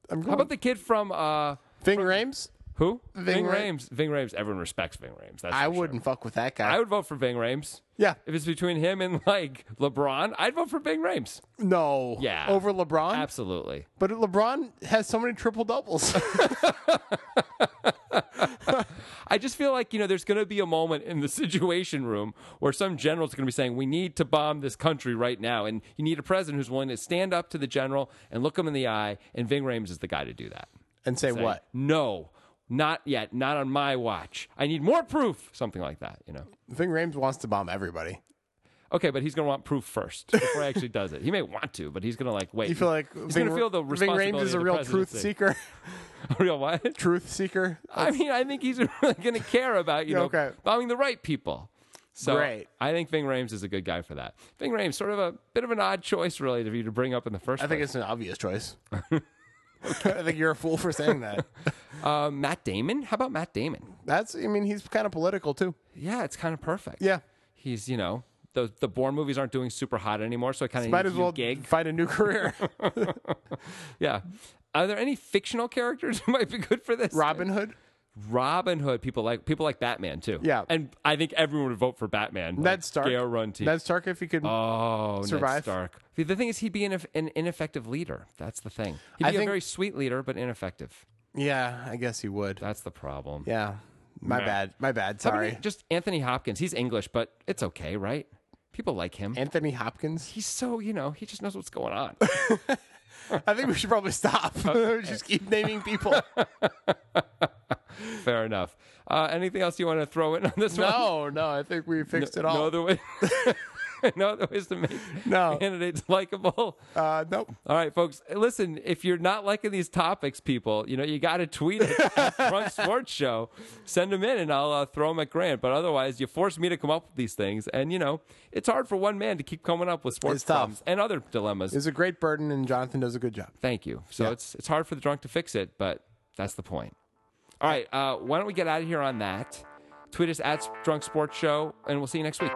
B: I'm
A: How
B: going.
A: about the kid from uh
B: Ving Rhames?
A: who?
B: Ving Ra-
A: Rhames. Ving Rhames. Everyone respects Ving Rhames. That's for
B: I
A: sure.
B: wouldn't fuck with that guy.
A: I would vote for Ving Rhames.
B: yeah.
A: If it's between him and like LeBron, I'd vote for Ving Rhames.
B: No.
A: Yeah.
B: Over LeBron?
A: Absolutely.
B: But LeBron has so many triple doubles.
A: I just feel like, you know, there's going to be a moment in the situation room where some general's going to be saying, we need to bomb this country right now. And you need a president who's willing to stand up to the general and look him in the eye. And Ving Rhames is the guy to do that.
B: and say
A: Say,
B: what?
A: No, not yet. Not on my watch. I need more proof. Something like that, you know.
B: Ving Rhames wants to bomb everybody.
A: Okay, but he's going to want proof first before he actually does it. He may want to, but he's going to like wait.
B: You feel like
A: he's going to feel the
B: Ving
A: responsibility.
B: Rhames is
A: of the
B: a real truth
A: presidency.
B: seeker.
A: Real what?
B: truth seeker.
A: I mean, I think he's really going to care about you know
B: Okay.
A: bombing the right people. So
B: Great.
A: I think Ving Rhames is a good guy for that. Ving Rhames, sort of a bit of an odd choice, really, to you to bring up in the first
B: I think
A: place.
B: it's an obvious choice. I think you're a fool for saying that.
A: Uh, Matt Damon. How about Matt Damon?
B: That's, I mean, he's kind of political too.
A: Yeah, it's kind of perfect.
B: Yeah.
A: he's you know the the Bourne movies aren't doing super hot anymore, so I kind of
B: Might as well
A: gig.
B: find a new career.
A: Yeah. Are there any fictional characters who might be good for this?
B: Robin Hood.
A: Robin Hood. People like people like Batman too.
B: Yeah.
A: and I think everyone would vote for Batman. like,
B: Ned Stark.
A: guaranteed.
B: Ned Stark, if you could.
A: Oh, Ned
B: survive.
A: Stark. The, the thing is, he'd be an, an ineffective leader. That's the thing. He'd be
B: I
A: a
B: think-
A: very sweet leader, but ineffective.
B: yeah, I guess he would.
A: That's the problem.
B: Yeah. My
A: Nah.
B: bad. My bad.
A: How about
B: Sorry.
A: just Anthony Hopkins. He's English, but it's okay, right? People like him.
B: Anthony Hopkins.
A: He's so you know he just knows what's going on.
B: I think we should probably stop. Just keep naming people.
A: Fair enough. Uh, anything else you want to throw in on this one?
B: no, no. I think we fixed it
A: No
B: all.
A: other way. no other ways to make
B: No.
A: candidates likable.
B: uh, nope.
A: All right, folks. eh, Listen, if you're not liking these topics, people, you know you got to tweet it at Drunk Sports Show. Send them in, and I'll uh, throw them at Grant. But otherwise, you force me to come up with these things, and you know it's hard for one man to keep coming up with sports
B: It's tough.
A: problems and other dilemmas.
B: It's a great burden, and Jonathan does a good job.
A: Thank you. So it's it's hard for the drunk to fix it, but that's the point. All right, uh, why don't we get out of here on that? Tweet us at Drunk Sports Show, and we'll see you next week.